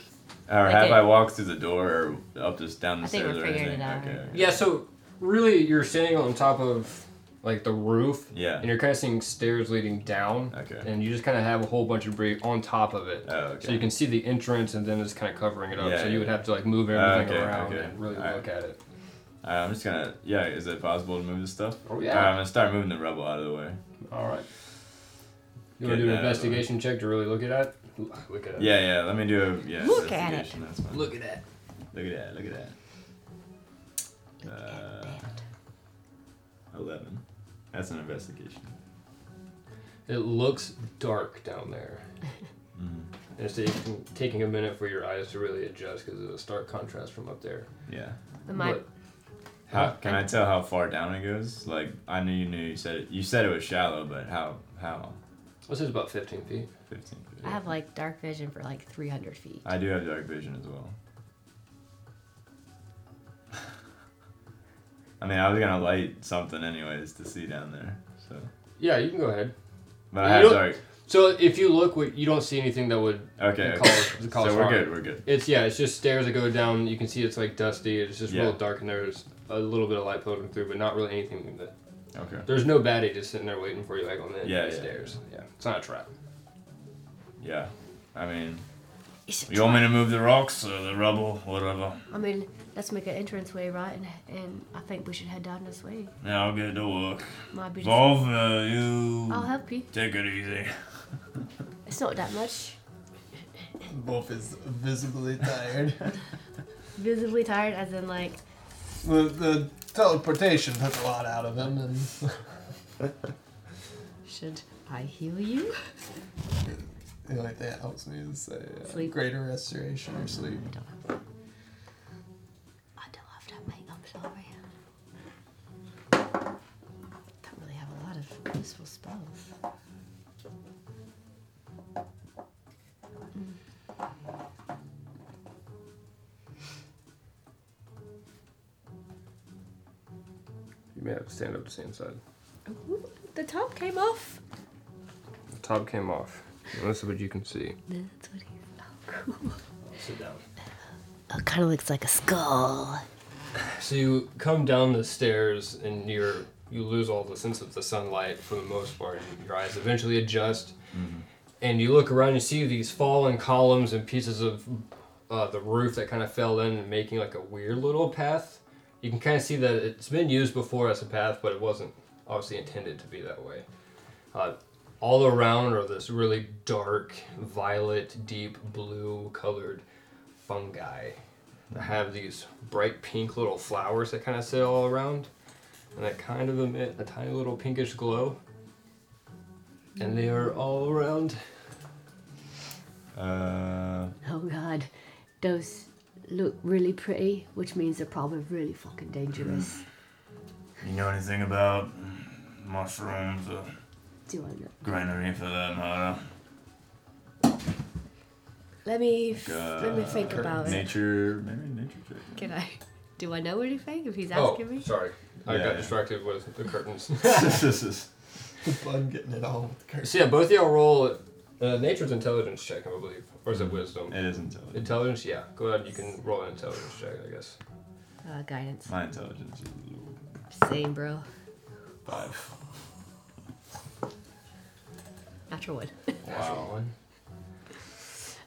E: Or
D: Like
E: have
D: it-
E: I walked through the door or up this down the
D: I think
E: stairs
D: we're
E: or
D: figuring
E: anything?
D: it out.
E: Okay, okay.
C: Yeah, so really, you're standing on top of like the roof.
E: Yeah.
C: And you're kind of seeing stairs leading down.
E: Okay.
C: And you just kind of have a whole bunch of debris on top of it.
E: Oh, okay.
C: So you can see the entrance, and then it's kind of covering it up.
E: Yeah,
C: so
E: yeah.
C: you would have to like move everything
E: okay,
C: around
E: okay.
C: and really
E: All right.
C: look at it.
E: Alright, Uh, I'm just gonna. Yeah, is it possible to move this stuff?
C: Oh
E: Alright, I'm gonna start moving the rubble out of the way.
C: All right. You want to do
E: Get that
C: an
E: out of the way.
C: investigation check to really look at it? Look at it.
E: Yeah, yeah. Let me do a yeah.
D: Look at it.
E: investigation, That's fine.
C: Look at that.
E: Look at that. Look at that. Uh, Eleven. That's an investigation.
C: It looks dark down there.
E: Mm-hmm.
C: And it's taking, taking a minute for your eyes to really adjust because of the stark contrast from up there.
E: Yeah.
D: Am I?
C: But-
E: How can I tell how far down it goes? Like I knew you knew you said it. You said it was shallow, but how how?
C: This is about 15 feet.
E: Fifteen feet.
D: I have like dark vision for like 300 feet.
E: I do have dark vision as well. I mean, I was gonna light something anyways to see down there. So,
C: Yeah, you can go ahead.
E: but I
C: You
E: have
C: don't-
E: dark.
C: So if you look, what- you don't see anything that would
E: Okay. okay.
C: cause, cause
E: so we're
C: harm.
E: good. We're good.
C: It's yeah, it's just stairs that go down. You can see it's like dusty. It's just
E: Yeah.
C: real dark, and there's a little bit of light poking through, but not really anything. That,
E: Okay.
C: there's no baddie just sitting there waiting for you, like on the end
E: Yeah,
C: of the
E: yeah.
C: stairs. Yeah, it's not a trap.
E: Yeah. I mean,
D: It's a
B: You want me to move the rocks or the rubble, whatever?
D: I mean, let's make an entrance way, right? And, and I think we should head down this way.
B: Yeah, I'll get to work.
D: Might be. Just,
B: Wolf, uh, you
D: I'll help you.
B: take it easy.
D: It's not that much.
A: Wolf is visibly tired.
D: Visibly tired, as in like
A: the, the teleportation took a lot out of him, and
D: Should I heal you?
A: the only thing that helps me is uh,
D: Sleep.
A: greater restoration or sleep.
D: I don't have. I don't have that mate. I'm sorry. Don't really have a lot of useful spells.
C: You may have to stand up the same side.
D: Ooh, the top came off.
C: The top came off. And this is what you can see.
D: That's what he's. Oh, Uh,
C: Sit down.
D: It kind of looks like a skull.
C: So you come down the stairs and you're you lose all the sense of the sunlight for the most part. Your eyes eventually adjust, and you look around and see these fallen columns and pieces of uh, the roof that kind of fell in and making like a weird little path. You can kind of see that it's been used before as a path, but it wasn't obviously intended to be that way. Uh, all around are this really dark, violet, deep blue colored fungi that have these bright pink little flowers that kind of sit all around and that kind of emit a tiny little pinkish glow. And they are all around.
E: Uh,
F: Oh god, those look really pretty, which means they're probably really fucking dangerous.
B: You know anything about mushrooms or
F: Do I know?
B: granary for that matter?
D: Let me f- let me think
E: uh,
D: about it.
E: Nature, maybe nature check.
D: Can I? Do I know anything? If he's
C: Oh,
D: asking me.
C: sorry. I
E: Yeah,
C: got
E: yeah.
C: distracted with the curtains.
A: Fun getting it all with the curse.
C: so, yeah, both of y'all roll uh, nature's intelligence check, I believe. Or is it wisdom?
E: it is intelligence.
C: Intelligence, yeah. Go ahead. You can roll an intelligence check, I guess.
D: Uh, guidance.
E: My intelligence is a little
D: Same, bro.
E: five.
D: Natural one.
C: Natural one.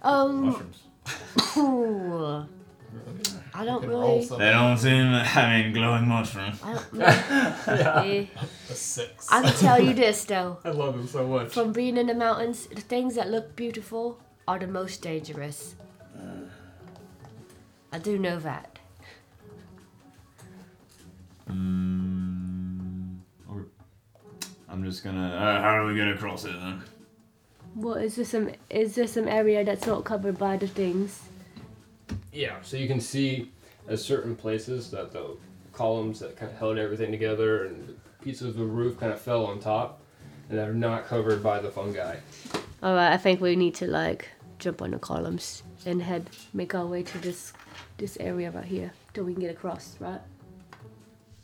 D: Um.
E: Mushrooms.
D: I don't
A: Can roll
D: really.
A: something.
B: They don't seem, I mean, glowing mushroom.
D: I don't. Eh.
A: A six.
D: I can tell you this though.
C: I love him so much.
D: From being in the mountains, the things that look beautiful are the most dangerous. I do know that.
E: Mm, okay. I'm just gonna. Uh, how do we get across it then?
F: What is this some is there some area that's not covered by the things?
C: Yeah, so you can see at certain places that the columns that kind of held everything together and the pieces of the roof kind of fell on top and they're not covered by the fungi.
F: All right, I think we need to like jump on the columns and head make our way to this this area right here till we can get across, right?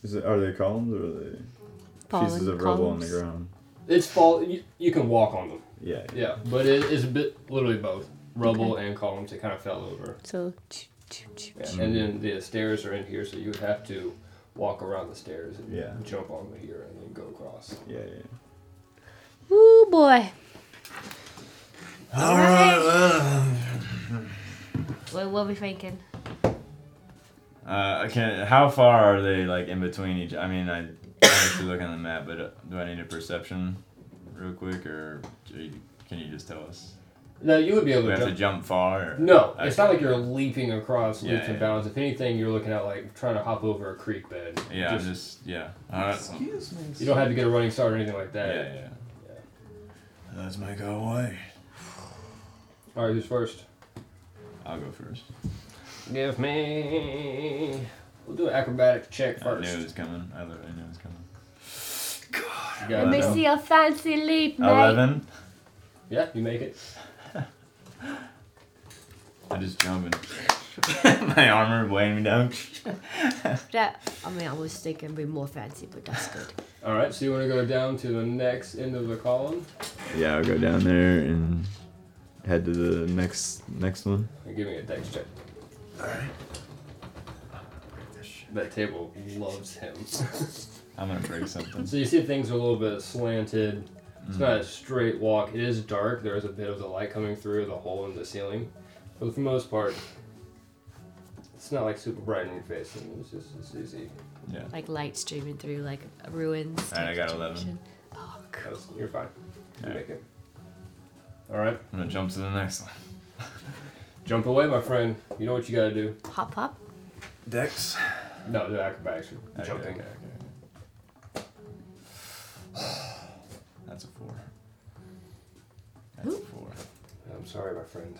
E: Is it, are they columns or are they pieces of rubble on the ground?
C: It's fall, you, you can walk on them.
E: Yeah.
C: Yeah, but it is a bit literally both rubble and columns that kind of fell over.
F: So ch- ch- ch-
C: Yeah. And then the stairs are in here, so you would have to walk around the stairs and
E: Yeah.
C: jump on here and then go across.
E: Yeah. yeah.
F: Woo boy.
B: Alright, well,
D: What were we thinking?
E: Uh, can how far are they like in between each? I mean, I I have to look on the map, but uh, do I need a perception, real quick, or do you- can you just tell us?
C: No, you would be
E: Do
C: able
E: we
C: to
E: have
C: jump
E: to jump far? Or?
C: No,
E: Okay.
C: it's not like you're leaping across
E: Yeah,
C: leaps and
E: yeah.
C: bounds. If anything, you're looking at like trying to hop over a creek bed.
E: Yeah, I'm
C: Just-
E: just yeah. Alright.
A: Excuse me.
C: you don't have to get a running start or anything like
E: Yeah,
C: that.
E: yeah.
B: let's make our way.
C: All right, who's first?
E: I'll go first.
C: Give me. We'll do an acrobatic check first.
E: I knew it was coming. I literally knew it was coming.
C: You
D: Let
C: got
D: me
C: it.
E: Eleven.
D: see a fancy leap, mate.
E: Eleven.
C: Yeah, you make it.
E: I just jumping. My armor weighing me down.
D: That, I mean, I was thinking it'd be more fancy, but that's good.
C: All right, so you want to go down to the next end of the column
E: Yeah, I'll go down there and head to the next next one.
C: and give me a dex check. That table loves him.
E: I'm gonna break something.
C: So you see things are a little bit slanted. It's not a straight walk. It is dark. There is a bit of the light coming through the hole in the ceiling. But for the most part, it's not like super bright in your face. and It's just it's easy.
E: Yeah.
D: Like light streaming through like ruins.
E: Alright,
D: type
E: I got
D: of
E: 11.
D: direction. Oh, cool.
C: That's- You're fine. You
E: Alright.
C: make it. All right.
E: I'm gonna jump to the next one.
C: Jump away, my friend. You know what you gotta do.
D: Hop, hop.
B: Dex.
C: No, the acrobatics. are
E: Okay,
C: Jumping.
E: okay, That's a four. That's a four.
C: I'm sorry, my friend.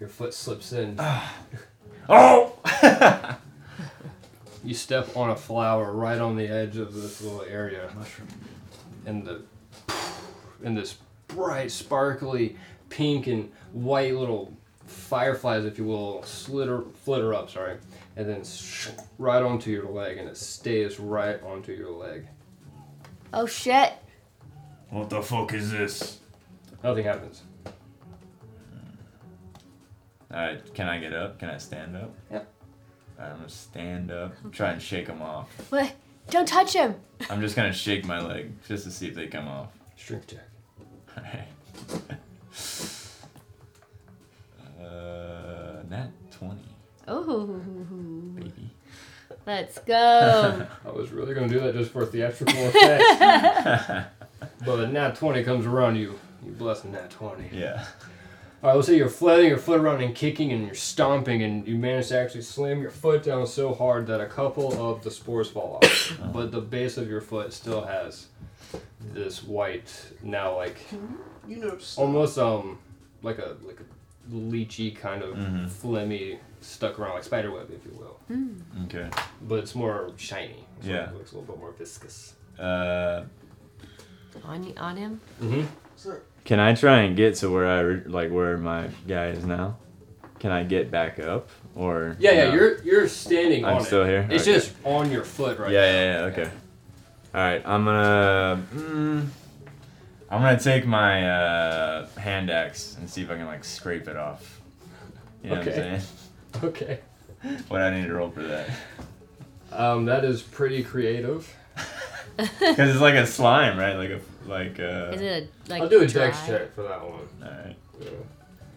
C: Your foot slips in.
B: Oh!
C: You step on a flower right on the edge of this little area.
E: Mushroom.
C: and the and this bright, sparkly pink and white little fireflies, if you will, slitter flitter up. Sorry, and then sh- right onto your leg, and it stays right onto your leg.
D: Oh shit.
B: What the fuck is this?
C: Nothing happens.
E: Alright, can I get up? Can I stand up?
C: Yeah.
E: Alright, I'm gonna stand up. Try and shake them off.
D: What? Don't touch him.
E: I'm just gonna shake my leg just to see if they come off.
C: Strength check.
E: Alright. uh, nat 20,
D: Oh,
E: baby.
D: let's go.
C: I was really gonna do that just for theatrical effect. But a nat 20 comes around you. You bless a nat 20.
E: Yeah.
C: Alright, let's say you're flailing your foot around and kicking and you're stomping and you manage to actually slam your foot down so hard that a couple of the spores fall off. but the base of your foot still has this white, now like
A: You know, s-
C: almost um like a like a lychee kind of
E: Mm-hmm.
C: phlegmy stuck around like spider web if you will
E: Okay.
C: but it's more shiny so
E: Yeah.
C: it looks a little bit more viscous
E: Uh,
D: On, on him?
C: mm-hmm.
A: so-
E: can I try and get to where I re- like where my guy is now? Can I get back up or?
C: yeah yeah
E: no?
C: you're you're standing
E: I'm
C: on
E: still
C: it.
E: here?
C: it's
E: Okay.
C: just on your foot right
E: yeah,
C: now.
E: yeah, yeah. Okay. All right. I'm gonna. Mm, I'm gonna take my uh, hand axe and see if I can like scrape it off. You know what
C: Okay.
E: I'm
C: okay
E: saying? What I need to roll for that?
C: um that is pretty creative
E: Because it's like a slime, right? Like a like. Uh,
D: Is it a, like
C: i'll do a
D: dry?
C: dex check for that one
E: all right.
C: yeah.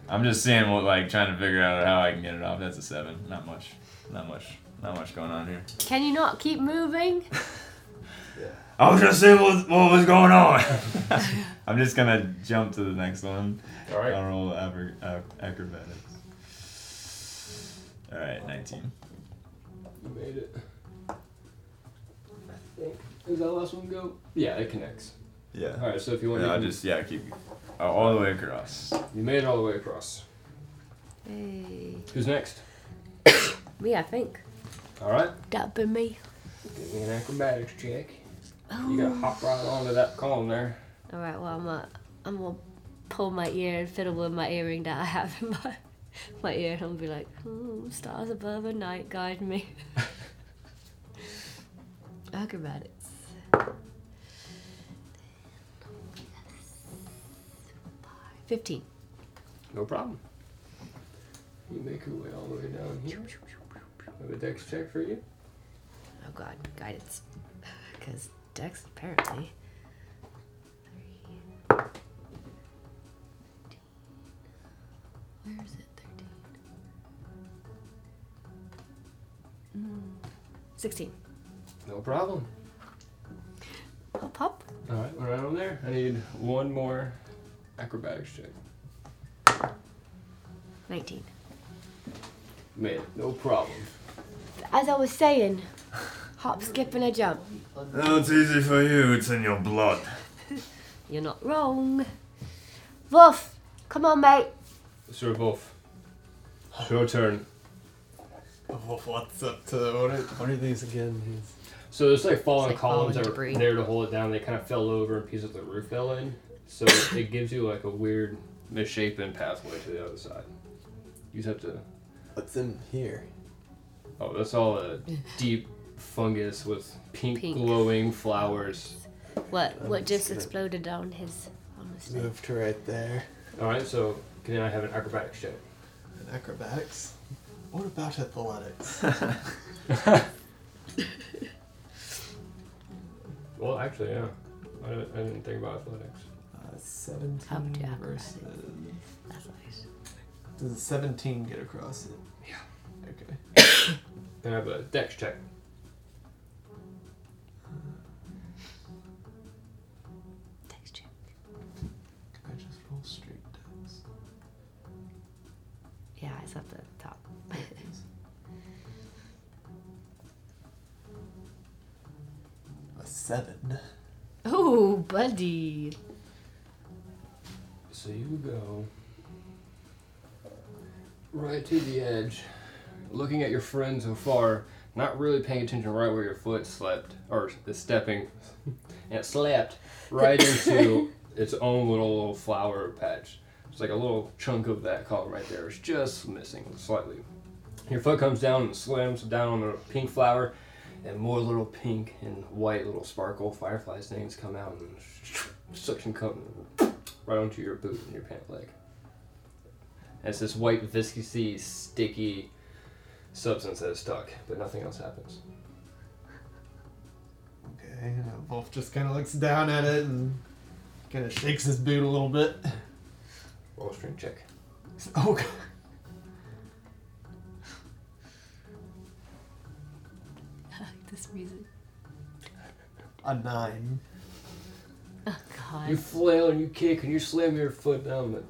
E: I'm just seeing what like trying to figure out how I can get it off. That's a seven. Not much. Not much. Not much going on here.
D: Can you not keep moving?
E: I was just seeing what, what was going on. I'm just gonna jump to the next one.
C: all right
E: I'll roll acro- ac- acrobatics. All right, 19.
C: you made it I think- is that last one go yeah it connects
E: Yeah.
C: all right so if you want
E: Yeah, I
C: to
E: just yeah keep uh, all the way across.
C: you made it all the way across
D: Hey.
C: who's next
D: Me, I think.
C: all right
F: That be me.
C: Give me an acrobatics check. You gotta hop right onto that column there.
D: All right. Oh. Well, I'm gonna I'm gonna pull my ear and fiddle with my earring that I have in my my ear and be like, "Hmm, stars above and night guide me. Acrobatics. Fifteen.
C: No problem. You make your way all the way down here. Have a dex check for you.
D: Oh God, guidance. Because Dex apparently. Where is it? 13. Mm, 16.
C: No problem.
D: Hop hop.
C: All right, we're right on there. I need one more acrobatics check.
D: 19.
C: Made it. No problem.
D: As I was saying, hop, skip, and a jump.
B: No, it's easy for you. It's in your blood.
D: You're not wrong. Woof! Come on, mate.
C: Sir Wolf. It's your turn.
A: Oh, what's up to what are, what are these again? These-
C: So there's like fallen
D: It's like
C: columns
D: fallen
C: that
D: debris.
C: were there to hold it down. They kind of fell over and pieces of the roof fell in. So it gives you like a weird misshapen pathway to the other side. You just have to
A: What's in here?
C: Oh, that's all a deep fungus with pink,
D: Pink.
C: glowing flowers.
D: What? What
A: I'm
D: just
A: scared.
D: exploded down his. Honestly.
A: Move to right there.
C: All right, so can I have an acrobatics check?
A: And acrobatics. What about athletics? Uh,
C: Well, actually, yeah. I didn't, I didn't think about athletics.
A: Uh,
D: How would you
A: 17
D: acrobatics?
A: versus.
D: That's nice.
A: Does 17 get across it? Yeah. Okay.
C: Can I have a dex check?
D: Dex check.
A: Can I just roll straight dice?
D: Yeah, it's at the top.
A: A 7.
D: Oh, buddy.
C: So you go right to the edge, looking at your friend so far, not really paying attention right where your foot slept, or is stepping, and it slept right into its own little, little flower patch. It's like a little chunk of that color right there. It's just missing slightly. Your foot comes down and slams down on the pink flower, and more little pink and white little sparkle fireflies things come out and suction cup right onto your boot and your pant leg. And it's this white, viscousy, sticky substance that is stuck, but nothing else happens.
A: Okay, and uh, Wolf just kind of looks down at it and kind of shakes his boot a little bit.
C: Roll a strength check.
A: Oh, God.
D: I like this music.
A: A 9.
D: Oh, God. God.
C: You flail and you kick and you slam your foot down, but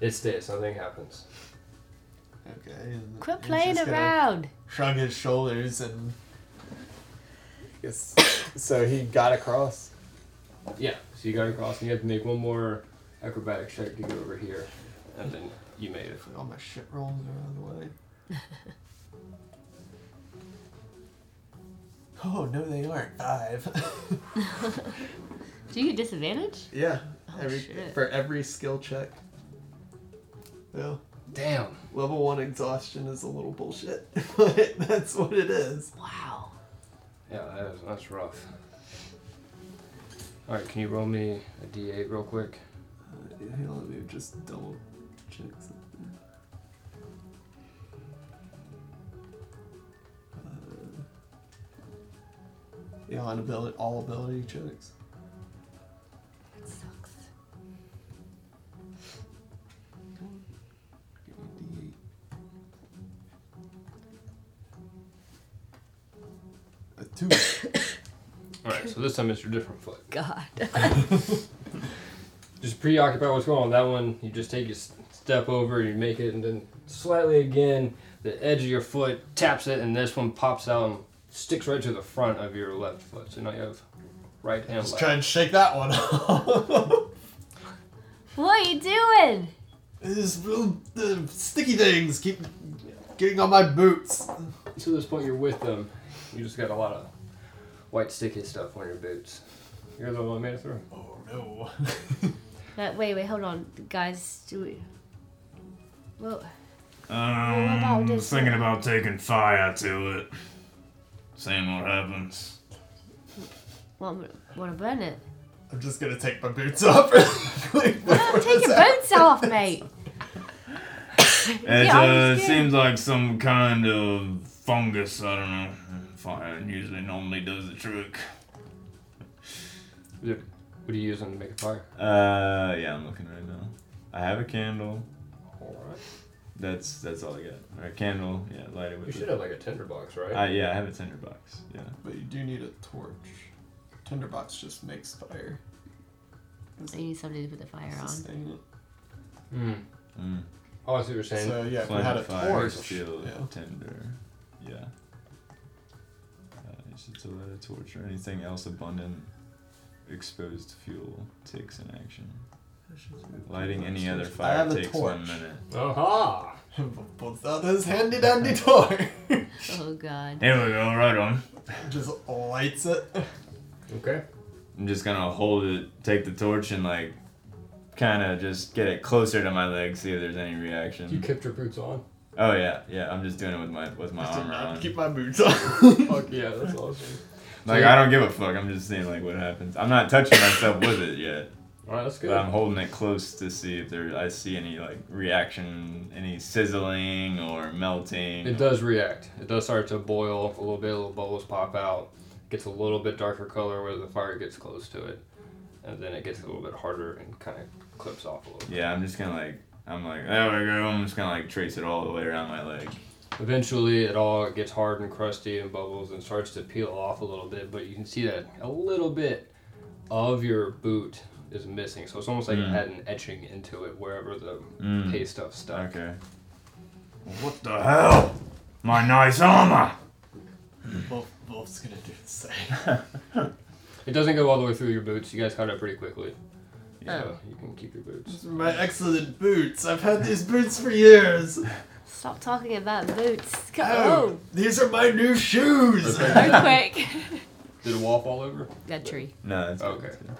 C: it stays. Nothing happens.
A: Okay. and
D: Quit
A: he's
D: playing
A: just gonna
D: around.
A: Shrug his shoulders and. Yes. so he got across.
C: Yeah. So you got across, and you have to make one more acrobatic check to get over here, and then you made it.
A: All my shit rolls are out of the way. oh no, they aren't five.
D: Do you get disadvantage?
A: yeah,
D: Oh,
A: every
D: shit.
A: for every skill check. Well,
C: Damn.
A: level one exhaustion is a little bullshit, but that's what it is.
D: Wow.
C: Yeah, that is, that's rough. All right, can you roll me a d8 real quick?
A: Uh, hang on, let me just double check something. Uh, yeah, on ability, all ability checks.
D: That sucks.
A: Give me a D8. A two.
C: All right, so this time it's your different foot.
D: God.
C: just preoccupied with what's going on. That one, you just take a s- step over, you make it, and then slightly again, the edge of your foot taps it, and this one pops out and sticks right to the front of your left foot. So now you have right and
A: Just
C: left.
A: try and shake that one off.
D: What are you doing?
A: These little uh, sticky things keep getting on my boots. Oh,
C: to this point, you're with them. You just got a lot of white sticky stuff on your boots. You're the one that made it through.
A: Oh no.
D: Uh, wait, wait, hold on, guys. Do we? Well,
B: Um,
D: about
B: I
D: this
B: was thinking about taking fire to it. Seeing what happens.
D: well, want to burn it?
A: I'm just gonna take my boots off. really quick before
D: Take
A: this
D: your boots off, mate.
B: It
D: Yeah,
B: uh,
D: I was scared.
B: seems like some kind of fungus. I don't know. Fire usually normally does the trick.
C: What do you use them to make a fire?
E: Uh, yeah, I'm looking right now. I have a candle.
C: All right.
E: That's that's all I got. Or a candle. Yeah, light it with.
C: You should
E: it.
C: have like a tinderbox, right?
E: Uh, yeah, I have a tinderbox. Yeah.
A: But you do need a torch. Tinderbox just makes fire.
D: I need somebody to put the fire on.
A: Sustain it.
C: Hmm.
E: Mm.
C: Oh, I see what you're saying.
A: So yeah, if we
E: Flame
A: had a
E: fire,
A: torch.
E: shield,
A: yeah.
E: tinder. Yeah. Uh, you should still light a torch or anything else abundant. Exposed fuel takes an action. Lighting any other
A: I
E: fire
A: have a
E: takes
A: torch.
E: one minute.
C: Aha!
A: Pulls out his handy dandy torch.
D: Oh God.
B: Here we go, right on.
A: just lights it.
C: Okay.
E: I'm just gonna hold it, take the torch, and like, kind of just get it closer to my leg, see if there's any reaction.
C: You kept your boots on.
E: Oh yeah, yeah. I'm just doing it with my with my
A: I
G: Oh,
A: did
E: armor
A: not
E: on.
A: keep my boots on.
C: Fuck yeah, that's awesome.
E: Like I don't give a fuck. I'm just seeing like what happens. I'm not touching myself with it yet,
C: All right, that's good.
E: but I'm holding it close to see if there I see any like reaction, any sizzling or melting.
C: It does react. It does start to boil a little bit. Little bubbles pop out. Gets a little bit darker color where the fire gets close to it, and then it gets a little bit harder and kind of clips off a little. bit.
E: Yeah, I'm just gonna like I'm like there we go. I'm just gonna like trace it all the way around my leg.
C: Eventually, it all gets hard and crusty and bubbles and starts to peel off a little bit. But you can see that a little bit of your boot is missing. So it's almost like it
E: Mm.
C: had an etching into it wherever the
E: Mm.
C: paste stuff stuck.
E: Okay.
B: What the hell? My nice armor.
A: Wolf, Wolf's gonna do the same.
C: It doesn't go all the way through your boots. You guys caught it pretty quickly.
E: Yeah.
D: Oh,
C: So you can keep your boots.
A: My excellent boots. I've had these boots for years.
D: Stop talking about boots. Go
A: Oh, these are my new shoes.
D: quick.
C: Did a wall fall over?
D: That tree.
E: No, that's
C: Okay.
E: that's good.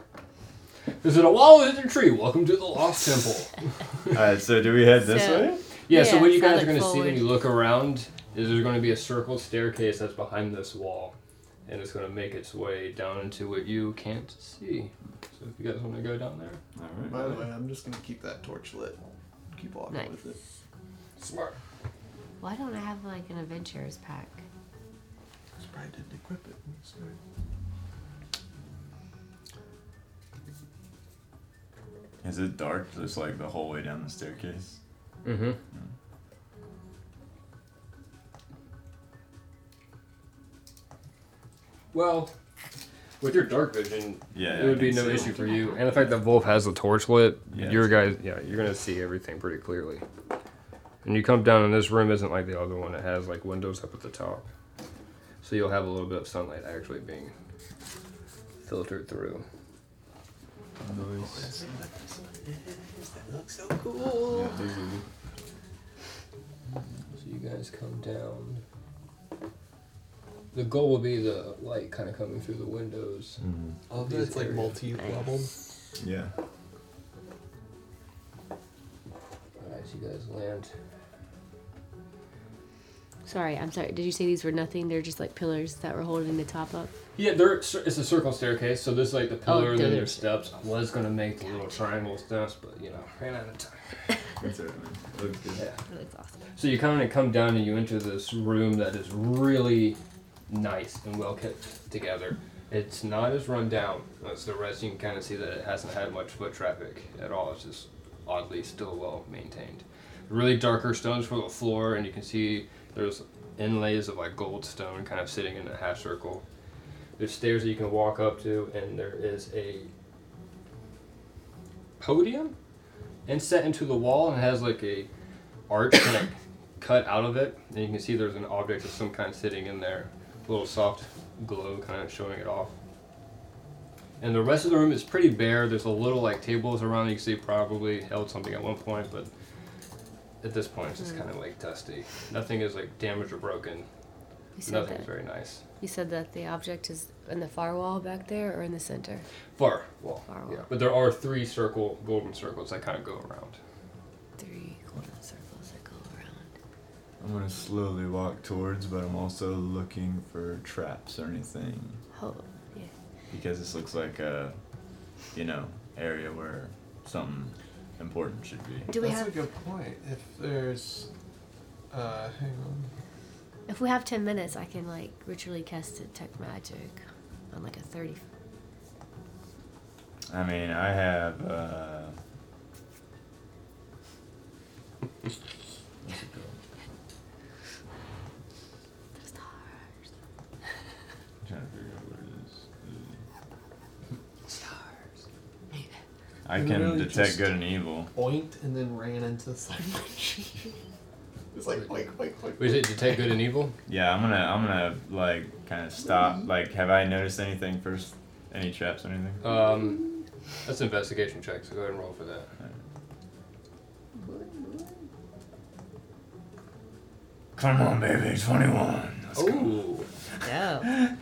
C: Is it a wall or is it a tree? Welcome to the Lost Temple.
E: All right. So do we head this
D: So-
E: way?
C: Yeah, so
D: Yeah,
C: what you
D: so I
C: guys are
D: look
C: going to see when
D: forward.
C: you look around is there's going to be a circle staircase that's behind this wall. And it's going to make its way down into what you can't see. So if you guys want to go down there.
E: All
A: By the way, I'm just gonna keep that torch lit. Keep walking
D: Nice.
A: with it.
C: Smart.
D: Why don't I have like an adventurer's pack?
A: Sprite didn't equip it. when we started.
E: Is it dark just like the whole way down the staircase?
C: Mm-hmm. Well, With your dark vision,
E: Yeah,
C: it
E: I
C: would be
E: can
C: no
E: see.
C: issue for you. And the fact that Wolf has the torch lit,
E: Yeah.
C: your guys, yeah, you're gonna see everything pretty clearly. And you come down, and this room isn't like the other one; it has like windows up at the top, so you'll have a little bit of sunlight actually being filtered through.
E: Nice.
C: So you guys come down. The goal will be the light kind of coming through the windows.
E: Mm-hmm.
A: Oh,
G: All of that's like
C: Area.
G: multi-level.
E: Yeah.
C: Alright, so you guys land.
F: Sorry, I'm sorry. Did you say these were nothing? They're just like pillars that were holding the top up.
C: Yeah, there it's a circle staircase, so this is like the pillar and then
F: there-
C: there's steps. I was gonna make the little triangle steps, but you know, ran out of time.
E: That's it. man. Looks good.
C: Yeah.
F: That looks awesome.
C: So you kind of come down and you enter this room that is really nice and well kept together. It's not as run down as the rest. You can kind of see that it hasn't had much foot traffic at all. It's just oddly still well maintained. Really darker stones for the floor, and you can see there's inlays of like gold stone kind of sitting in a half circle. There's stairs that you can walk up to, and there is a podium inset into the wall, and it has like a arch kind of cut out of it, and you can see there's an object of some kind sitting in there, a little soft glow kind of showing it off. And the rest of the room is pretty bare. There's a little like tables around. You can see probably held something at one point, but at this point it's just
D: Hmm.
C: kind of like dusty. Nothing is like damaged or broken.
D: You said
C: Nothing's
D: that.
C: very nice.
D: You said that the object is in the far wall back there or in the center.
C: Far wall.
D: Far wall.
C: Yeah. But there are three circle golden circles that kind of go around.
D: Three golden circles that go around.
E: I'm gonna slowly walk towards, but I'm also looking for traps or anything
D: Oh,
E: because this looks like a, you know, area where something important should be.
D: do we
G: That's
D: have?
G: a good point. If there's, uh, hang on.
D: If we have ten minutes, I can like ritually cast detect magic on like a thirty.
E: I mean, I have. Uh, what's it called? I'm trying to figure out what it is. I
G: You
E: can
G: really
E: detect
G: just-
E: good and evil.
G: Oinked and then ran into the side of my tree. It's like, like, like, like.
C: What is it? Detect good and evil.
E: Yeah, I'm gonna, I'm gonna like kind of stop. Like, have I noticed anything first? Any traps or anything?
C: Um, that's an investigation check. So go ahead and roll for that.
B: Come on, baby, 21. Let's go.
C: Ooh.
D: No.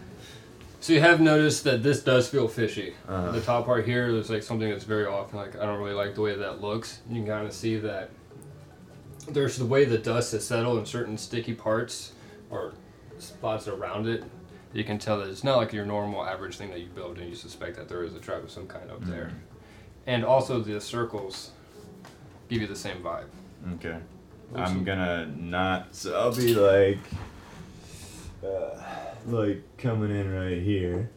C: So you have noticed that this does feel fishy. The top part here, there's like something that's very off. and, Like I don't really like the way that looks. You can kind of see that there's the way the dust has settled in certain sticky parts or spots around it. You can tell that it's not like your normal average thing that you build, and you suspect that there is a trap of some kind up there. And also the circles give you the same vibe.
E: Okay. I'm gonna not. So I'll be like, uh, like coming in right here.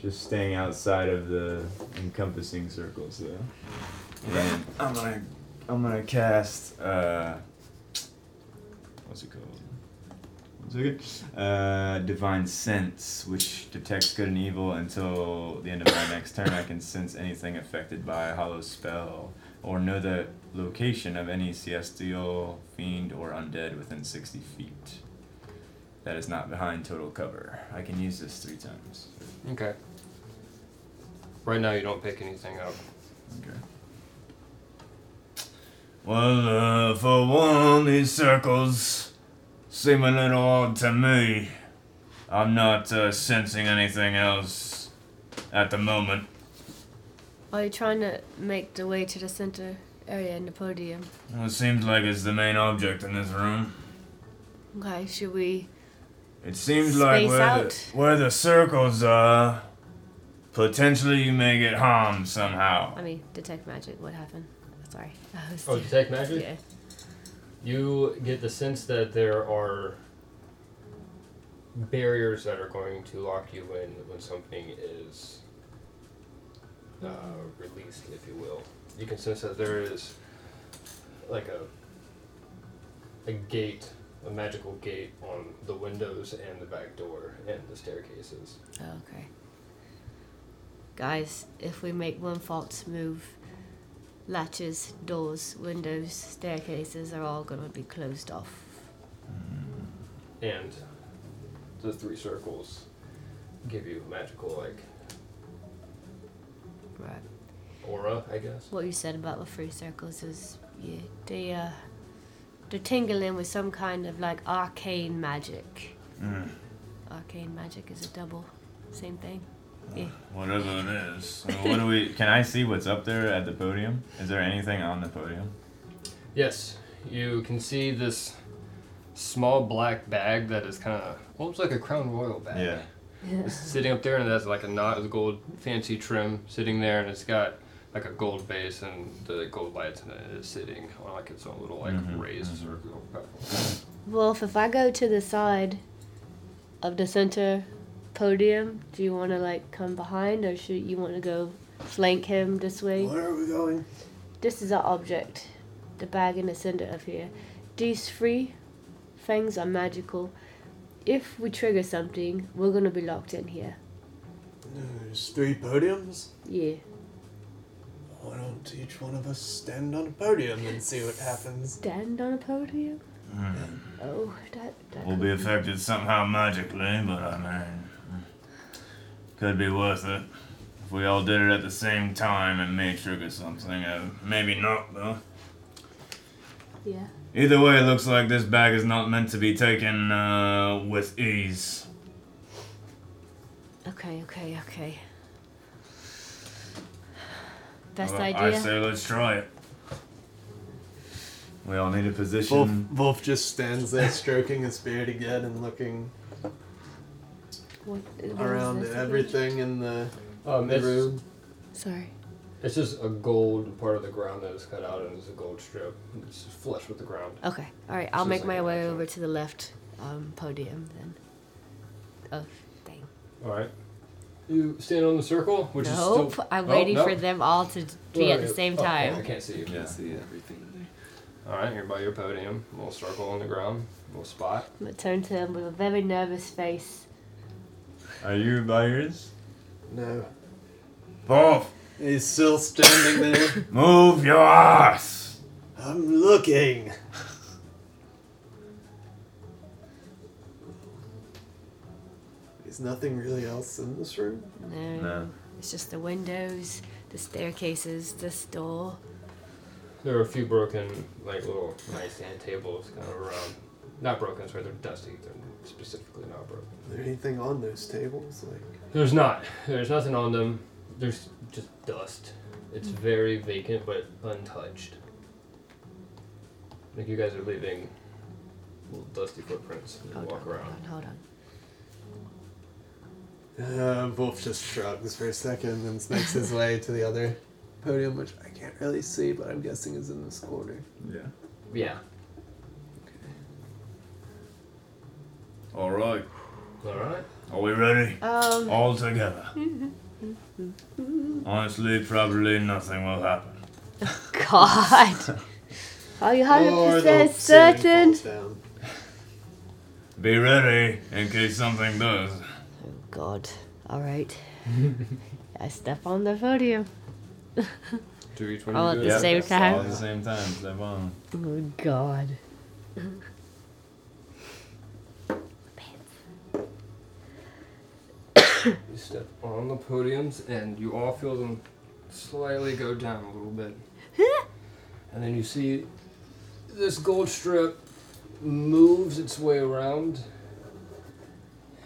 E: Just staying outside of the encompassing circles, though. And then I'm gonna, I'm gonna cast. Uh, what's it called? One second. Uh, divine sense, which detects good and evil until the end of my next turn. I can sense anything affected by a hollow spell or know the location of any celestial fiend or undead within 60 feet. That is not behind total cover. I can use this three times.
C: Okay. Right now, you don't pick anything up.
E: Okay.
B: Well, uh, for one, these circles seem a little odd to me. I'm not uh, sensing anything else at the moment.
D: Are you trying to make the way to the center area in the podium?
B: Well, it seems like it's the main object in this room.
D: Okay, should we?
B: It seems like
D: Space
B: where the,
D: out.
B: where the circles are, potentially you may get harmed somehow.
D: I mean, detect magic. What happened? Sorry. I was-
C: Oh, detect magic.
D: yeah.
C: You get the sense that there are barriers that are going to lock you in when something is uh, released, if you will. You can sense that there is like a a gate a magical gate on the windows and the back door and the staircases.
D: Oh, okay. Guys, if we make one false move, latches, doors, windows, staircases are all gonna be closed off.
C: And the three circles give you magical, like,
D: Right.
C: aura, I guess.
D: What you said about the three circles is, yeah, they uh, they're tingling with some kind of like arcane magic.
B: Mm.
D: Arcane magic is a double, same thing.
B: Whatever it is.
E: So what do we? Can I see what's up there at the podium? Is there anything on the podium?
C: Yes, you can see this small black bag that is kind of almost like a crown royal bag.
E: Yeah.
C: It's sitting up there, and it has like a knot of gold fancy trim sitting there, and it's got like a gold base and the gold lights in it is sitting on like its own little like
E: Mhm,
C: raised circle. platform.
F: Wolf, if I go to the side of the center podium, do you want to like come behind or should you want to go flank him this way?
A: Where are we going?
F: This is our object, the bag in the center of here. These three things are magical. If we trigger something, we're gonna be locked in here.
A: There's three podiums.
F: Yeah.
A: Why don't each one of us stand on a podium and see what happens?
F: Stand on a podium? Oh, that that
B: Will
F: could
B: Hmm. be affected somehow magically, but I mean, could be worth it. If we all did it at the same time, it may trigger something. Uh, maybe not, though.
F: yeah.
B: Either way, it looks like this bag is not meant to be taken uh, with ease.
D: Okay, okay, okay. Best
B: Well, I
D: idea.
B: say let's try it.
E: We all need a position.
A: Wolf,
G: Hmm.
A: Wolf just stands there stroking his beard again and looking
F: What, what is
A: around
F: this
A: at
F: again?
A: everything in the,
C: Um,
A: the
C: it's,
A: room.
F: Sorry.
C: it's just a gold part of the ground that is cut out, and it's a gold strip. It's flush with the ground.
D: Okay, all right. I'll
C: This is
D: make
C: like
D: my
C: a
D: way
C: matchup.
D: over to the left um, podium then. Oh, dang.
C: All right. You stand on the circle, which is still.
D: Nope. I'm
C: Oh,
D: waiting
C: no.
D: for them all to be
C: Where
D: at
C: are
D: the
C: you?
D: same
C: Oh,
D: time.
C: I can't see you.
E: Yeah.
G: see everything in there.
C: All right, you're by your podium. Little circle on the ground. Little spot.
F: I'm gonna turn to him with a very nervous face.
E: Are you by yours?
A: No.
B: Both,
A: He's still standing there.
B: move your ass!
A: I'm looking. There's nothing really else in this room.
D: No.
E: No.
D: It's just the windows, the staircases, this door.
C: There are a few broken, like little nightstand tables kind of around. Not broken, sorry, they're dusty. They're specifically not broken.
A: Is there anything on those tables? Like,
C: There's not. There's nothing on them. There's just dust. It's very vacant but untouched. Like you guys are leaving little dusty footprints as you
D: Hold on,
C: walk
D: hold
C: around.
D: on, hold on.
A: uh, Wolf just shrugs for a second and makes his way to the other podium, which I can't really see, but I'm guessing is in this corner.
E: Yeah.
C: Yeah.
B: Alright,
C: Alright.
B: are we ready?
D: Um,
B: All together. Honestly, probably nothing will happen.
F: God. Are you
A: Or
F: hundred
A: the
F: percent
A: ceiling
F: certain?
A: falls down.
B: Be ready in case something does.
D: oh God. All right. I step on the podium.
C: Do each one
D: All
C: of
D: at
C: you do
D: the
C: it?
D: same
E: All at
D: time.
E: the same time. Step on.
D: Oh God.
C: You step on the podiums and you all feel them slightly go down a little bit. and then you see this gold strip moves its way around.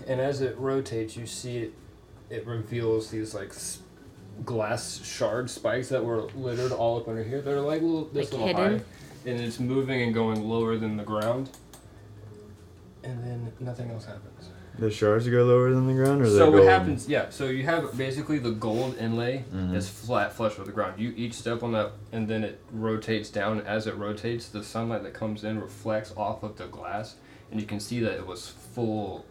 C: And as it rotates, you see it, it reveals these like s- glass shard spikes that were littered all up under here. They're like little, this
D: Like
C: little
D: hidden?
C: high. And it's moving and going lower than the ground. And then nothing else happens
E: The shards go lower than the ground, or
C: so what happens? Yeah. So you have basically the gold inlay
E: Mm-hmm.
C: that's flat, flush with the ground. You each step on that, and then it rotates down. As it rotates, the sunlight that comes in reflects off of the glass, and you can see that it was full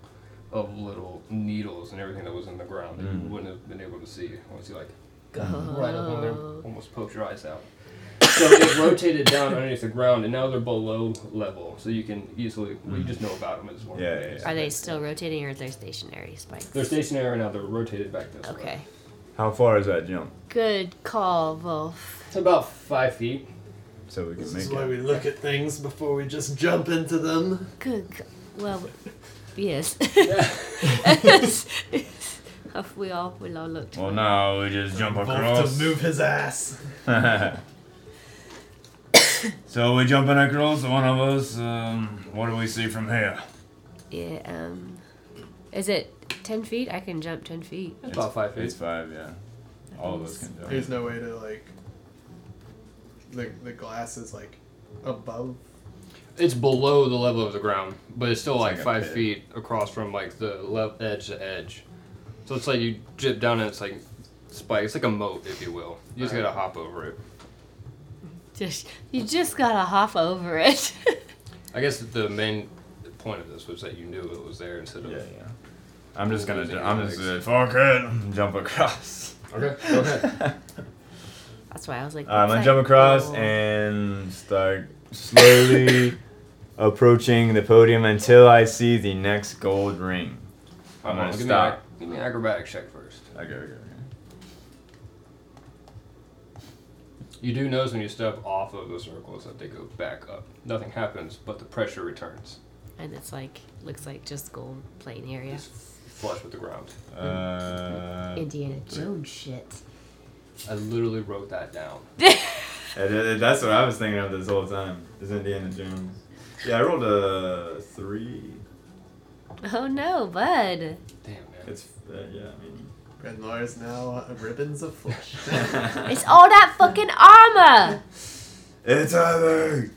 C: of little needles and everything that was in the ground that
E: Mm.
D: Oh.
C: you wouldn't have been able to see once you like got right up on there, almost poked your eyes out. so it rotated down underneath the ground, and now they're below level, so you can easily. We just know about them as one.
E: Mm. Yeah,
C: of
E: yeah,
C: these.
E: yeah.
D: Are they still rotating or are they stationary spikes?
C: They're stationary right now. They're rotated back this way.
D: Okay.
E: How far is that jump?
D: Good call, Wolf.
C: It's about five feet.
E: So we can
A: This
E: make
A: is why
E: it.
A: we look at things before we just jump into them.
D: Good. c- Well, yes. If we all we all looked.
H: Well, now we just jump
A: Wolf
H: across.
A: to move his ass.
H: so we jumping across. One of us. Um, what do we see from here?
D: Yeah. Um. Is it ten feet? I can jump ten feet.
C: It's about five feet.
E: It's five, yeah. All of us can jump.
A: There's no way to like. The the glass is like above.
C: It's below the level of the ground, but it's still like,
E: like a
C: five
E: pit.
C: feet across from like the left edge to edge. So it's like you dip down and it's like spike. It's like a moat, if you will. You just gotta hop over it.
D: Just you just gotta hop over it.
C: I guess the main point of this was that you knew it was there instead of.
E: Yeah, yeah. I'm just gonna.
C: Losing
E: ju-
C: your
E: I'm just gonna
C: legs.
E: fuck it. Jump across.
C: Okay. Go ahead.
D: That's why I was like.
E: I'm gonna
D: "What's
E: jump
D: that
E: across
D: goal?"
E: and start slowly approaching the podium until I see the next gold ring. I'm gonna
C: Give me
E: stop.
C: ac- give me an acrobatic check first.
E: Okay, okay, okay.
C: You do notice when you step off of the circles that they go back up. Nothing happens, but the pressure returns.
D: And it's like looks like just gold plain area.
C: It's flush with the ground.
E: Uh,
D: Indiana Jones shit.
C: I literally wrote that down.
E: it- it- that's what I was thinking of this whole time. Is Indiana Jones? Yeah, I rolled a three.
D: Oh no, bud.
C: Damn, man.
E: It's uh, yeah. I mean,
A: And Lars now ribbons of flesh.
D: It's all that fucking armor.
E: it's over.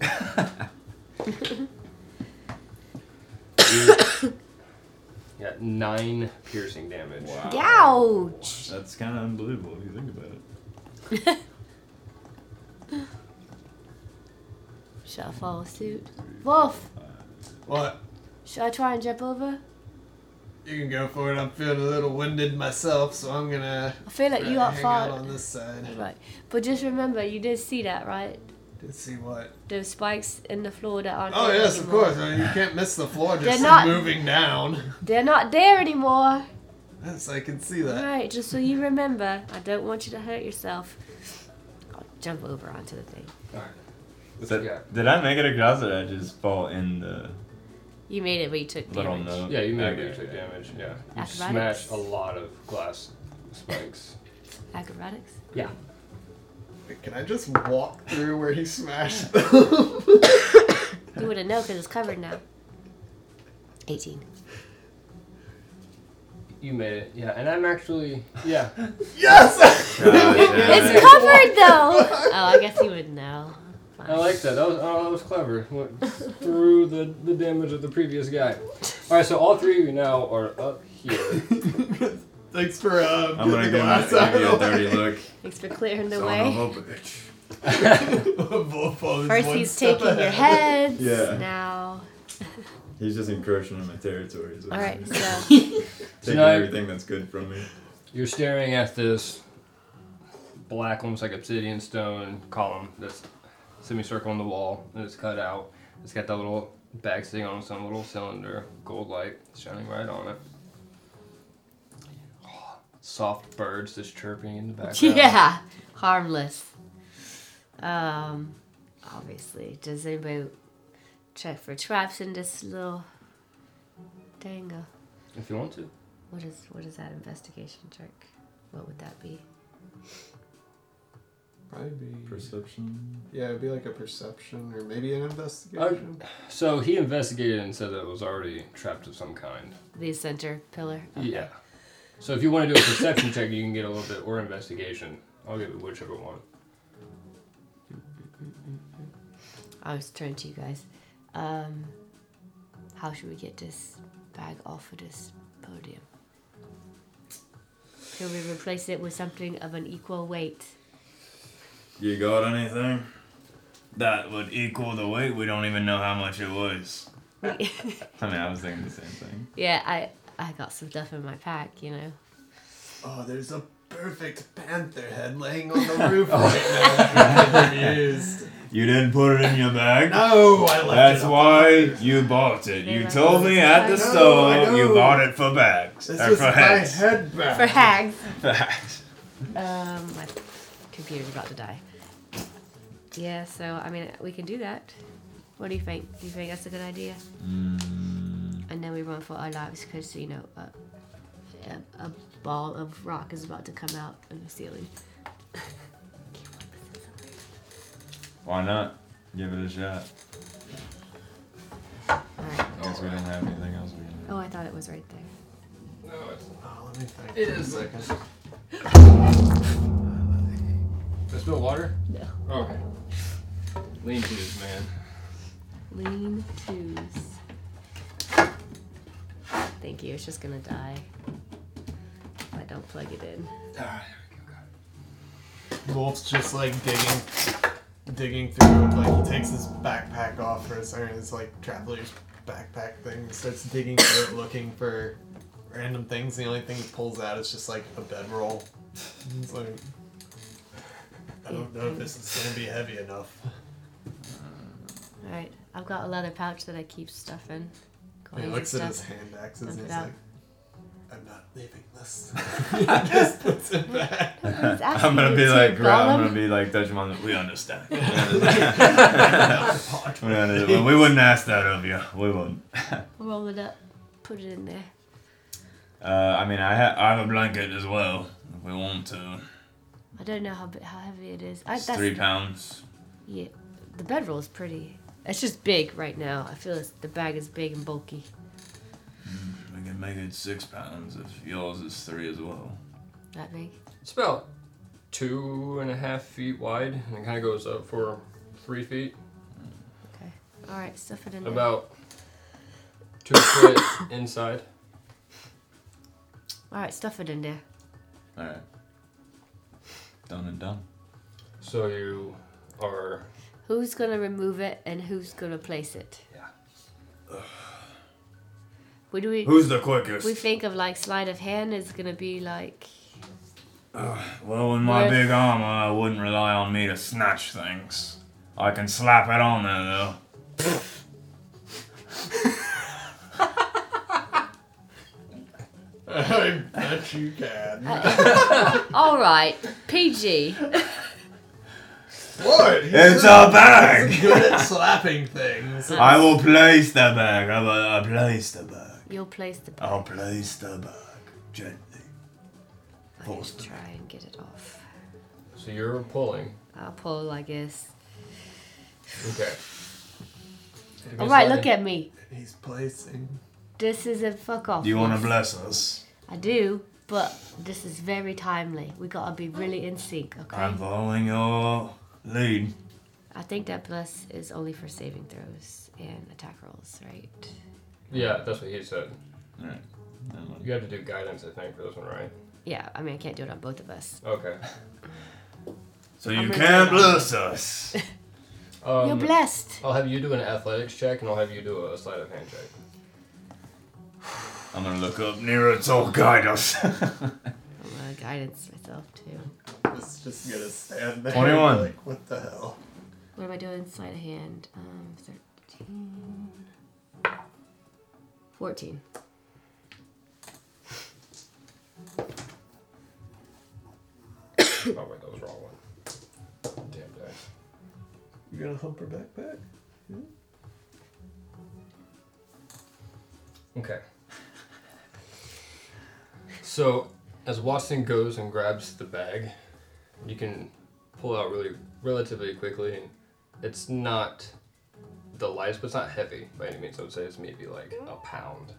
C: You got nine piercing damage.
E: wow.
D: Ouch.
E: That's kind of unbelievable if you think about it.
D: Should I follow suit? Wolf,
A: What?
D: should I try and jump over?
A: You can go for it. I'm feeling a little winded myself, so I'm gonna
D: I feel like you
A: uh,
D: are
A: hang out
D: far.
A: on this side.
D: Right. But just remember, you did see that, right?
A: Let's see what.
D: Those spikes in the floor that aren't
A: Oh
D: there
A: yes, of
D: anymore.
A: course. I mean, you can't miss the floor just
D: not-
A: moving down.
D: They're not there anymore.
A: Yes, I can see that.
D: Alright, just so you remember, I don't want you to hurt yourself. I'll jump over onto the thing.
C: What
E: Did,
C: you got?
E: did I make it across or did I just fall in the
D: You made it, but you took
E: little
D: damage.
E: note?
C: Yeah, you made
E: Okay,
C: you took
E: yeah.
C: damage. Yeah. You
D: Acrobatics?
C: smashed a lot of glass spikes.
D: Acrobatics?
C: Yeah.
A: Can I just walk through where he smashed?
D: You would have known because it's covered now. 18.
C: You made it. Yeah, and I'm actually. Yeah.
A: yes.
E: God,
D: It's covered though! Oh, I guess you would know.
C: I like that. That was oh, that was clever. Went through the, the damage of the previous guy. All right, so all three of you now are up here.
A: Thanks for uh,
E: I'm gonna
A: getting the
E: give
A: glass
E: him
A: out
E: give you a
A: of the
E: dirty
A: way.
E: look.
D: Thanks for clearing the
H: Son of
D: way.
H: a bitch.
A: Wolf always
D: First,
A: one
D: he's
A: step
D: taking your
A: ahead.
D: heads.
E: Yeah.
D: Now.
E: He's just encroaching on my territory. so
D: Alright,
E: he's
D: so.
E: Taking
C: Tonight-
E: everything that's good from me.
C: You're staring at this black, almost like obsidian stone column that's semicircle on the wall, and it's cut out. It's got that little bag sitting on some little cylinder, gold light shining right on it. Soft birds just chirping in the background.
D: Yeah! Harmless. Um, obviously. Does anybody check for traps in this little. Dango.
C: If you want to.
D: What is, what is that investigation check? What would that be?
A: Probably be-
E: Perception.
A: Yeah, it'd be like a perception or maybe an investigation.
C: So he investigated and said that it was already trapped of some kind.
D: The center pillar?
C: Yeah. So if you want to do a perception check, you can get a little bit, or investigation. I'll give it whichever one.
D: I was turning to you guys. Um, how should we get this bag off of this podium? Can we replace it with something of an equal weight?
E: You got anything?
H: That would equal the weight. We don't even know how much it was.
E: I mean, I was thinking the same thing.
D: Yeah, I I got some stuff in my pack, you know.
A: Oh, there's a
G: perfect panther head laying on the roof
E: Oh.
G: right now. I'm confused.
E: You didn't put it in your bag.
A: Oh,
G: No, I left
E: That's
G: it up
E: why you bought it. You
D: Yeah,
E: told me
D: that's
E: at the
G: I
D: right.
G: know,
E: store
G: I know.
E: you bought it for bags.
G: This
E: or
G: was
E: for
G: my
E: heads.
G: head back.
D: For hags.
E: For hats.
I: Um, my computer's about to die.
D: Yeah, so I mean, we can do that. What do you think? Do you think that's a good idea?
E: Mm.
I: And then we run for our lives because, you know, a, a, a ball of rock is about to come out of the ceiling.
E: Why not? Give it a shot.
I: Alright.
E: I guess we didn't have anything else we can do.
I: Oh, I thought it was right there.
C: No, it's not.
G: Oh, let me think.
C: It is. Like, there's no water?
I: No.
C: Okay. Lean tos, man.
I: Lean twos. Thank you. It's just gonna die if I don't plug it in.
C: Alright, there
A: Wolf's just like digging, digging through. Like he takes his backpack off for a second. His like traveler's backpack thing. He starts digging through it, looking for random things. The only thing he pulls out is just like a bedroll. It's like, I don't know if this is gonna be heavy enough.
D: All right, I've got a leather pouch that I keep stuff in.
A: He
D: Crazy
A: looks at his
D: stuff.
A: hand axes and
D: Dump it
A: he's
D: out.
A: like, "I'm not leaving this." He just puts it back.
D: He's asking
E: I'm gonna
D: you
E: be
D: to,
E: like, Gro- I'm
D: Gollum.
E: gonna be like, touch him on the. We understand. We understand. we, under- we wouldn't ask that of you. We wouldn't.
D: Roll it up, put it in there.
E: Uh, I mean, I, ha- I have a blanket as well. If we want to,
D: I don't know how bi- how heavy it is. I,
E: it's
D: that's,
E: three pounds.
D: Yeah, the bedroll is pretty. It's just big right now. I feel it's, the bag is big and bulky.
E: We can make it six pounds if yours is three as well.
D: That big.
C: It's about two and a half feet wide, and it kind of goes up for three feet.
D: All right, stuff it in there.
C: About two foot inside.
D: All right, stuff it in there.
E: All right. Done and done.
C: So you are.
D: Who's gonna remove it and who's gonna place it?
C: Yeah.
D: What do we?
B: Who's the quickest?
D: We think of like sleight of hand is gonna be like
E: Well, with my
D: With-
E: big armor, I wouldn't rely on me to snatch things. I can slap it on there, though.
A: I bet you can.
D: All right, PG.
A: What? He's
E: It's
A: good-
E: a bag!
A: He's good at slapping things.
E: I will place the bag. I will I place the bag.
D: You'll place the.
E: I'll place the bag. Gently.
D: I'm gonna try and get it off.
C: So you're pulling.
D: I'll pull, I guess.
C: Okay.
D: All right, look at me.
A: He's placing.
D: This is a fuck off.
E: Do you want to
D: list.
E: bless us?
D: I do, but this is very timely. We gotta be really in sync, okay?
E: I'm following your lead.
D: I think that plus is only for saving throws and attack rolls, right?
C: Yeah, that's what he said.
E: Alright. never mind.
C: You had to do guidance, I think, for this one, right?
D: Yeah, I mean, I can't do it on both of us.
C: Okay.
E: So you
D: gonna
E: can
D: go.
E: bless us.
D: You're
C: Um,
D: blessed.
C: I'll have you do an athletics check, and I'll have you do a sleight of hand check.
E: I'm gonna look up near it or guide us.
D: I'm gonna guidance myself too.
A: It's just gonna stand there.
E: 21.
A: Like, what the hell?
D: What am I doing? Sleight of hand. Um, 13. 14.
C: oh wait, that was the wrong one. Damn day.
A: You gonna hump her backpack?
C: Okay. So, as Watson goes and grabs the bag, you can pull out really relatively quickly, and it's not the lightest, but it's not heavy by any means. I would say it's maybe like a pound.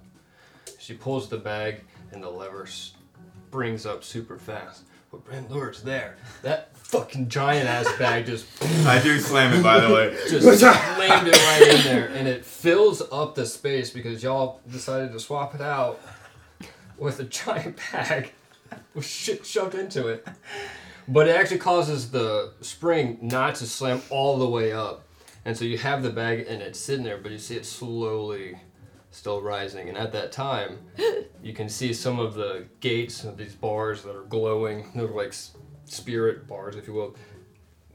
C: She pulls the bag, and the lever springs up super fast. But Brand Lure's there. That fucking giant ass bag just
E: I do slam it, by the way.
C: just slammed it right in there, and it fills up the space because y'all decided to swap it out with a giant bag with shit shoved into it. But it actually causes the spring not to slam all the way up, and so you have the bag and it's sitting there, but you see it slowly still rising. And at that time, you can see some of the gates of these bars that are glowing. They're like s- spirit bars, if you will.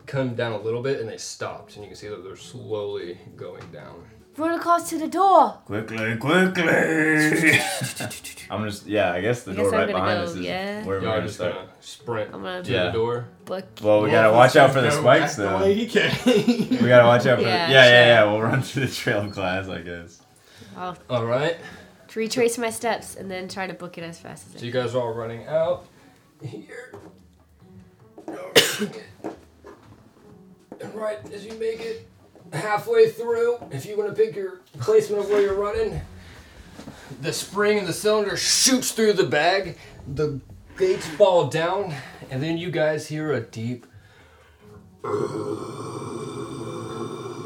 C: Come down a little bit and they stopped, and you can see that they're slowly going down.
J: Run across to the door.
K: Quickly, quickly!
E: I'm just yeah. I guess the
D: I
E: door
D: guess I'm
E: right
D: gonna
E: behind
D: go,
E: us is
D: yeah.
E: where we're
C: Y'all are
E: gonna
C: just
E: start.
C: gonna sprint
D: I'm gonna
C: to
E: Yeah.
C: the door.
D: book.
E: Well, we gotta watch out for the spikes though.
A: way
E: We
A: he came.
E: gotta watch out for
D: Yeah,
E: the, yeah, yeah,
D: sure.
E: yeah. We'll run through the trail of glass, I guess.
D: I'll
C: All right.
D: to retrace my steps and then try to book it as fast as I
C: So you guys are all running out here. and right as you make it halfway through, if you want to pick your placement of where you're running, the spring in the cylinder shoots through the bag, the gates fall down, and then you guys hear a deep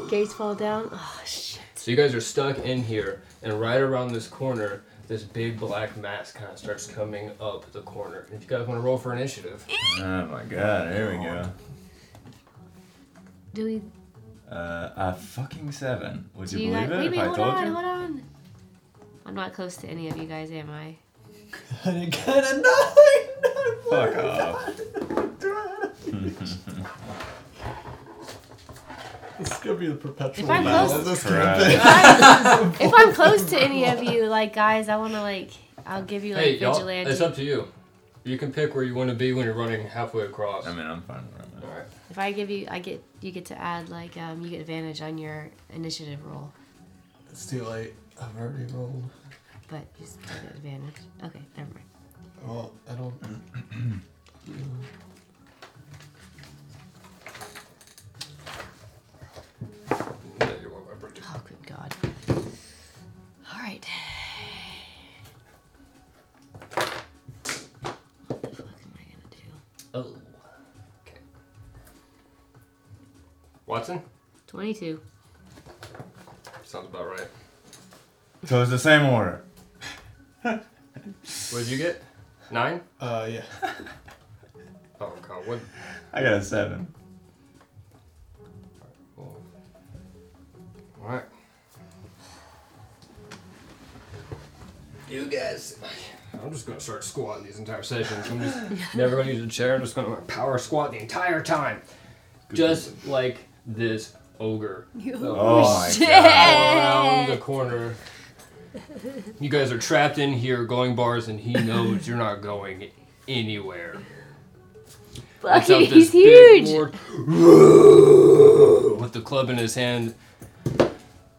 L: Gates fall down. Oh shit.
C: So you guys are stuck in here, and right around this corner, this big black mass kind of starts coming up the corner. If you guys want to roll for initiative,
E: Oh my god, here we go.
D: Do we
E: Uh, a fucking seven. Would you,
D: do you
E: believe
D: guys
E: it
D: wait, wait,
E: if I
D: hold
E: told
D: on,
E: you?
D: hold on. I'm not close to any of you guys, am I?
A: I got a nine.
E: Fuck off.
A: This is gonna be the perpetual
D: I'm
A: battle
D: close-
A: of this
E: Right.
A: campaign.
D: If I'm close to any of you, like guys, I wanna like I'll give you like
C: hey y'all,
D: vigilante.
C: it's up to you. You can pick where you want to be when you're running halfway across.
E: I mean, I'm fine with it.
C: All right.
D: If I give you, I get you get to add like um, you get advantage on your initiative roll,
A: It's too late. I've already rolled.
D: but you still get advantage. Okay, never mind.
A: Well, I don't.
C: Yeah, you want my birthday.
D: Oh, good God. All right. What the fuck am I gonna do?
C: Oh. Okay. Watson?
D: Twenty-two.
C: Sounds about right.
E: So it's the same order.
C: What did you get? Nine?
A: Uh, yeah.
C: Oh, God. What?
E: I got a seven.
C: Oh. All right. You guys. I'm just gonna start squatting these entire sessions. I'm just never gonna use a chair. I'm just gonna power squat the entire time, just like this ogre.
E: Oh, my god.
C: around the corner. You guys are trapped in here going bars, and he knows you're not going anywhere. Looks up
D: Bucky,
C: this
D: he's
C: big
D: huge.
C: lord, With the club in his hand.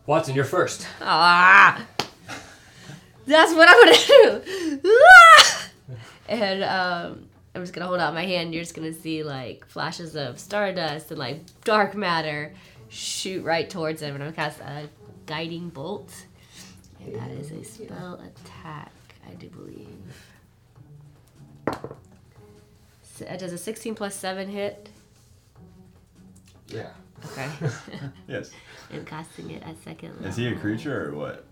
C: Watson, you're first.
D: Ah, that's what I'm gonna do. Ah! and um, I'm just gonna hold out my hand. You're just gonna see like flashes of stardust and like dark matter shoot right towards him, and I'm gonna cast a guiding bolt, and that is a spell attack, I do believe. So it uh, does a 16 plus 7 hit.
C: Yeah.
D: Okay.
E: Yes.
D: I'm casting it at second level.
E: Is he a creature or what?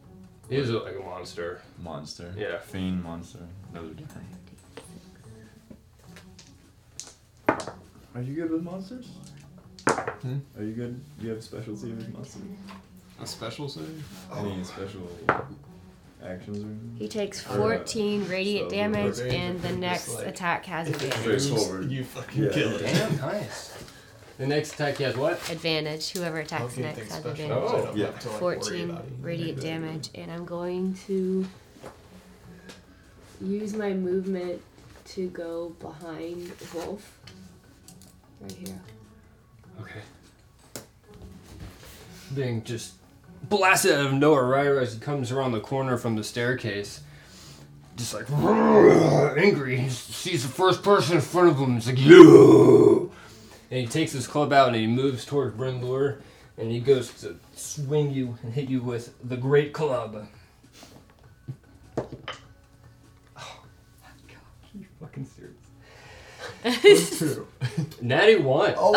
C: He's like a monster.
E: Monster.
C: Yeah.
E: Fiend monster. Those are different. Are you good with monsters?
M: Hmm?
E: Are you good? Do you have a specialty with monsters?
M: A special save?
E: Any special actions or anything?
J: He takes
A: Oh,
E: Alright.
J: 14 radiant
E: So,
J: damage,
A: radiant
J: and the
A: is
J: next
A: like-
J: attack has advantage.
E: Straightforward.
A: You fucking
E: Yeah.
A: killed it.
C: Damn, nice. The next attack he has what?
J: advantage. Whoever
A: I
J: attacks
A: was gonna
J: next
A: think
J: has
A: special.
J: advantage.
A: so I don't
E: Yeah.
A: have to, like, worry
J: 14
A: about it.
J: radiant damage, and I'm going.
L: Going to use my movement to go behind Wolf. Right here.
C: Okay. Being just blasted out of nowhere right as he comes around the corner from the staircase. Just like angry. He sees the first person in front of him. It's like, you! And he takes his club out and he moves towards Brindlor and he goes to swing you and hit you with the great club. Oh, my God. Are you fucking serious?
A: It's true.
C: Natty one.
A: Oh,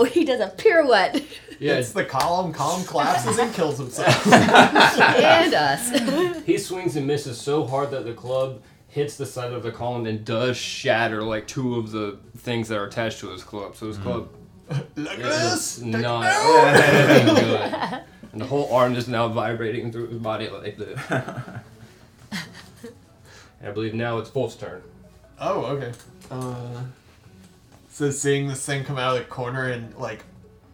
J: Oh, he does a pirouette
C: yeah,
M: It's the column. Column collapses and kills himself.
J: and us.
C: He swings and misses so hard that the club hits the side of the column and does shatter like two of the things that are Mm. attached to his club. So his club
A: Look at
C: is
A: this.
C: not looking good. And the whole arm is now vibrating through his body like this. I believe now it's Wolf's turn.
A: Oh, okay. Uh, so seeing this thing come out of the corner and like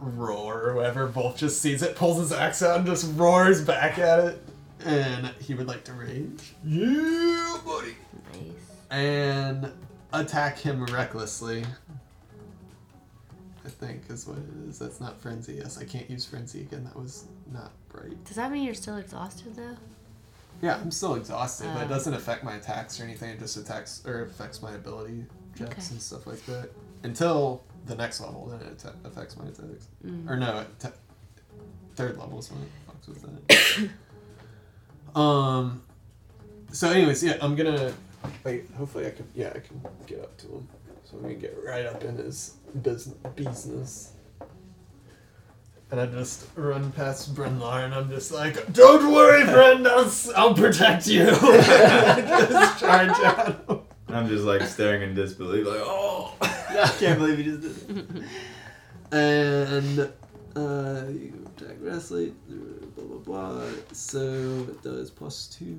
A: roar or whatever, Wolf just sees it, pulls his axe out, and just roars back at it. And he would like to rage. Yeah, buddy.
I: Nice.
A: And attack him recklessly. I think is what it is. That's not frenzy. Yes, I can't use frenzy again. That was not right.
D: Does that mean you're still exhausted though?
A: Yeah, I'm still exhausted, but
D: Oh.
A: it doesn't affect my attacks or anything. It just attacks or affects my ability checks
D: Okay.
A: and stuff like that until the next level. Then it atta- affects my attacks. Or no, it ta- third level is when it fucks with that. um. So, anyways, yeah, I'm gonna wait. Hopefully, I can. Yeah, I can get up to him. So I'm gonna get right up in his business. business. And I just run past Brenlar, and I'm just like, "Don't worry, friend. I'll, s- I'll protect you." just charge at him.
E: I'm just like staring in disbelief, like, oh,
A: I can't believe you just did it. and uh, you attack wrestling, blah blah blah. So it does plus two.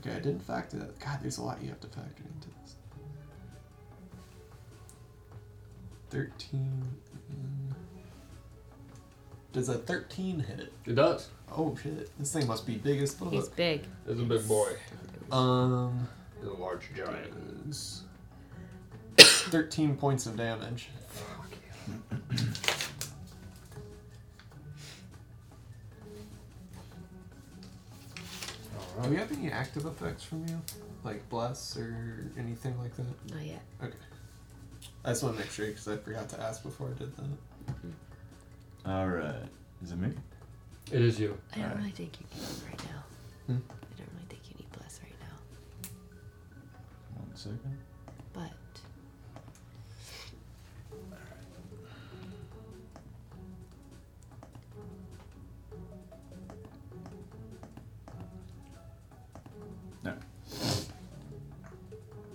A: Okay, I didn't factor that. God, there's a lot you have to factor into this. Thirteen. mm. Does a thirteen hit it?
C: It does.
A: Oh shit! This thing must be big as fuck.
I: He's big.
C: It's a big boy.
A: Um,
C: He's a large giant.
A: is thirteen points of damage. Do we Uh, have any active effects from you? Like bless or anything like that?
I: Not yet.
A: Okay. I just want to make sure because I forgot to ask before I did that.
E: all right. Is it me?
C: It is you.
I: I don't
E: Alright.
I: really think you need him right now.
A: Hmm?
I: I don't really think you need Bless right now.
E: One second.
I: But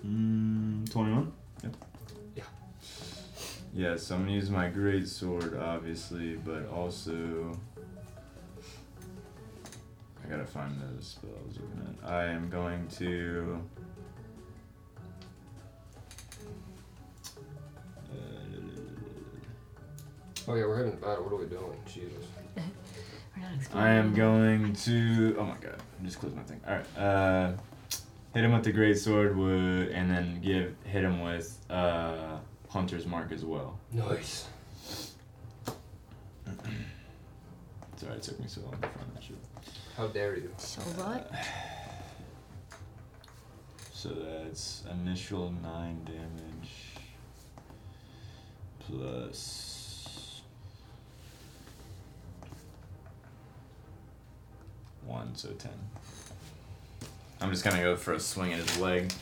E: Mm, 21? Yep.
C: Yeah.
E: Yeah, so I'm gonna use my great sword, obviously, but also. I gotta find the spell I was looking at. I am going to. uh,
C: Oh yeah, we're having a battle. What are we doing? Jesus.
I: we're not expecting.
E: I am going to. Oh my god! I just closed my thing. All right. Uh, hit him with the great sword would, and then give hit him with uh, hunter's mark as well.
C: Nice.
E: Sorry, it took me so long to find that shit.
C: How dare you?
D: So what?
E: So that's initial nine damage plus one, so ten. I'm just gonna go for a swing at his leg.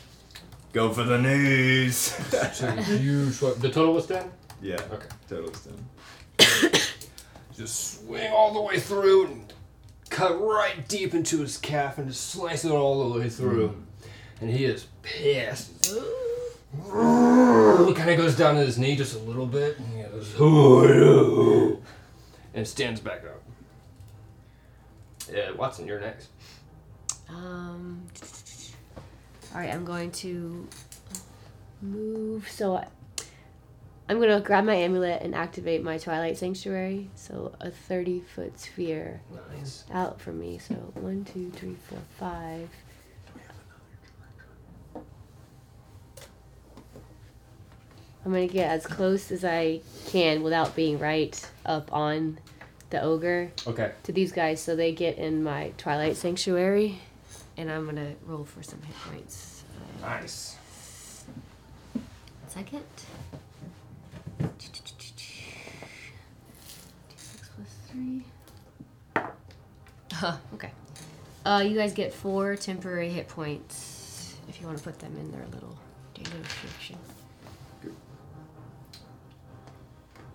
E: Go for the knees.
C: So you swipe. The total was ten.
E: yeah.
C: Okay.
E: Total is ten.
C: Just swing all the way through and cut right deep into his calf and just slice it all the way through. And he is pissed. kind of goes down to his knee just a little bit and he goes, "Ooh, ooh," and stands back up. Yeah, Watson, you're next.
D: Um. All right, I'm going to.
F: Move. So I, I'm going to grab my amulet and activate my Twilight Sanctuary. So a 30 foot sphere
C: Nice.
F: out from me. So one, two, three, four, five. I'm gonna get as close as I can without being right up on the ogre
C: Okay.
F: to these guys so they get in my Twilight Sanctuary.
D: And I'm gonna roll for some hit points.
F: Uh,
C: Nice.
D: Second. D6 plus three. Huh, okay. Uh, you guys get four temporary hit points if you want to put them in their little daily restriction.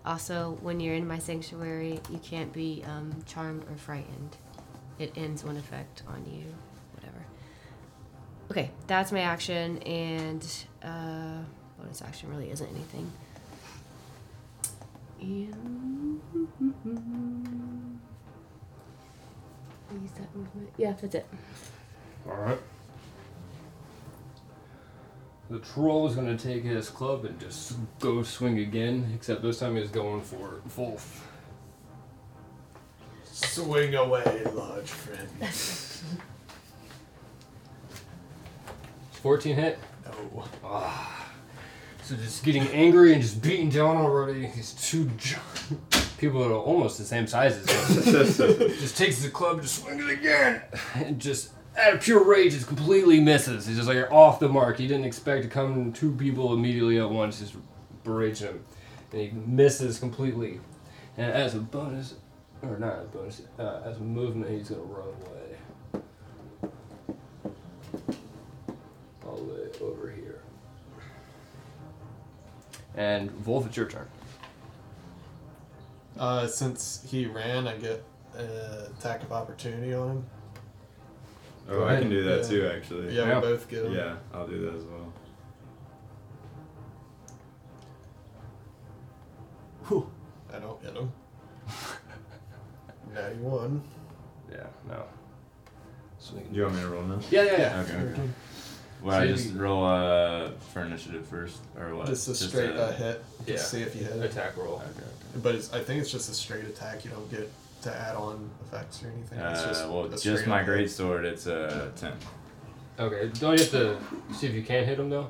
D: Also, when you're in my sanctuary, you can't be um, charmed or frightened. It ends one effect on you, whatever. Okay, that's my action, and uh, bonus action really isn't anything.
F: And- Use that movement. Yeah, that's it.
C: Alright. The troll is going to take his club and just go swing again, except this time he's going for Wolf.
A: Swing away, large friend.
C: 14 hit. Ah.
A: No.
C: So just getting angry and just beaten down already. These two gi- people that are almost the same size as him. just takes the club, just swings it again, and just out of pure rage, just completely misses. He's just like off the mark. He didn't expect to come two people immediately at once. Just berate him, and he misses completely. And as a bonus, or not as a bonus, uh, as a movement, he's gonna run away. All the way over here. And Wolf, it's your turn.
A: Uh, since he ran, I get uh, attack of opportunity on him.
E: Oh, I can do that too, actually.
A: Yeah,
C: Yeah.
A: we both get him.
E: Yeah, I'll do that as well.
A: I don't get him. now you won.
C: Yeah, no. So we can-
E: Do you want me to roll now?
C: yeah, yeah, yeah.
E: Okay. okay. Well, I just roll uh, for initiative first, or what?
A: Just a straight
E: uh,
A: uh, hit.
C: Yeah.
A: Just see if you hit it.
C: Attack roll.
E: Okay. okay.
A: But it's, I think it's just a straight attack. You don't get to add on effects or anything. It's
E: Uh,
A: just
E: well,
A: a
E: just
A: straight
E: my
A: up
E: great sword. It's a ten.
C: Okay, don't you have to see if you can hit him though?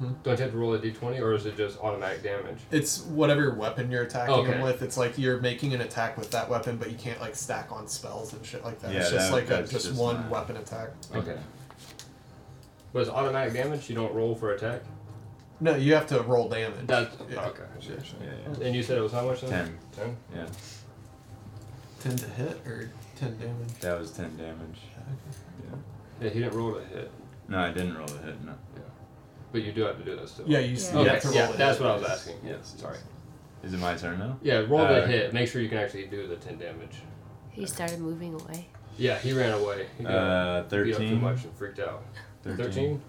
A: Hmm?
C: Don't you have to roll a d20 or is it just automatic damage?
A: It's whatever weapon you're attacking
C: Okay.
A: him with. It's like you're making an attack with that weapon, but you can't like stack on spells and shit like that.
E: Yeah,
A: it's just
E: that-
A: like a,
E: that's
A: just,
E: just
A: one
E: mine.
A: weapon attack.
C: Okay. But it's automatic damage, you don't roll for attack?
A: No, you have to roll damage.
C: That's
A: Yeah.
C: okay.
E: Yeah, yeah.
A: Oh,
C: And you said it was how much then?
E: Ten.
C: 10?
E: Yeah,
A: ten to hit or ten damage.
E: that was ten damage.
C: Yeah, he didn't roll to hit,
E: No, I didn't roll the hit. No.
C: but you do have to do this still.
A: Yeah, you, s- you
C: Okay,
A: have to roll.
C: yeah,
A: it.
C: that's what I was asking. Yeah,
E: Yes, yes.
C: sorry.
E: Is it my turn now?
C: Yeah, roll the
E: Uh,
C: hit. Make sure you can actually do the 10 damage.
D: He started moving away.
C: Yeah, he ran away. He got
E: Uh,
C: beat up too
E: 13.
C: much and freaked out. 13?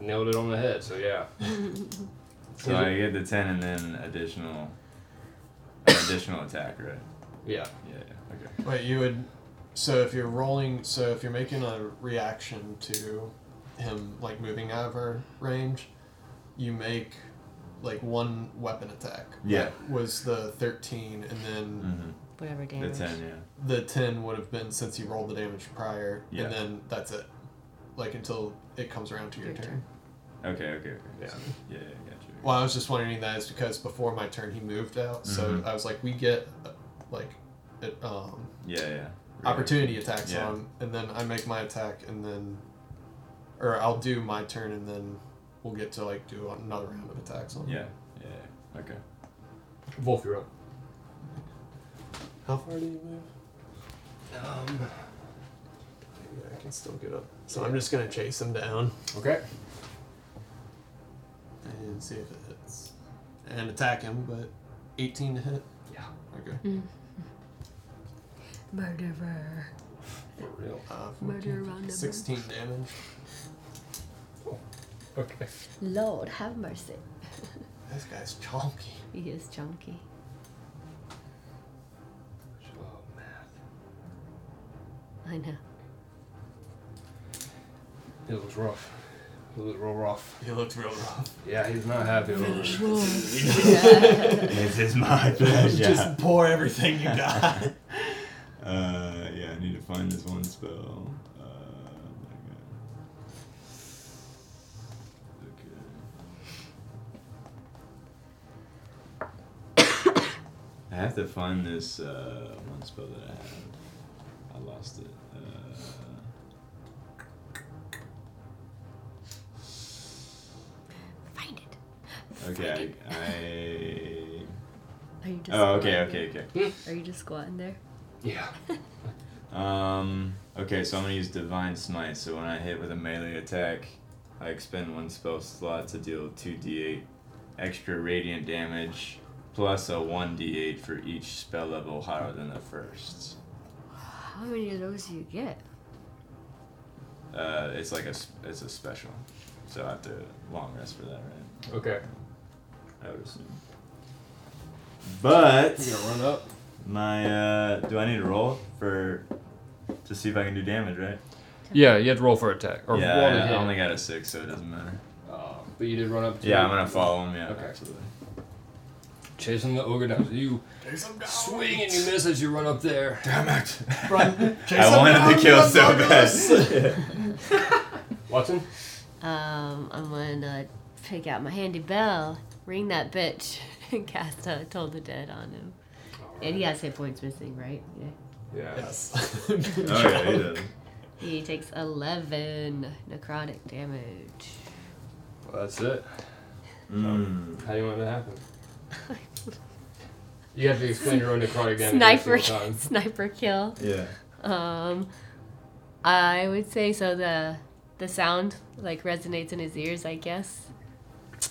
C: Nailed it on the head, so yeah.
E: So I get the ten and then additional, an additional attack, right?
C: Yeah.
E: Yeah. yeah. Okay.
A: Wait, you would. So if you're rolling, so if you're making a reaction to him like moving out of her range, you make like one weapon attack.
E: Yeah.
A: That was the thirteen, and then.
E: Mm-hmm.
D: Whatever
E: The
D: damage.
E: ten. Yeah.
A: the 10 would have been since you rolled the damage prior,
E: Yeah.
A: and then that's it. Like until it comes around to your,
D: Your
A: turn.
D: turn.
E: Okay. Okay. okay.
C: Yeah.
E: Yeah. yeah got you.
A: Well, I was just wondering that is because before my turn he moved out, so
E: Mhm.
A: I was like, we get uh, like it, um,
E: Yeah. Yeah.
A: opportunity attacks
E: Yeah.
A: on, him, and then I make my attack, and then, or I'll do my turn, and then we'll get to like do another round of attacks on. him.
E: Yeah. Yeah. Okay.
C: Wolf, you're up.
A: How far do you move?
C: Um,
A: Maybe I can still get up. So I'm just gonna chase him down.
C: okay.
A: and see if it hits. And attack him, but 18 to hit?
C: Yeah.
A: Okay.
D: Murderer.
C: For real.
A: Uh,
D: Murder around the
A: 16 damage.
C: Okay.
D: Lord, have mercy.
A: This guy's chunky.
D: He is chunky.
C: Oh, math.
D: I know.
C: It was rough. It was real rough.
A: He looked real rough.
C: Yeah, he's not happy over it.
E: This is my pleasure.
A: Just pour everything you got.
E: Uh, yeah, I need to find this one spell. Uh, okay. Okay. I have to find this uh, one spell that I had. I lost it. Uh,
D: Find it.
E: Uh, okay, I.
D: Are you just
E: I oh, okay,
D: squatting
E: okay, okay.
D: there? Are you just squatting there?
C: Yeah.
E: Um. Okay, so I'm gonna use Divine Smite. So when I hit with a melee attack, I expend one spell slot to deal two d8 extra radiant damage, plus a one d8 for each spell level higher than the first.
D: How many of those do you get?
E: Uh, it's like a s- it's a special, so I have to long rest for that, right?
C: Okay.
E: I would assume. But
G: You gonna run up?
E: my uh, do I need to roll for to see if I can do damage, right?
C: Yeah, you have to roll for attack. Or
E: yeah,
C: roll
E: I,
C: to hit.
E: I only got a six, so it doesn't matter.
C: Uh, but you did run up to
E: Yeah, I'm gonna follow him. Yeah,
C: Okay.
E: absolutely.
C: Chasing the ogre down. So you
A: Chase him down.
C: swing and you miss as you run up there.
E: Damn it!
A: Run. Chase
E: I
A: him
E: wanted to
A: down,
E: kill
A: run,
E: so
A: run, run.
E: bad.
C: Watson?
D: Um, I'm gonna pick out my handy bell, ring that bitch, and cast uh, Told the Dead on him. And he has hit points missing, right? Yeah.
C: Yeah.
G: Yes.
E: oh yeah, he does.
D: He takes 11 necrotic damage.
C: Well, that's it.
E: Mm.
C: How do you want it to happen? You have to explain your own necrotic damage.
D: Sniper,
C: every single time.
D: sniper kill.
E: Yeah.
D: Um, I would say so. The the sound like resonates in his ears, I guess.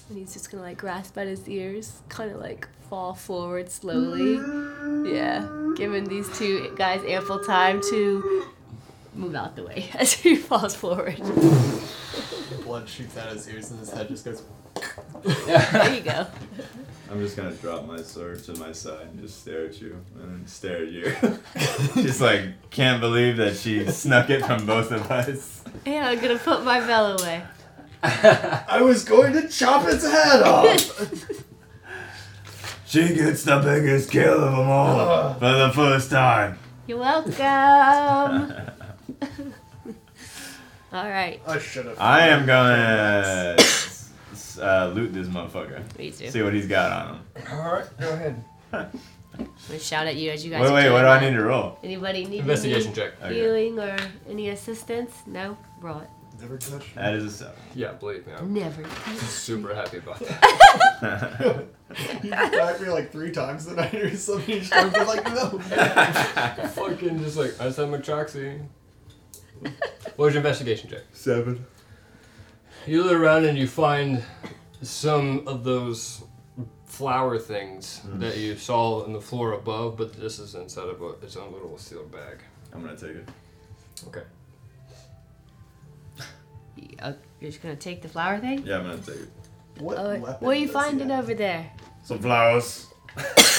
D: And he's just gonna like grasp at his ears, kind of like fall forward slowly. Yeah, giving these two guys ample time to move out the way as he falls forward.
G: Blood shoots out his ears and his head just goes.
D: There you go.
E: I'm just gonna drop my sword to my side and just stare at you and then stare at you. She's like, can't believe that she snuck it from both of us.
D: And I'm gonna put my bell away.
A: I was going to chop its head off.
E: She gets the biggest kill of them all for the first time.
D: You're welcome. All right,
A: I should have.
E: I am gonna s- uh, loot this motherfucker.
D: please do.
E: See what he's got on him.
C: Alright, go ahead.
D: I'm gonna shout at you as you guys.
E: Wait,
D: are
E: wait,
D: doing
E: what do
D: that.
E: I need to roll?
D: Anybody need
C: Investigation
D: any
C: check.
E: Okay.
D: healing or any assistance? No, roll it.
A: Never touched.
E: That is a seven.
C: Yeah, believe me, I'm
D: Never.
C: super happy about that.
G: You died for like three times tonight or something. You just don't be like, no.
C: Fucking just like, I said McTroxy. What was your investigation check?
E: Seven.
C: You look around and you find some of those flower things that you saw in the floor above, but this is inside of a, its own little sealed bag.
E: I'm gonna take it.
C: Okay.
D: You- uh, You're just gonna take the flower thing.
E: Yeah, I'm gonna take it.
G: What
D: Oh,
G: weapon
D: what are you
G: does he
D: finding
G: have?
D: over there?
E: Some flowers.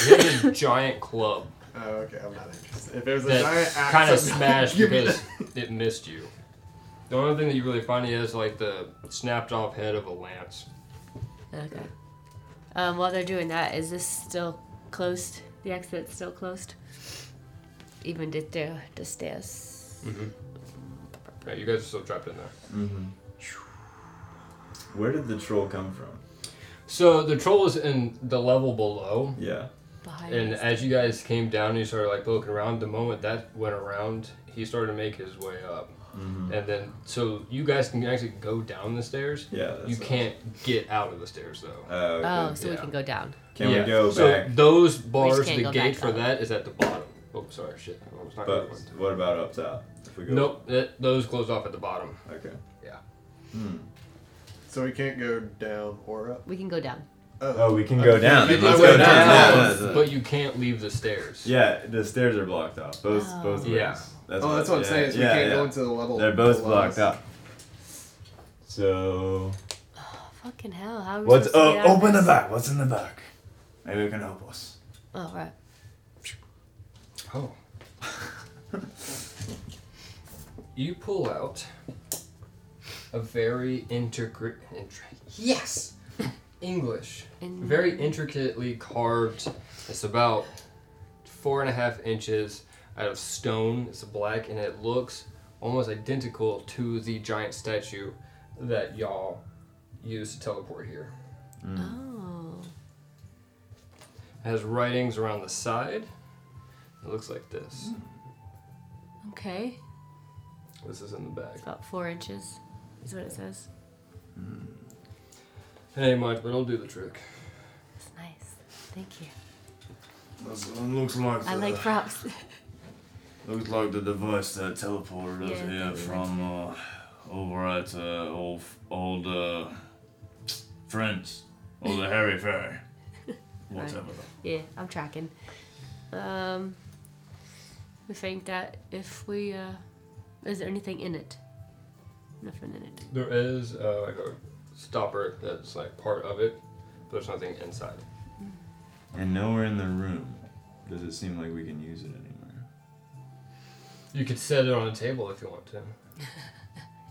C: You have a giant club
G: Oh, okay, I'm not interested. If it was a
C: that
G: giant axe,
C: kind
G: I'm
C: of
G: not-
C: smashed
G: give me
C: because it missed you. The only thing that you really find is like the snapped off head of a lance.
D: Okay. Um, while they're doing that, is this still closed? The exit's still closed. Even did the the stairs.
C: Right, you guys are still trapped in there.
E: Where did the troll come from?
C: So the troll is in the level below.
E: Yeah.
D: Behind
C: And
D: us.
C: as you guys came down and you started like looking around, the moment that went around, he started to make his way up.
E: Mm-hmm.
C: And then, so you guys can actually go down the stairs.
E: Yeah. That's
C: you
E: what-
C: can't get out of the stairs though.
E: Oh, okay.
D: Oh, so we
C: yeah.
D: can go down.
E: Can
C: Yeah.
E: we go
C: so
E: back?
C: those bars,
D: can't
C: the
D: go
C: gate
D: back
C: for
D: up.
C: that is at the bottom. Oh, sorry, shit. I was not
E: But
C: going to-
E: what about up top? If we go
C: Nope, that, those close off at the bottom.
E: Okay.
C: Yeah.
A: So we can't go down or up.
D: We can go down.
E: Oh, we can go down.
C: You
E: then.
C: can
E: Let's
C: go
E: go down.
C: down,
E: Yeah, that's it.
C: But you can't leave the stairs.
E: Yeah, the stairs are blocked off. Both,
D: Oh.
E: both ways.
C: Yeah.
E: That's
A: Oh, that's what I'm
E: yeah,
A: saying. Is we
E: yeah,
A: can't
E: yeah.
A: go into the level.
E: They're both
A: below us.
E: blocked up. So
D: Fucking hell! How are we
E: what's
D: supposed to
E: oh,
D: get out of
E: open the
D: this?
E: back? What's in the back? Maybe it can help us.
D: Oh right.
C: Oh. you pull out a very intricate. Intri- yes! English.
D: In-
C: Very intricately carved. It's about four and a half inches out of stone. It's black and it looks almost identical to the giant statue that y'all used to teleport here.
D: Oh.
C: It has writings around the side. It looks like this.
D: Okay.
C: This is in the bag.
D: About four inches, is what it says.
C: Hey, much, but it'll do the trick.
D: It's nice. Thank you.
B: That's, it looks like
D: I
B: the,
D: like props.
B: looks like the device that teleported us
D: Yeah,
B: here
D: that
B: from uh, over at uh, old old uh, friends, old Harry Ferry, whatever.
D: yeah, I'm tracking. Um, we think that if we, uh, is there anything in it? Nothing in it.
C: There is uh, like a stopper that's like part of it, but there's nothing inside.
E: And nowhere in the room does it seem like we can use it anywhere.
C: You could set it on a table if you want to.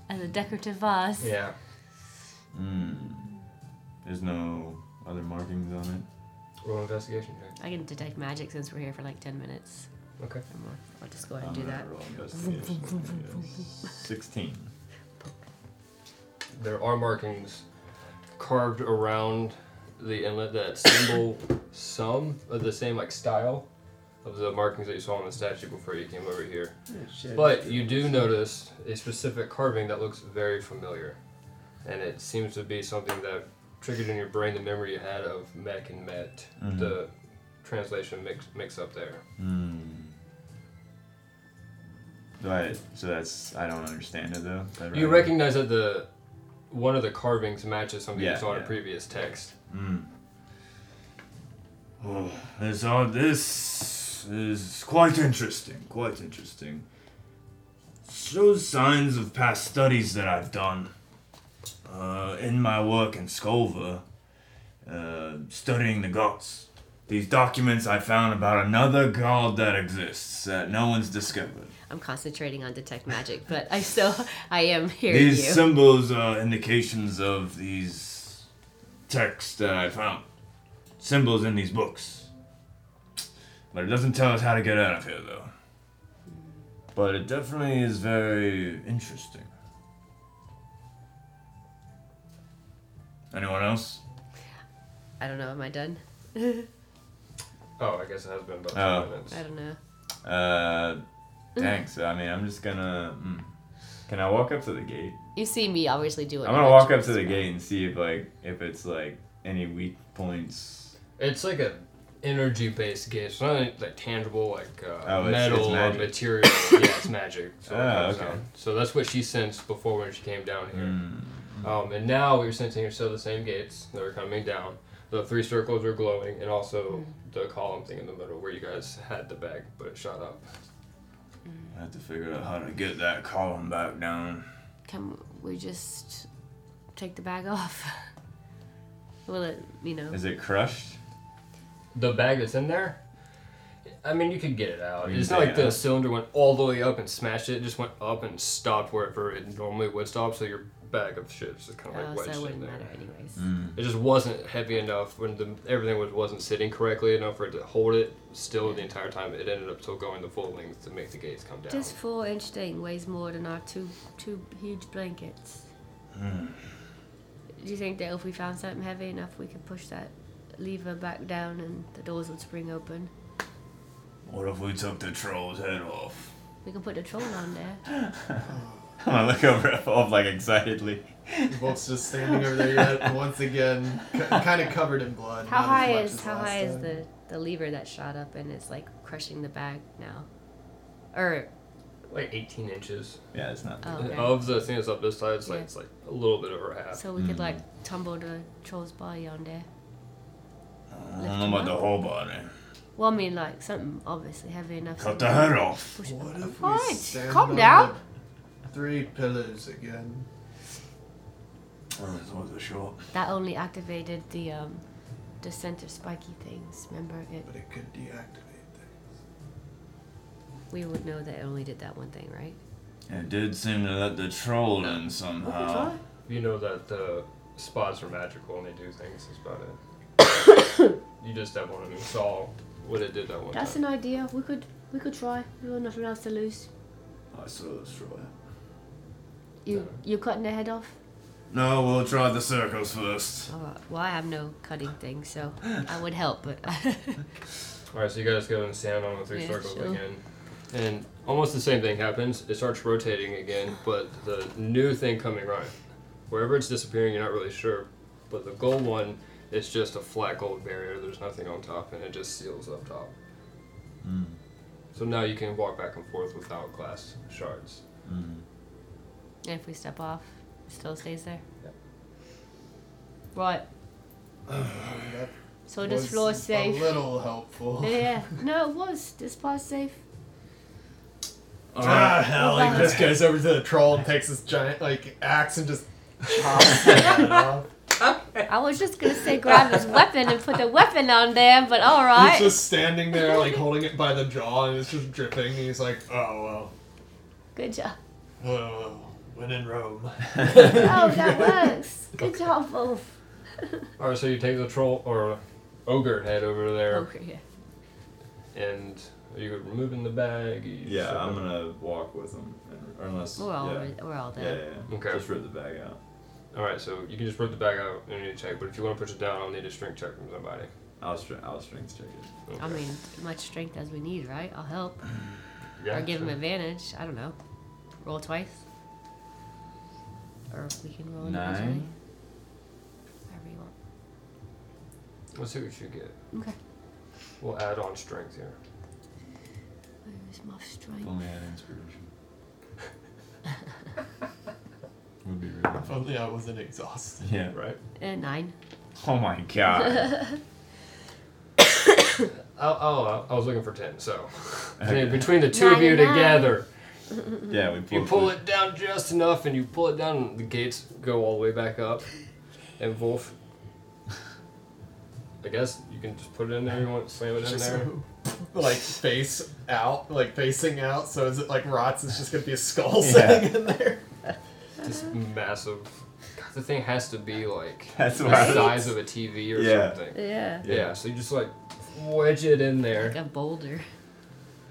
D: As a decorative vase.
C: Yeah.
E: Hmm. There's no other markings on it.
C: Roll an investigation check.
D: I can detect magic since we're here for like 10 minutes
C: Okay.
D: or more. I'll just go ahead
E: I'm
D: and do
E: gonna
D: that.
E: roll investigation, I guess. Sixteen.
C: There are markings carved around the inlet that symbol some of the same like style of the markings that you saw on the statue before you came over here.
A: Oh,
C: But you do notice a specific carving that looks very familiar, and it seems to be something that triggered in your brain the memory you had of Mech and Met,
E: Mhm.
C: the translation mix mix up there.
E: Hmm. Do I? So that's I don't understand it though. Is that
C: You
E: right?
C: recognize that the one of the carvings matches something
E: Yeah,
C: you saw in
E: yeah.
C: a previous text.
E: Hmm.
B: Oh, this all this is quite interesting. Quite interesting. Shows signs of past studies that I've done uh, in my work in Skolva, uh, studying the gods. These documents I found about another god that exists that no one's discovered.
D: I'm concentrating on detect magic, but I still, I am hearing
B: These
D: you.
B: symbols are indications of these texts that I found. Symbols in these books. But it doesn't tell us how to get out of here, though. But it definitely is very interesting. Anyone else?
D: I don't know, am I done?
C: Oh, I guess it has been about ten
E: Oh.
C: minutes.
D: I don't know.
E: Uh, thanks. I mean, I'm just gonna. Mm. Can I walk up to the gate?
D: You see me obviously do it.
E: I'm gonna walk up to the gate and see if like if it's like any weak points.
C: It's like a energy based gate. It's not like, like tangible, like uh,
E: Oh, it's-
C: metal
E: it's magic.
C: or material. yeah, it's magic. So, it
E: Ah,
C: comes
E: okay.
C: down. so that's what she sensed before when she came down here.
E: Hmm.
C: Um, and now you're sensing are still the same gates that are coming down. The three circles are glowing, and also the column thing in the middle where you guys had the bag, but it shot up.
B: I have to figure out how to get that column back down.
D: Can we just take the bag off? Will it, you know?
E: Is it crushed?
C: The bag that's in there. I mean, you could get it out.
E: You can
C: It's not
E: take
C: like
E: it
C: the
E: out.
C: cylinder went all the way up and smashed it. It just went up and stopped wherever it normally would stop. So your bag of shit's just kind of
D: Oh,
C: like
D: so
C: wedged
D: it
C: in
D: wouldn't
C: there.
D: matter anyways.
E: Mm.
C: It just wasn't heavy enough when the, everything was, wasn't sitting correctly enough for it to hold it still the entire time. It ended up still going the full length to make the gates come down.
D: This four inch thing weighs more than our two two huge blankets.
A: Hmm.
D: Do you think that if we found something heavy enough, we could push that lever back down and the doors would spring open?
B: What if we took the troll's head off?
D: We can put the troll on there.
E: I'm gonna look over at Wolf like excitedly.
A: Wolf's just standing over there yet, once again, kind of covered in blood.
D: How
A: not as
D: high
A: much
D: is
A: as
D: how
A: last
D: high is
A: time.
D: the the lever that shot up and it's like crushing the bag now? Or
C: like 18 inches.
E: Yeah, it's not.
A: Uh,
D: oh, okay.
C: Of the thing that's up this side, it's like,
D: Yeah.
C: it's like a little bit over half.
D: so we could like
A: Hmm.
D: tumble the troll's body on there.
B: I don't know about the whole body.
D: Well, I mean like something obviously heavy enough. so
B: Cut
D: we
B: the
D: can
B: head off.
D: push it
A: What
D: up.
A: if we
D: Alright,
A: stand
D: calm
A: on
D: down.
A: the Three pillars again.
B: Oh, that was a shot.
D: That only activated the um, the center spiky things. Remember it?
A: But it could deactivate them.
D: We would know that it only did that one thing, right?
B: It did seem to let the troll in
A: Oh,
B: somehow.
C: You know that the spots are magical and they do things. That's about it. you just that one and saw what it did that one
D: That's
C: time.
D: an idea. We could we could try. We got nothing else to lose.
B: I saw this troll.
D: You
C: No.
D: you cutting their head off?
B: No, we'll try the circles first.
D: Alright. Well, I have no cutting thing, so I would help, but
C: All right, so you guys go and stand on the three
D: Yeah,
C: circles
D: sure.
C: again, and almost the same thing happens. It starts rotating again, but the new thing coming right, wherever it's disappearing, you're not really sure. But the gold one, it's just a flat gold barrier. There's nothing on top, and it just seals up top. So now you can walk back and forth without glass shards.
D: And if we step off, it still stays there.
C: Yep.
D: Right.
A: that
D: so this
A: Was
D: floor's safe.
A: A little helpful.
D: Yeah, yeah. No, it was. This part's safe.
A: Ah, hell, he just goes over to the troll and takes this giant like axe and just chops it off.
N: I was just gonna say grab his weapon and put the weapon on there, but all right.
A: He's just standing there, like holding it by the jaw, and it's just dripping. And he's like, "Oh
N: Good job.
A: well, oh, when in Rome."
N: Oh, that works. Good job, Wolf.
C: All right, Oh, so you take the troll or ogre head over there,
D: yeah.
C: and are you removing the bag? You
E: Yeah,
C: set
E: I'm
C: it-
E: gonna walk with him, and- or unless
D: We're all,
E: yeah.
D: we're all
E: Yeah,
D: there.
E: yeah, yeah.
C: Okay.
E: Just rip the bag out.
C: All right, so you can just rip the bag out and need a check, but if you want to push it down, I'll need a strength check from somebody.
E: I'll str- I'll strength check it.
C: Okay.
D: I mean, much strength as we need, right? I'll help.
C: Yeah,
D: or give him
C: sure.
D: advantage. I don't know. Roll twice. Or we can roll
E: Nine.
D: individually. Whatever you want.
C: Let's see what you get.
D: Okay.
C: We'll add on strength here.
D: Where's my
E: If
D: strength?
E: only I had inspiration. Would be really.
A: If only I wasn't exhausted.
E: Yeah.
C: Right.
D: Uh, nine.
E: Oh my god.
C: Oh, oh, I was looking for ten. So
E: Okay.
C: between the two of
D: Nine
C: you
D: and nine.
C: together,
E: yeah, we pull.
C: you pull it down just enough, and you pull it down, and the gates go all the way back up. And Wolf, I guess you can just put it in there. You want slam it in
A: Just,
C: there?
A: like face out, like facing out. So as it like rots, it's just gonna be a skull sitting in there.
C: This massive. God, the thing has to be like
E: That's
C: the
E: what I
C: size of a TV or
E: Yeah.
C: something.
D: Yeah.
E: Yeah.
C: Yeah. So you just like wedge it in there.
D: Like a boulder.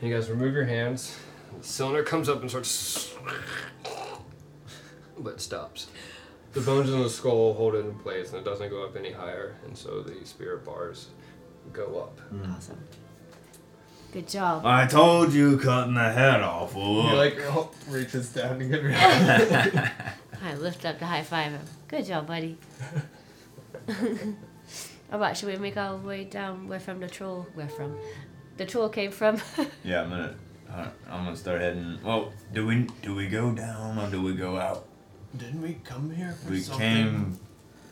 C: And you guys remove your hands. The cylinder comes up and starts. but stops. The bones in the skull hold it in place and it doesn't go up any higher, and so the spirit bars go up.
D: Awesome. Good job.
B: I told you cutting the head off will
A: He
B: look
A: like oh, reaches down and get rid of it.
D: I lift up to high five him. Good job, buddy. All right, should we make our way down? Where from the troll? Where from? The troll came from.
E: Yeah, I'm gonna. Uh, I'm gonna start heading. Well, do we do we go down or do we go out?
A: Didn't we come here for
E: We
A: something?
E: came.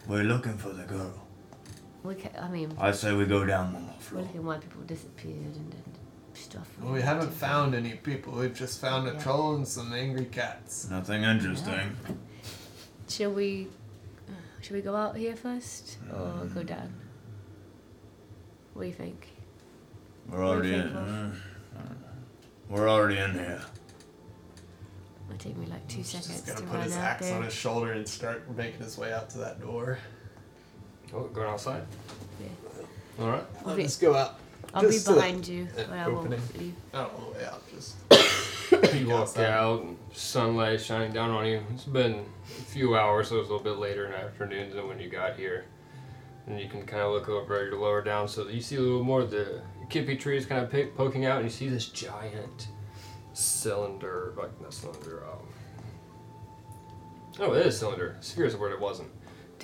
E: We're looking for the girl.
D: we ca- I mean,
E: I say we go down one more
D: we're
E: floor.
D: looking why people disappeared and, and stuff.
A: Well, we haven't found any people. We've just found a troll and some angry cats.
E: Nothing interesting.
D: Should we? Should we go out here first or
A: Um,
D: go down? What do you think?
E: We're already in.
D: think, Wolf?
E: uh, I don't know. we're already in here.
D: It'll take me like two seconds
A: Just
D: to
A: gonna
D: run
A: put his
D: out
A: axe
D: there.
A: on his shoulder and start making his way out to that door.
C: Oh, going outside?
D: Yeah.
C: Alright.
D: I'll be,
A: Let's go out.
D: I'll be
A: just to-
D: behind you, but I won't
A: opening.
D: leave.
A: Not all the way out, just.
C: You walk out, and sunlight shining down on you. It's been a few hours, so it's a little bit later in the afternoon than when you got here. And you can kind of look over at your lower down, so that you see a little more of the kippy trees kind of pick, poking out, and you see this giant cylinder, like not cylinder. Um, oh, it is cylinder. Sphere is the word. It wasn't.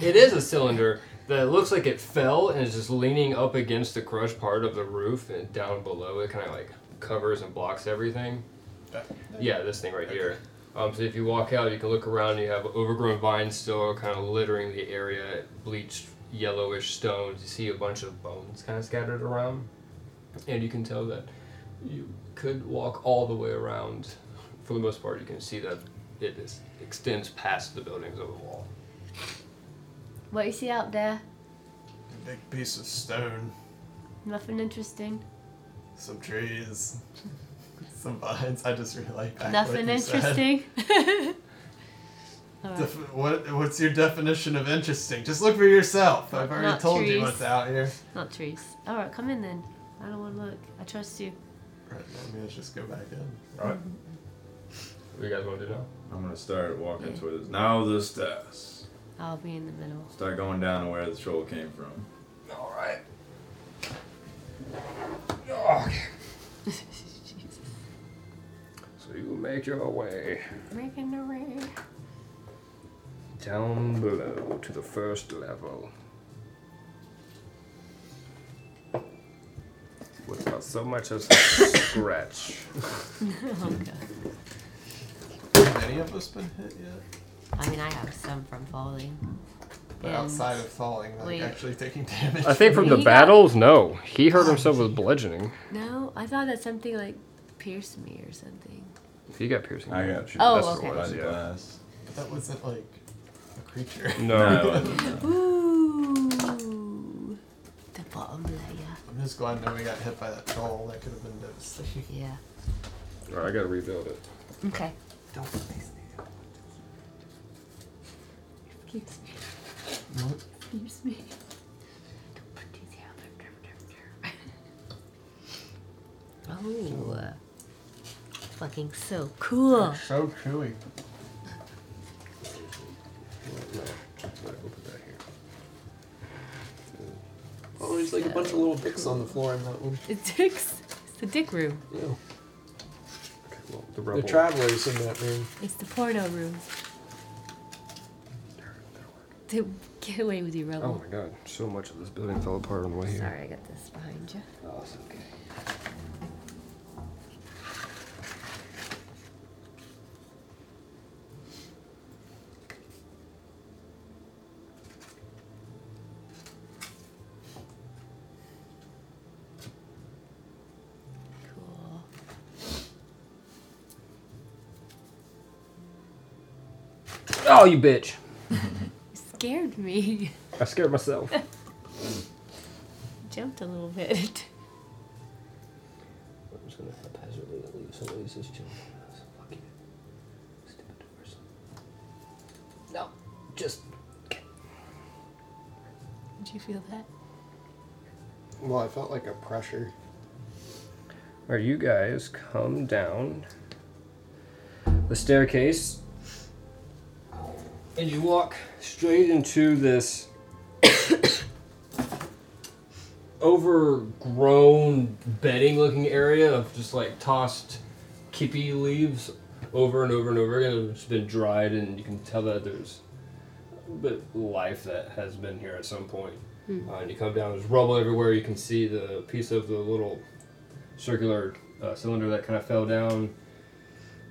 C: It is a cylinder that looks like it fell and is just leaning up against the crushed part of the roof and down below. It kind of like covers and blocks everything. Yeah, this thing right here. Um, so if you walk out, you can look around. and You have overgrown vines still kind of littering the area, bleached yellowish stones. You see a bunch of bones kind of scattered around, and you can tell that you could walk all the way around. For the most part, you can see that it is, extends past the buildings of the wall.
N: What you see out there?
A: Big piece of stone,
N: Nothing interesting.
A: some trees, some vines. I just relate back.
N: Nothing
A: what you Said.
N: interesting. All right.
A: Def- what, what's your definition of interesting? Just look for yourself. I've already
N: Not
A: told you
N: trees.
A: what's out here.
N: Not trees. All right, come in then. I don't want to look. I trust you.
A: Right, I mean, let's just go back in.
C: What do you guys want to do now?
E: I'm gonna start walking
D: Yeah.
E: towards now the stairs.
D: I'll be in the middle.
E: Start going down to where the troll came from.
C: All right. So you make your way
N: Making the rain.
C: down below to the first level. Without so much as a scratch.
D: Oh,
A: Have any of us been hit yet?
D: I mean, I have some from falling.
A: But
D: And-
A: outside of falling, like
D: wait.
A: actually taking damage.
C: I think from the
D: He got-
C: battles, no. He hurt himself with bludgeoning.
D: No, I thought that something like pierced me or something.
C: He got piercing.
E: I got you.
D: Oh,
C: That's
D: okay.
C: what it
E: By
C: was,
E: the
C: yeah.
E: glass.
A: But that wasn't like a creature.
C: No.
E: No, it wasn't.
D: Ooh.
A: just glad that we got hit by that troll. That could have been devastating.
I: Yeah.
C: All right, I gotta rebuild it.
I: Okay.
A: Don't face
I: Excuse me.
A: What?
I: Excuse me. Don't put these out. Oh. uh, Fucking so cool.
A: So chewy.
C: No, no, we'll put that here. Oh, there's like a bunch of little dicks on the floor in that one.
I: It's dicks. It's the dick room.
G: Yeah.
C: Okay, well, the
G: The
C: rubble.
G: travelers in that room.
I: It's the porno room.
C: There, that'll work.
I: To get away with you,
C: Oh
I: rebel.
C: my god, so much of this building fell apart on the way here.
I: Sorry, I got this behind you.
C: Oh, it's okay.
I: Cool.
C: Oh, you bitch!
I: You scared me.
C: I scared myself.
I: Jumped a little bit.
C: I'm just gonna haphazardly leave some of these just chilling. That's fucking stupid doors. No, just
I: Did you feel that?
G: Well, I felt like a pressure.
C: All right, you guys come down the staircase and you walk straight into this overgrown bedding looking area of just like tossed kippy leaves over and over and over again. It's been dried, and you can tell that there's a bit of life that has been here at some point. Uh, and you come down, there's rubble everywhere. You can see the piece of the little circular uh, cylinder that kind of fell down.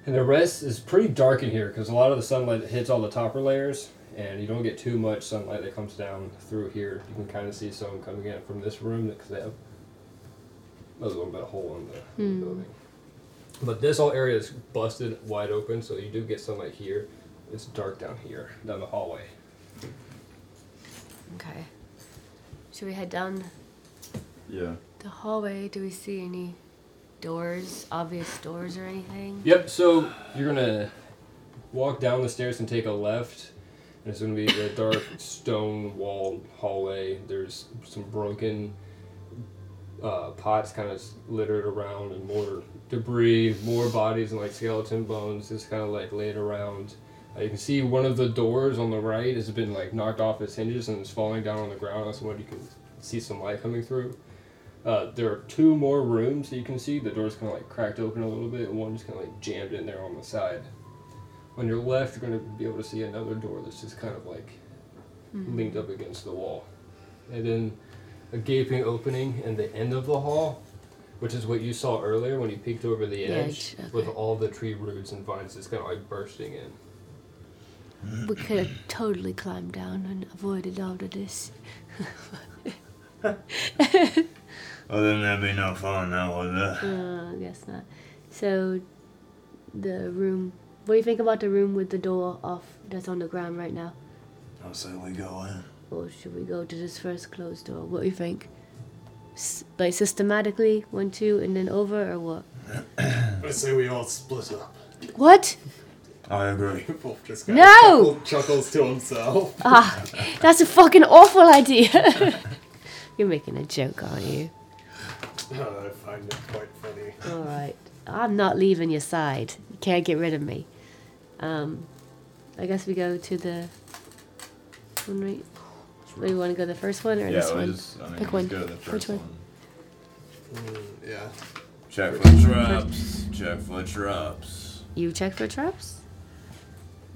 C: And the rest is pretty dark in here because a lot of the sunlight hits all the topper layers, and you don't get too much sunlight that comes down through here. You can kind of see some coming in from this room because they have a little bit of hole in the in the building. But this whole area is busted wide open, so you do get sunlight here. It's dark down here, down the hallway.
D: Okay. Should we head down
E: Yeah.
D: the hallway? Do we see any doors, obvious doors or anything?
C: Yep. So you're gonna walk down the stairs and take a left, and it's gonna be the dark stone walled hallway. There's some broken uh, pots kind of littered around, and more debris, more bodies, and like skeleton bones just kind of like laid around. Uh, you can see one of the doors on the right has been like knocked off its hinges and it's falling down on the ground. That's when you can see some light coming through. Uh, there are two more rooms that you can see. The door's kind of like cracked open a little bit, and one's kind of like jammed in there on the side. On your left, you're going to be able to see another door that's just kind of like
F: Mm-hmm.
C: leaned up against the wall. And then a gaping opening in the end of the hall, which is what you saw earlier when you peeked over the
D: The
C: edge,
D: edge,
C: with
D: okay.
C: all the tree roots and vines just kind of like bursting in.
D: We could have totally climbed down and avoided all of this.
B: Well, then there'd be no fun now, would there?
F: Uh, I guess not. So, the room. What do you think about the room with the door off that's on the ground right now?
B: I'll say we go in.
F: Or should we go to this first closed door? What do you think? S- like systematically, one, two, and then over, or what?
A: I say we all split up.
F: What?
B: I agree.
A: Wolf just kind
F: No!
A: of chuckle, chuckles to himself.
F: Ah, that's a fucking awful idea. You're making a joke, aren't you?
A: Oh, I find it quite funny.
F: All right. I'm not leaving your side. You can't get rid of me. Um, I guess we go to the. One right. Do you want to go the first one or
E: Yeah,
F: this
E: we'll
F: one?
E: just, I mean,
F: Pick
E: Pick
F: one.
E: go to the
F: Which
E: first
F: one?
E: one.
A: Mm, yeah.
E: Check for traps. Check for traps.
F: You check for traps?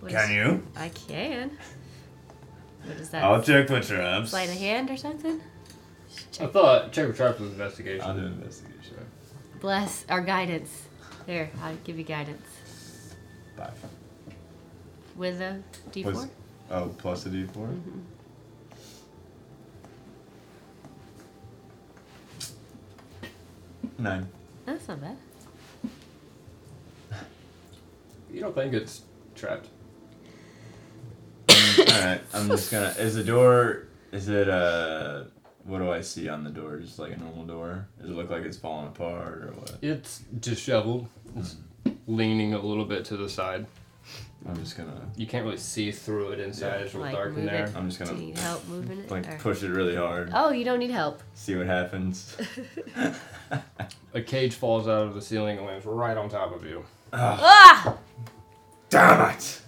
D: What
B: Can
D: is-
B: you?
D: I can. What is that?
E: Oh,
B: I'll check for traps.
D: Sleight of hand or something?
C: I thought check for traps was investigation.
E: I'll do investigation.
D: Bless our guidance. There, I'll give you guidance.
E: Five.
D: With a D4?
E: Was- Oh, plus a d4? Nine.
D: That's not bad.
C: you don't think it's trapped?
E: Alright, I'm just gonna. Is the door. Is it, uh. what do I see on the door? Just like a normal door? Does it look like it's falling apart or what?
C: It's disheveled. It's leaning a little bit to the side.
E: I'm just gonna
C: You can't really see through it inside. It's real
D: Like,
C: dark in
D: move
C: there.
D: it.
E: I'm just
D: Do
E: gonna
D: you need help moving it? or-
E: like push it really hard,
D: Oh, you don't need help.
E: see what happens.
C: A cage falls out of the ceiling and lands right on top of you.
D: Ah!
E: Damn it!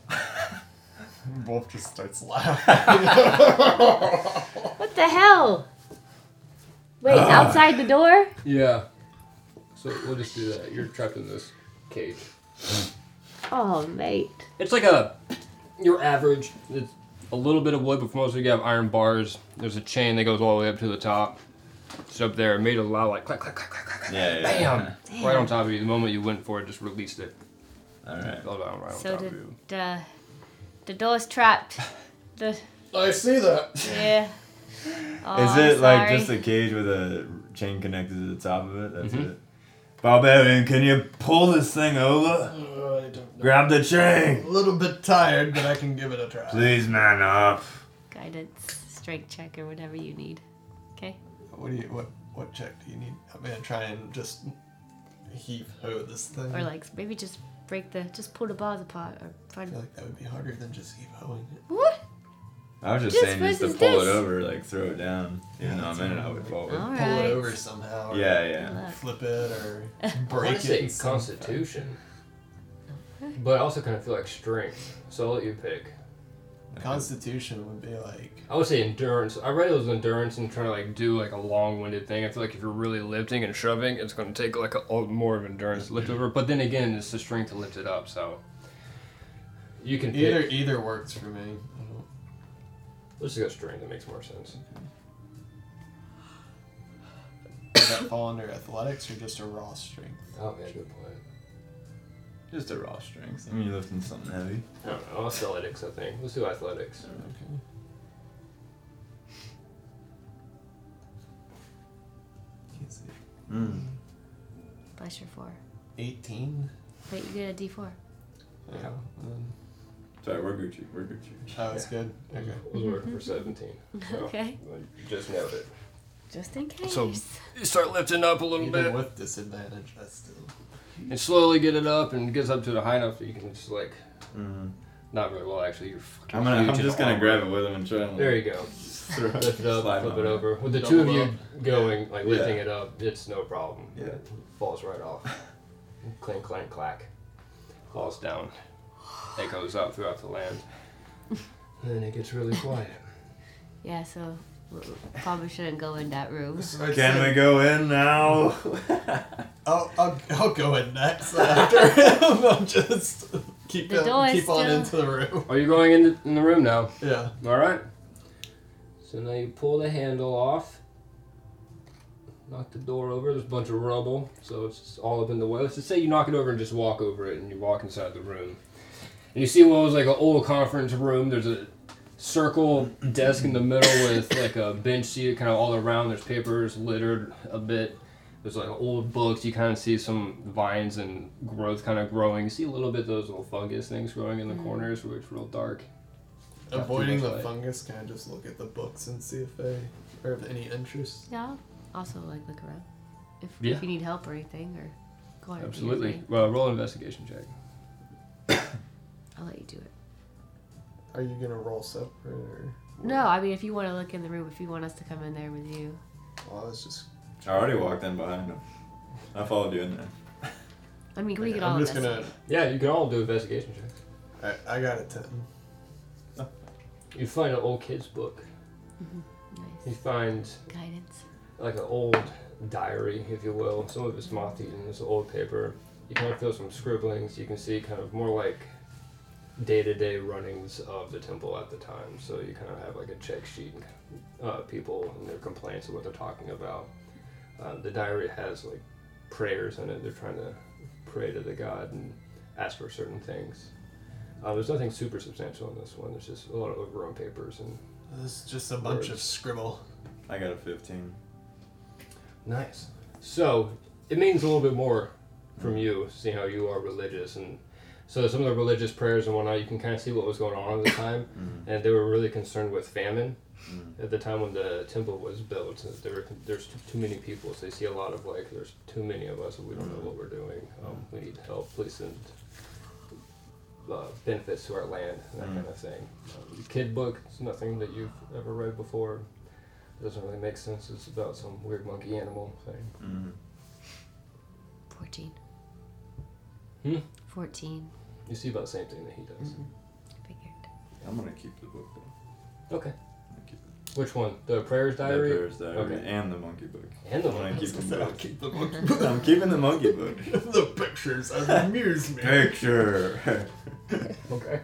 A: Wolf just starts laughing.
O: What the hell? Wait, outside the door?
C: Yeah. So we'll just do that. You're trapped in this cage.
O: Oh, mate.
C: It's like a your average. It's a little bit of wood, but mostly you have iron bars. There's a chain that goes all the way up to the top. It's up there. It made a loud like clack clack clack clack clack. clack.
E: Yeah, yeah.
C: Bam! Right on top of you. The moment you went for it, just released it.
E: All right.
C: Fell down right on
D: So
C: top
D: did
C: of you.
D: uh, the door's trapped. The
A: I see that.
D: yeah. Oh,
E: Is
D: I'm
E: it like
D: sorry.
E: just a cage with a chain connected to the top of it? That's it. Barbarian, can you pull this thing over?
A: Uh, I don't know.
E: Grab the
A: A
E: chain.
A: little bit tired, but I can give it a try.
E: Please man up.
D: guidance, strength check, or whatever you need? Okay.
A: What do you what what check do you need? I'm gonna try and just heave ho this thing.
D: Or like maybe just break the, just pull the bars apart, or
A: I
D: find
A: feel like that would be harder than just heave hoing it.
D: what?
E: I was just
D: This
E: saying just to
D: versus
E: pull it
D: this.
E: over, like throw it down. Even though I'm in it, I would fall.
D: All
A: Pull it
D: right.
A: over somehow. Or
E: Oh, Yeah, yeah.
A: Flip it or break it.
C: say
A: in some fashion.
C: constitution. But I also kind of feel like strength. So I'll let you pick.
A: Constitution would be like
C: I would say endurance. I read it was endurance and trying to like do like a long-winded thing. I feel like if you're really lifting and shoving, it's going to take like a, a more of endurance to lift over. But then again, it's the strength to lift it up. So you can pick.
A: either either works for me. I don't-
C: Let's just go strength. That makes more sense.
A: Does that fall under athletics or just a raw strength?
C: Oh yeah, good point.
E: Just a raw strength. I mean, you're lifting something heavy.
C: I don't know. Athletics, I think. Let's do athletics.
A: Okay. Can't see.
D: Bless your four.
A: 18?
D: Wait, you get a D four.
A: Yeah. um,
E: Sorry, we're Gucci. We're Gucci.
A: That was good.
D: Mm-hmm.
A: Okay.
C: We'll work for seventeen. So,
D: Okay.
C: you Just nailed it.
D: Just in case.
C: So- You start lifting up a little
A: Even
C: bit
A: with disadvantage, that's still.
C: and slowly get it up and it gets up to the high enough that you can just like
E: Mm.
C: not really well actually. You're fucking.
E: I'm gonna.
C: huge
E: I'm
C: and
E: just gonna
C: awkward.
E: grab it with him and try and.
C: There you go.
E: Throw it,
C: lift it up,
E: slide
C: flip
E: on
C: it
E: it.
C: over. With the two of
A: Double
C: you
A: up.
C: going, like lifting
E: Yeah.
C: it up, it's no problem.
E: Yeah.
C: It falls right off. Clink, clank, clack. Falls down. Echoes out throughout the land. And then it gets really quiet.
D: Yeah. So w- probably shouldn't go in that room.
E: Can we go in now?
A: I'll, I'll, I'll go in next after him. I'll just keep,
D: The
A: him-
D: door is
A: keep on
D: still-
A: into the room.
C: Are you going in the, in the room now?
A: Yeah.
C: All right. So now you pull the handle off. Knock the door over. There's a bunch of rubble, so it's just all up in the way. Let's just say you knock it over and just walk over it, and you walk inside the room. And you see what was like an old conference room. There's a circle desk in the middle with like a bench seat kind of all around. There's papers littered a bit. There's like old books. You kind of see some vines and growth kind of growing. You see a little bit of those little fungus things growing in the corners, where it's real dark. Not
A: Avoiding
C: too much
A: the
C: light.
A: fungus, can I just look at the books and see if they are of any interest?
D: Yeah. Also, like look around. If,
C: Yeah.
D: if you need help or anything, or go ahead. and do your
C: Absolutely.
D: thing.
C: Well, roll an investigation check.
D: I'll let you do it.
A: Are you gonna roll separate or?
D: No, I mean if you want to look in the room, if you want us to come in there with you.
A: Well, I was just.
E: I already walked in behind him. I followed you in there.
D: I mean, we could all
A: I'm just
D: investigate.
A: gonna.
C: Yeah, you can all do investigation checks.
A: I, I got a 10.
C: You find an old kid's book. You
D: Nice.
C: find
D: Guidance.
C: like an old diary, if you will. Some of it's moth-eaten. It's old paper. You kind of feel some scribblings. You can see kind of more like day-to-day runnings of the temple at the time. So you kind of have like a check sheet, uh, people and their complaints and what they're talking about. Uh, the diary has like prayers in it. They're trying to pray to the god and ask for certain things. Uh, there's nothing super substantial in this one. There's just a lot of overgrown papers and
A: This is just a bunch of
C: Words.
A: scribble.
E: I got a 15.
C: Nice. So it means a little bit more from you, seeing how you are religious, and so some of the religious prayers and whatnot, you can kind of see what was going on at the time, and they were really concerned with famine At the time when the temple was built, there were, there's too many people, so they see a lot of like there's too many of us, and we don't know what we're doing. Um, we need help. Please send uh, benefits to our land, and that kind of thing. Um, kid book, it's nothing that you've ever read before. It doesn't really make sense. It's about some weird monkey animal thing.
E: Mm-hmm.
I: 14.
C: Hmm?
I: 14.
C: You see about the same thing that he does.
I: Figured.
P: I'm gonna keep the book. Though.
C: Okay.
P: I'm gonna keep the
C: Which one? The prayers diary.
P: Bear's diary
C: Okay.
P: and the monkey book.
C: And the
P: I'm gonna
C: one.
P: keep them both.
G: keep the book.
P: I'm keeping the monkey book.
G: the pictures amuse me.
P: Picture.
C: Okay.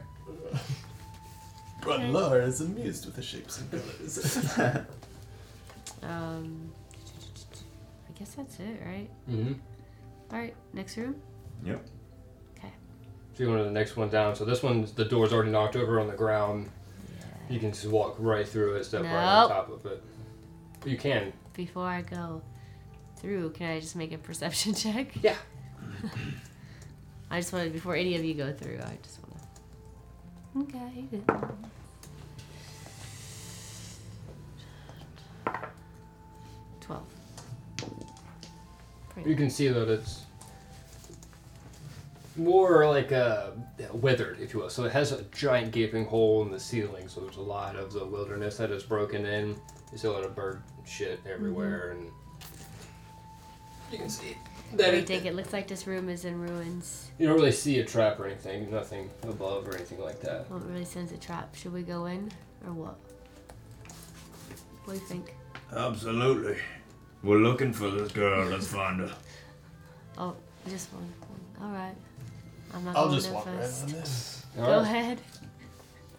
G: But Laura is amused with the shapes and colors.
D: Um, I guess that's it, right?
C: Mm-hmm.
D: All right, next room.
P: yep.
C: So you want to the next one down. So this one, the door's already knocked over on the ground. You can just walk right through it, step right on
D: Nope.
C: top of it. You can.
D: Before I go through, can I just make a perception check?
C: Yeah.
D: I just wanted before any of you go through. I just want to. Okay. you good. Twelve.
C: You can see that it's more like uh, withered, if you will. So it has a giant gaping hole in the ceiling. So there's a lot of the wilderness that is broken in. You see a lot of bird shit everywhere, and you can see that
D: I
C: it,
D: think it looks like this room is in ruins.
C: you don't really see a trap or anything, nothing above or anything like that.
D: Well, it really sends a trap. Should we go in or what? What do you think?
B: Absolutely. We're looking for this girl. Let's find her.
D: Oh, just one. All right. I'm not
G: I'll
D: going
G: just
D: in
G: walk right
D: first.
G: on this.
C: All
D: Go
C: right.
D: ahead.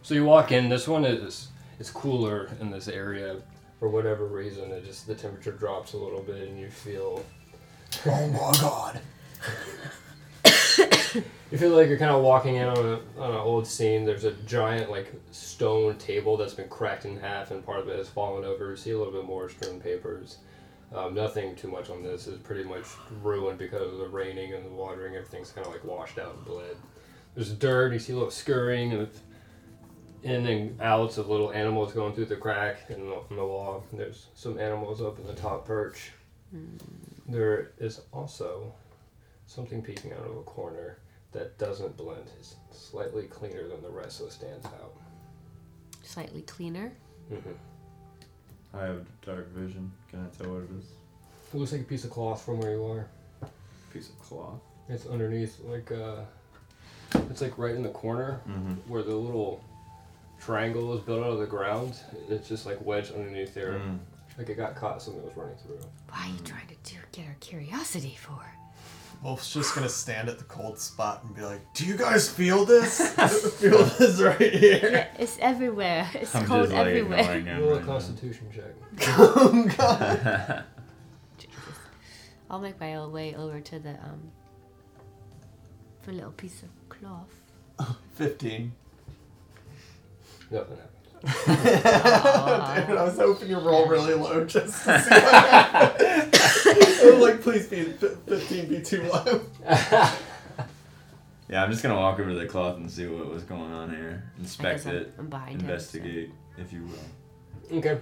C: So you walk in. This one is it's cooler in this area for whatever reason. It just the temperature drops a little bit, and you feel
G: Oh my god.
C: you feel like you're kind of walking in on a on an old scene. There's a giant like stone table that's been cracked in half, and part of it has fallen over. You see a little bit more strewn papers. Um, nothing too much on this. It's pretty much ruined because of the raining and the watering. Everything's kind of like washed out and bled. There's dirt. You see a little scurrying of in and outs of little animals going through the crack in the, in the wall. There's some animals up in the top perch. There is also something peeking out of a corner that doesn't blend. It's slightly cleaner than the rest, so it stands out.
D: Slightly cleaner.
C: Mm-hmm.
P: I have dark vision. Can I tell what it is?
C: It looks like a piece of cloth from where you are.
P: Piece of cloth.
C: It's underneath, like, uh, it's like right in the corner
P: Mm-hmm.
C: where the little triangle is built out of the ground. It's just like wedged underneath there.
E: Mm.
C: Like it got caught, something was running through.
D: Why are
E: Hmm.
D: you trying to do, get our curiosity for?
G: Wolf's just gonna stand at the cold spot and be like, "Do you guys feel this? feel this right here?"
D: It's everywhere. It's
E: I'm
D: cold
E: just like
D: everywhere.
E: ignoring him.
C: Roll a
E: right now.
C: constitution check.
G: oh god.
D: I'll make my own way over to the um, the little piece of cloth.
G: Fifteen.
C: Nothing happened.
G: Dude, I was hoping you roll really low just to see what happened. I'm like, please be f- 15 be too low.
E: Yeah, I'm just gonna walk over to the cloth and see what was going on here.
D: I guess
E: Inspect
D: I'm,
E: it.
D: I'm behind him.
E: Investigate, if you will.
C: Okay.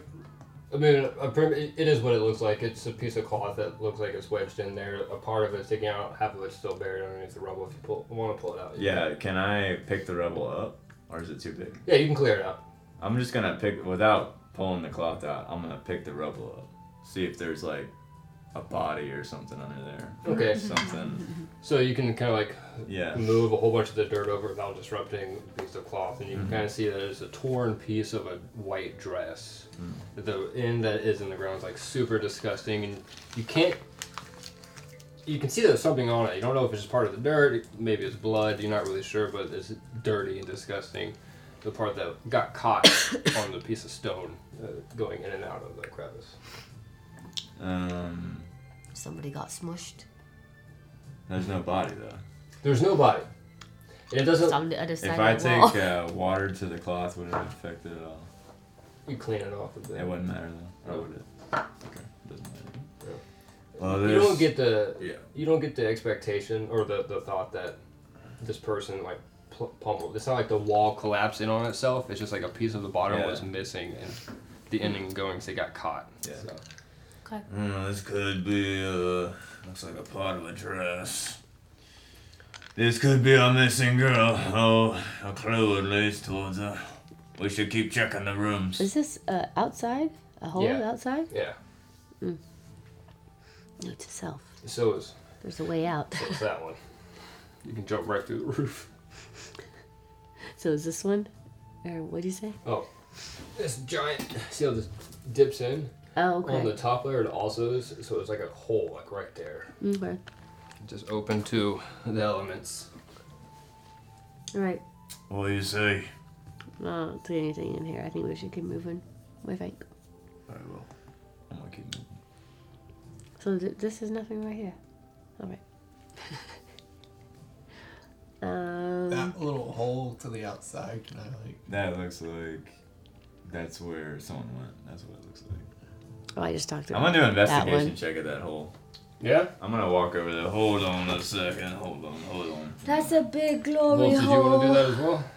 C: I mean, a prim- it is what it looks like. It's a piece of cloth that looks like it's wedged in there. A part of it's taken out, half of it's still buried underneath the rubble. If you pull, want to pull it out, you
E: Yeah, can I pick the rubble up, or is it too big?
C: Yeah, you can clear it out.
E: I'm just gonna pick without pulling the cloth out. I'm gonna pick the rubble up, see if there's like a body or something under there. or
C: Okay.
E: Something.
C: So you can kind of like
E: Yeah.
C: move a whole bunch of the dirt over without disrupting the piece of cloth, and you
E: Mm-hmm.
C: can kind of see that it's a torn piece of a white dress.
E: Mm.
C: The end that is in the ground is like super disgusting, and you can't. You can see there's something on it. You don't know if it's just part of the dirt, maybe it's blood. You're not really sure, but it's dirty and disgusting. The part that got caught on the piece of stone uh, going in and out of the crevice.
E: Um.
D: Somebody got smushed.
E: There's no body though.
C: There's no body. And it doesn't.
D: It's on the other side
E: If I
D: of the wall.
E: take uh, water to the cloth, would it affect it at all?
C: You clean it off a bit.
E: It wouldn't matter
C: Oh.
E: though. Or would it? Okay. Doesn't matter. Well,
C: you
E: there's-
C: don't get the
E: Yeah.
C: you don't get the expectation or the, the thought that this person like pl- pummeled. It's not like the wall collapsed in on itself. It's just like a piece of the bottom
E: Yeah.
C: was missing and the ending goings, they got caught.
P: Yeah.
C: So.
E: Hmm,
B: Mm, this could be uh looks like a part of a dress. This could be our missing girl. Oh, a clue at least towards her. We should keep checking the rooms.
F: Is this uh, outside? A hole
C: Yeah.
F: outside?
C: Yeah.
F: Note to self.
C: So is
F: There's a way out.
C: so is that one. You can jump right through the roof.
F: So is this one? Or what do you say?
C: Oh, this giant. See how this dips in
F: Oh, okay.
C: on the top layer. It also is so it's like a hole, like right there,
F: Mm, okay.
C: just open to the elements.
F: All right.
B: What do you say?
F: Well, I don't see anything in here. I think we should keep moving. What do you think?
E: I will. I'm gonna keep moving.
F: So th- this is nothing right here. All right. um,
G: That little hole to the outside, can I like?
E: That looks like that's where someone went. That's what it looks like.
F: oh, I just talked to
E: I'm gonna do an investigation
F: one.
E: check at that hole.
C: Yeah.
E: I'm gonna walk over there. Hold on a second. Hold on. Hold on.
D: That's a big glory
C: Well, did you want to do
D: hole.
C: that as well?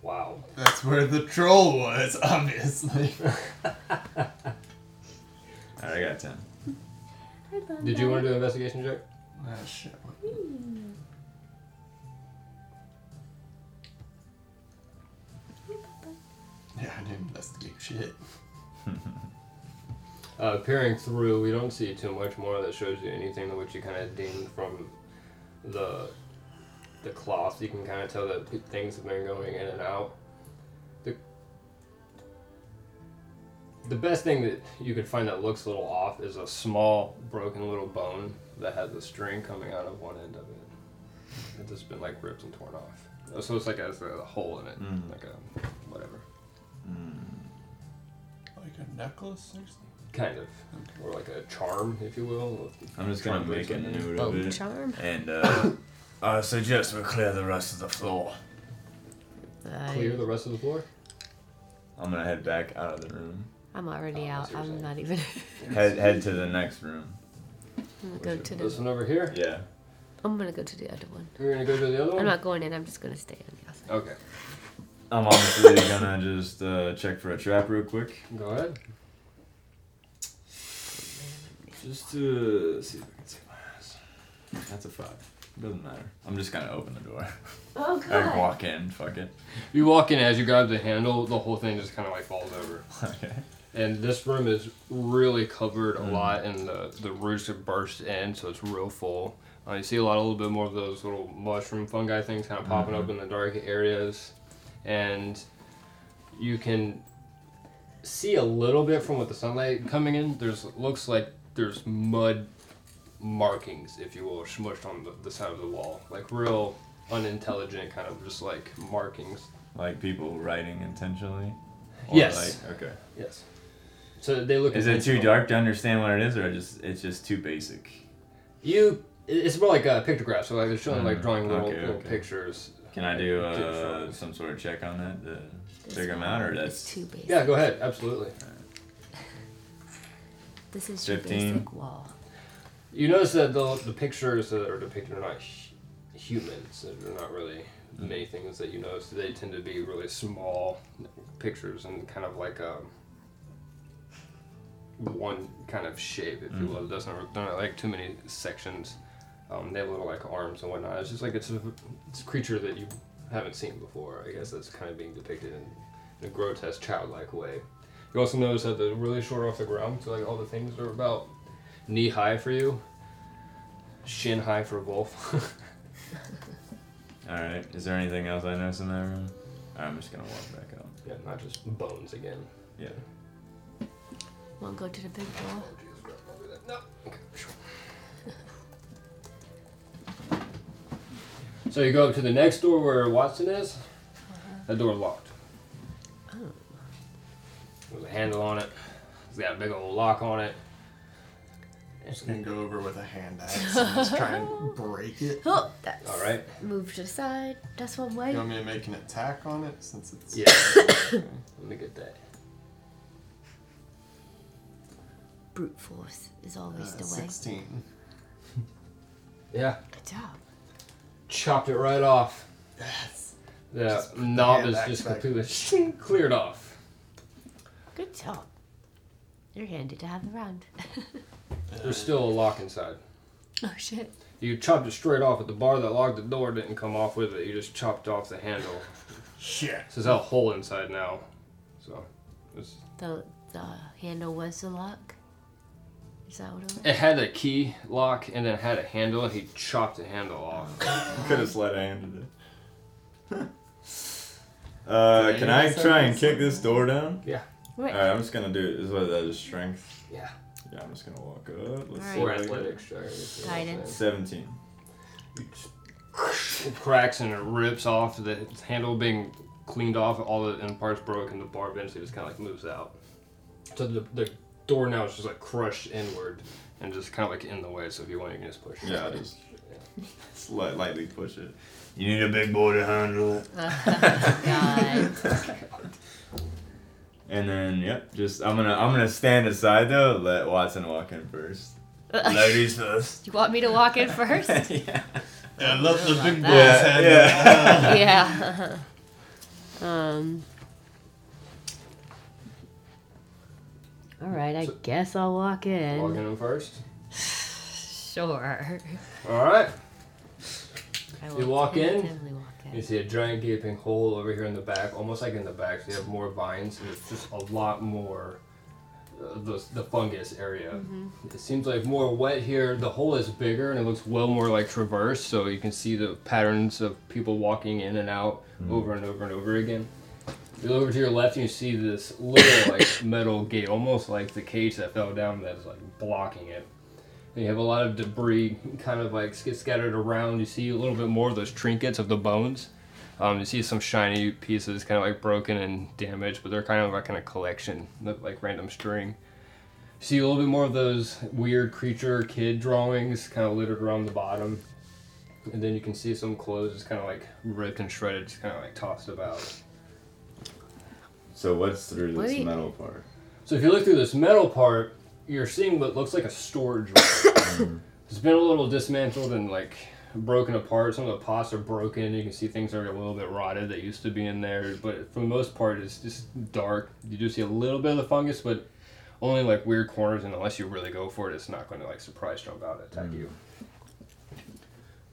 C: Wow.
G: That's where the troll was, obviously.
E: All right, I got ten.
C: Did you want to do an investigation check?
G: Ah, shit. Yeah, I didn't investigate shit.
C: Uh, peering through, we don't see too much more that shows you anything which you kind of deemed from the the cloth. You can kind of tell that p- things have been going in and out. The the best thing that you could find that looks a little off is a small broken little bone that has a string coming out of one end of it. It's just been like ripped and torn off. So it's like a, it's a hole in it,
E: Mm.
C: like a whatever.
E: Hmm.
G: Like a necklace or something?
C: Kind of. Or like a charm, if you will.
E: I'm just gonna
C: Try
E: make a
C: and do
E: note of
D: Bone
E: it.
D: charm.
E: And uh,
B: I suggest we clear the rest of the floor.
C: Clear the rest of the floor?
E: I'm gonna head back out of the room.
D: I'm already
C: Oh,
D: out.
C: that's what you're saying.
D: I'm not even.
E: Head head to the next room.
D: I'm gonna go to
C: This
D: the.
C: one over here.
E: Yeah.
D: I'm gonna go to the other one.
C: We're gonna go to the other one.
D: I'm not going in. I'm just gonna stay on the outside.
C: Okay,
E: I'm honestly gonna just uh, check for a trap real quick.
C: go ahead.
E: Just to see if I can see my ass. That's a five. Doesn't matter. I'm just gonna open the door.
D: Oh
E: I walk in. Fuck it.
C: You walk in as you grab the handle, the whole thing just kind of like falls over.
E: Okay.
C: And this room is really covered
E: Mm.
C: a lot, and the the roots have burst in, so it's real full. Uh, you see a lot, a little bit more of those little mushroom fungi things kind of popping
E: Mm-hmm.
C: up in the dark areas, and you can see a little bit from with the sunlight coming in. There's looks like there's mud markings, if you will, smushed on the, the side of the wall, like real unintelligent kind of just like markings
E: Like people writing intentionally.
C: Yes.
E: Like, okay.
C: Yes. So they look.
E: Is it too
C: intentional.
E: dark to understand what it is, or just it's just too basic?
C: You. It's more like a pictograph. So like they're showing like
E: Mm,
C: drawing little,
E: okay,
C: little
E: okay.
C: pictures.
E: Can I do
C: Like,
E: uh,
C: pictures.
E: some sort of check on that to figure them out, or
D: It's
E: that's
D: too basic.
C: Yeah, go ahead. Absolutely.
D: This is your
E: 15.
D: basic wall.
C: You notice that the the pictures that are depicted are not hu- human, so they're not really many things that you notice. They tend to be really small pictures and kind of like um one kind of shape, if you will. It doesn't they're not like too many sections. Um, they have little like arms and whatnot. It's just like it's a, it's a creature that you haven't seen before. I guess that's kind of being depicted in, in a grotesque, childlike way. You also notice that they're really short off the ground, so like all the things are about knee high for you, shin high for Wolf.
E: all right? Is there anything else I noticed in that room? All right, I'm just gonna walk back out.
C: yeah, not just bones again.
E: Yeah.
D: Wanna go to the big wall?
C: No. So you go up to the next door where Watson is.
G: Uh-huh.
C: That door locked.
G: Oh.
C: There's a handle on it. It's got a big old lock on it.
G: I'm just gonna go over with a hand axe and just try and break it.
D: Oh, that's
C: All right.
D: Move to the side. That's one
G: You
D: way.
G: want me to make an attack on it since it's
C: Yeah.
G: Okay.
C: Let me get that.
D: Brute force is
G: Uh,
D: always the way.
G: sixteen?
C: Yeah.
D: Good job.
C: Chopped it right off.
G: Yes.
C: The
G: Just put the
C: knob
G: hand
C: is
G: back
C: just
G: back.
C: completely cleared off.
D: Good job. You're handy to have around.
C: There's still a lock inside.
D: oh shit.
C: You chopped it straight off, but the bar that locked the door didn't come off with it. You just chopped off the handle.
A: Shit.
C: So there's a hole inside now. So it's,
D: The the handle was the lock. Is that what it was?
C: it had a key lock and then it had a handle, and he chopped the handle off.
P: Could have slid I handed it. uh,
C: Did
P: can
C: anyone
P: I
C: say
P: try
C: that?
P: and kick this door down?
C: Yeah.
D: Right.
C: Uh,
P: Alright, I'm just gonna do it. Is what that is strength?
C: Yeah.
P: Yeah, I'm just gonna walk up. Let's see.
C: Or
P: what I got.
C: athletics. sorry, if you want to
D: Guidance.
C: say.
P: 17.
C: It cracks and it rips off the handle being cleaned off, all the and parts broke, and the bar eventually just kind of like moves out. So the, the door now is just like crushed inward and just kind of like in the way. So if you want, you can just push. it.
P: Yeah, I just slight, lightly push it.
B: You need a big boy to handle it.
D: God.
E: And then yep, just I'm gonna I'm gonna stand aside though. Let Watson walk in first.
B: Ladies first.
D: you want me to walk in first?
E: yeah.
A: I love the big boy's
E: Yeah,
A: head.
E: yeah.
D: yeah.
F: Um. All right, I
C: So-
F: guess I'll walk in.
C: Walk in them first.
D: Sure.
C: All right.
D: I
C: You walk in?
D: tentatively walk
C: You
D: in.
C: see a giant gaping hole over here in the back, almost like in the back. So you have more vines, and it's just a lot more uh, the, the fungus area. It seems like more wet here. The hole is bigger, and it looks well more like traverse. So you can see the patterns of people walking in and out over and over and over again. You look over to your left, and you see this little like metal gate, almost like the cage that fell down, that's like blocking it. And you have a lot of debris kind of like sc- scattered around. You see a little bit more of those trinkets of the bones. Um, you see some shiny pieces kind of like broken and damaged, but they're kind of like in a collection, look like random string. See a little bit more of those weird creature kid drawings kind of littered around the bottom. And then you can see some clothes just kind of like ripped and shredded, just kind of like tossed about.
P: So what's through
D: What
P: this
D: do you-
P: metal part?
C: So if you look through this metal part, you're seeing what looks like a storage room. it's been a little dismantled and like broken apart. Some of the pots are broken. You can see things are a little bit rotted that used to be in there. But for the most part, it's just dark. You do see a little bit of the fungus, but only like weird corners. And unless you really go for it, it's not going to like surprise jump out and attack you.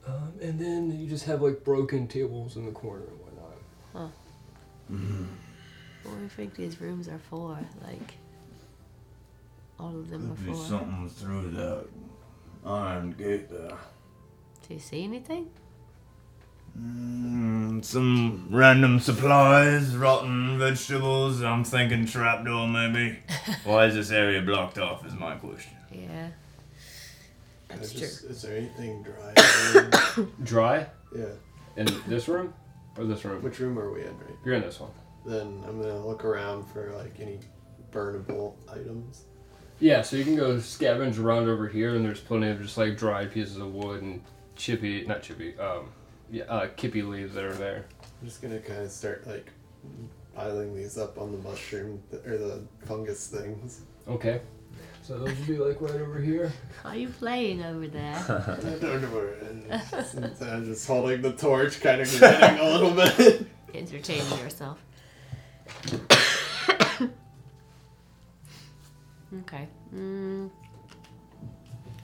C: Um, and then you just have like broken tables in the corner and whatnot.
D: What do you think these rooms are for? Like, all of them
B: Could
D: are
B: be
D: for.
B: something through that iron gate there.
D: Do you see anything?
B: Mm, some random supplies, rotten vegetables. I'm thinking trapdoor maybe. Why is this area blocked off? Is my question.
D: Yeah. That's
A: Is
D: true.
A: this- Is there anything dry?
C: Dry
A: yeah.
C: in this room or this room?
A: Which room are we in, right?
C: You're in this one.
A: Then I'm gonna look around for like any burnable items.
C: Yeah, so you can go scavenge around over here, and there's plenty of just like dried pieces of wood and chippy, not chippy, um, yeah, uh, kippy leaves that are there.
A: I'm just gonna kind of start like piling these up on the mushroom th- or the fungus things.
C: Okay. So those would be like right over here.
D: Are you playing over there?
A: I don't know where it is. Since I'm just holding the torch, kind of grinning a little bit.
D: Entertaining yourself. okay. Mm.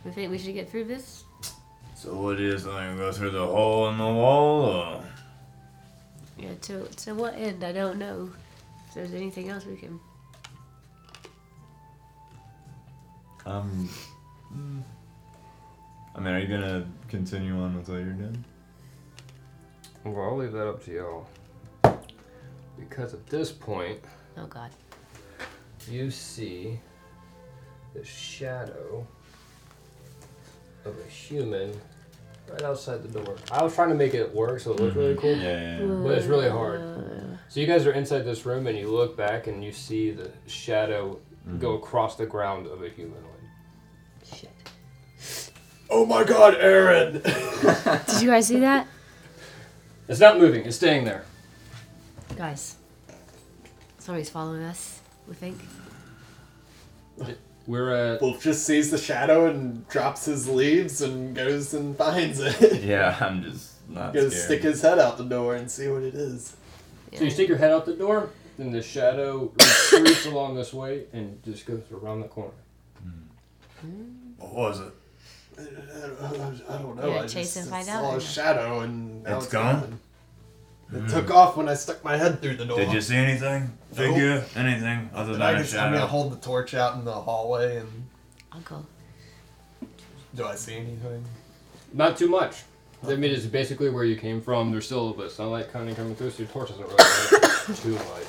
D: I think we should get through this.
B: So what is? I gonna go through the hole in the wall, or
D: Yeah. To to what end? I don't know. If there's anything else we can.
P: Um. mm. I mean, are you gonna continue on with what you're doing?
C: Well, I'll leave that up to y'all. Because at this point,
D: Oh God.
C: you see the shadow of a human right outside the door. I was trying to make it work so it looked really cool.
P: Yeah.
C: But it's really hard.
D: Uh,
C: So you guys are inside this room and you look back and you see the shadow go across the ground of a humanoid.
D: Shit.
A: Oh my God, Aaron!
D: Did you guys see that?
C: It's not moving, it's staying there.
D: Guys. Somebody's following us. We think.
C: We're uh, at
A: Wolf just sees the shadow and drops his leaves and goes and finds it.
E: yeah, I'm just not
A: goes
E: scared.
A: stick his head out the door and see what it is.
C: So you stick your head out the door,
Q: then the shadow retreats along this way and just goes around the corner.
E: What was it?
A: I don't know.
D: You're
A: I
D: gonna
A: just
D: chase and find
A: saw
D: out?
A: a shadow and now
E: It's
A: it's
E: gone? Hmm.
A: gone. It took off when I stuck my head through the door.
E: Did you see anything? Figure? Anything other
A: And
E: than
A: I
E: a
A: just, I'm gonna
E: shadow?
A: hold the torch out in the hallway and
D: I'll go.
A: do I see anything?
Q: Not too much. I mean, it's basically where you came from. There's still a bit of sunlight kind of coming through, so your torch doesn't really light too much.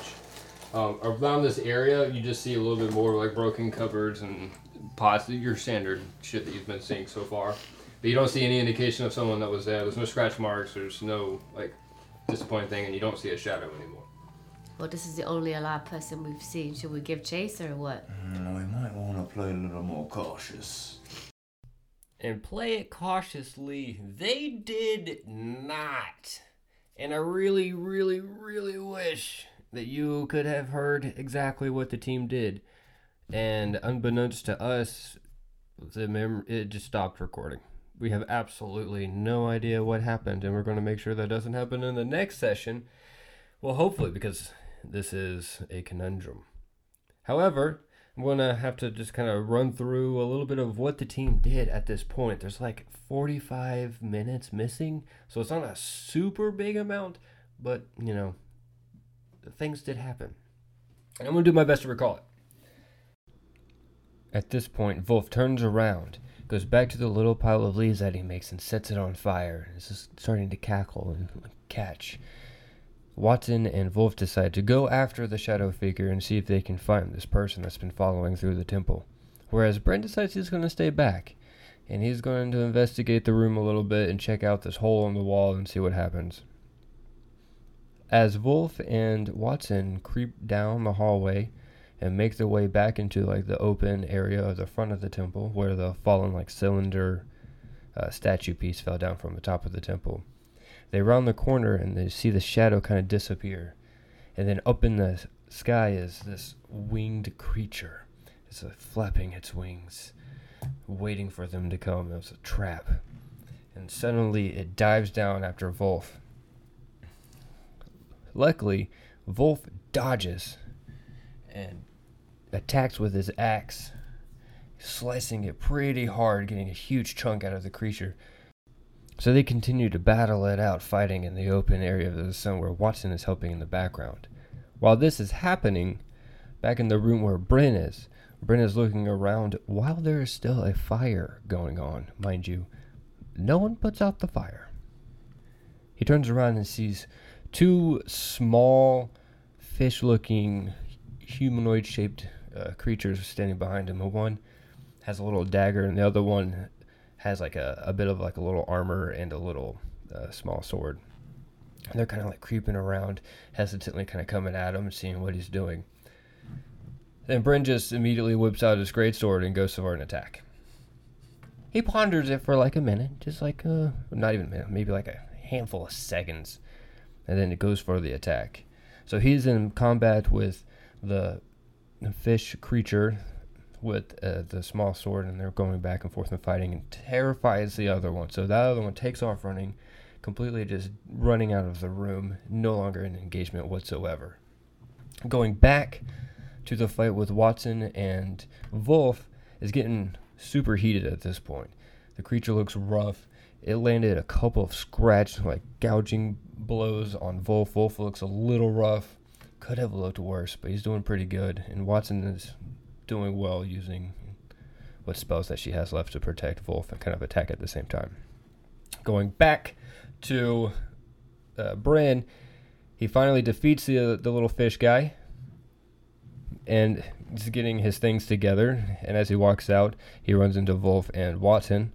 Q: Um, around this area, you just see a little bit more like broken cupboards and pots, your standard shit that you've been seeing so far. But you don't see any indication of someone that was there. There's no scratch marks. There's no like disappointing thing, and you don't see a shadow anymore.
D: Well, this is the only alive person we've seen. Should we give chase or what?
E: Mm, we might want to play a little more cautious.
C: and play it cautiously. They did not. And I really, really, really wish that you could have heard exactly what the team did. And unbeknownst to us, the mem- it just stopped recording. We have absolutely no idea what happened, and we're going to make sure that doesn't happen in the next session. Well, hopefully, because this is a conundrum. However, I'm going to have to just kind of run through a little bit of what the team did at this point. There's like 45 minutes missing, so it's not a super big amount, but you know, things did happen. And I'm going to do my best to recall it. At this point, Wolf turns around, goes back to the little pile of leaves that he makes, and sets it on fire. It's just starting to cackle and catch. Watson and Wolf decide to go after the shadow figure and see if they can find this person that's been following through the temple. Whereas Brent decides he's going to stay back and he's going to investigate the room a little bit and check out this hole in the wall and see what happens. As Wolf and Watson creep down the hallway and make their way back into like the open area of the front of the temple where the fallen like cylinder uh, statue piece fell down from the top of the temple they round the corner and they see the shadow kind of disappear. And then up in the s- sky is this winged creature. It's uh, flapping its wings, waiting for them to come. It was a trap. And suddenly it dives down after Wolf. Luckily, Wolf dodges and attacks with his axe, slicing it pretty hard, getting a huge chunk out of the creature. So they continue to battle it out, fighting in the open area of the sun where Watson is helping in the background. While this is happening, back in the room where Bryn is, Bryn is looking around while there is still a fire going on, mind you. No one puts out the fire. He turns around and sees two small, fish looking, humanoid shaped uh, creatures standing behind him. One has a little dagger, and the other one has like a, a bit of like a little armor and a little uh, small sword. And they're kind of like creeping around, hesitantly kind of coming at him, seeing what he's doing. Then Bryn just immediately whips out his great sword and goes for an attack. He ponders it for like a minute, just like uh, not even a minute, maybe like a handful of seconds, and then it goes for the attack. So he's in combat with the fish creature with uh, the small sword and they're going back and forth and fighting and terrifies the other one. So that other one takes off running, completely just running out of the room, no longer in engagement whatsoever. Going back to the fight with Watson and Wolf is getting super heated at this point. The creature looks rough. It landed a couple of scratch, like gouging blows on Wolf. Wolf looks a little rough. Could have looked worse, but he's doing pretty good. And Watson is doing well using what spells that she has left to protect Wolf and kind of attack at the same time. Going back to uh, Bryn, he finally defeats the, the little fish guy and he's getting his things together. And as he walks out, he runs into Wolf and Watson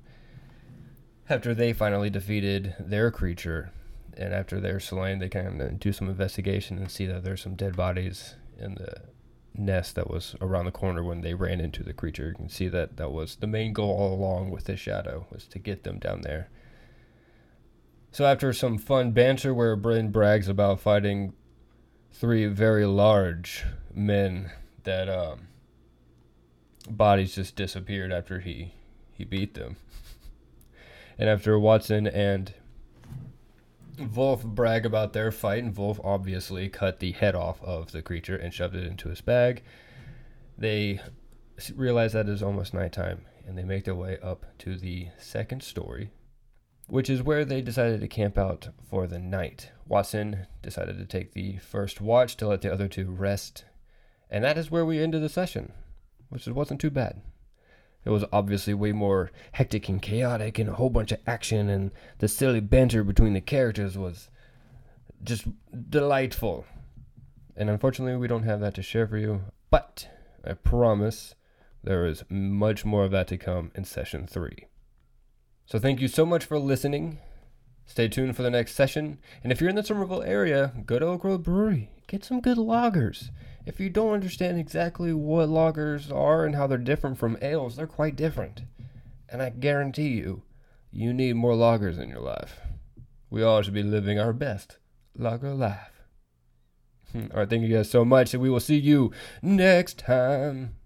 C: after they finally defeated their creature. And after they're slain, they kind of do some investigation and see that there's some dead bodies in the nest that was around the corner when they ran into the creature. You can see that that was the main goal all along with this shadow was to get them down there. So after some fun banter where Bryn brags about fighting three very large men that um, bodies just disappeared after he he beat them. And after Watson and Wolf brag about their fight, and Wolf obviously cut the head off of the creature and shoved it into his bag. They s- realize that it is almost nighttime, and they make their way up to the second story, which is where they decided to camp out for the night. Watson decided to take the first watch to let the other two rest, and that is where we ended the session, which wasn't too bad. It was obviously way more hectic and chaotic and a whole bunch of action and the silly banter between the characters was just delightful. And unfortunately, we don't have that to share for you, but I promise there is much more of that to come in session 3. So thank you so much for listening. Stay tuned for the next session. And if you're in the Somerville area, go to Oak Road Brewery. Get some good lagers. If you don't understand exactly what lagers are and how they're different from ales, they're quite different. And I guarantee you, you need more lagers in your life. We all should be living our best lager life. Hmm, All right, thank you guys so much, and we will see you next time.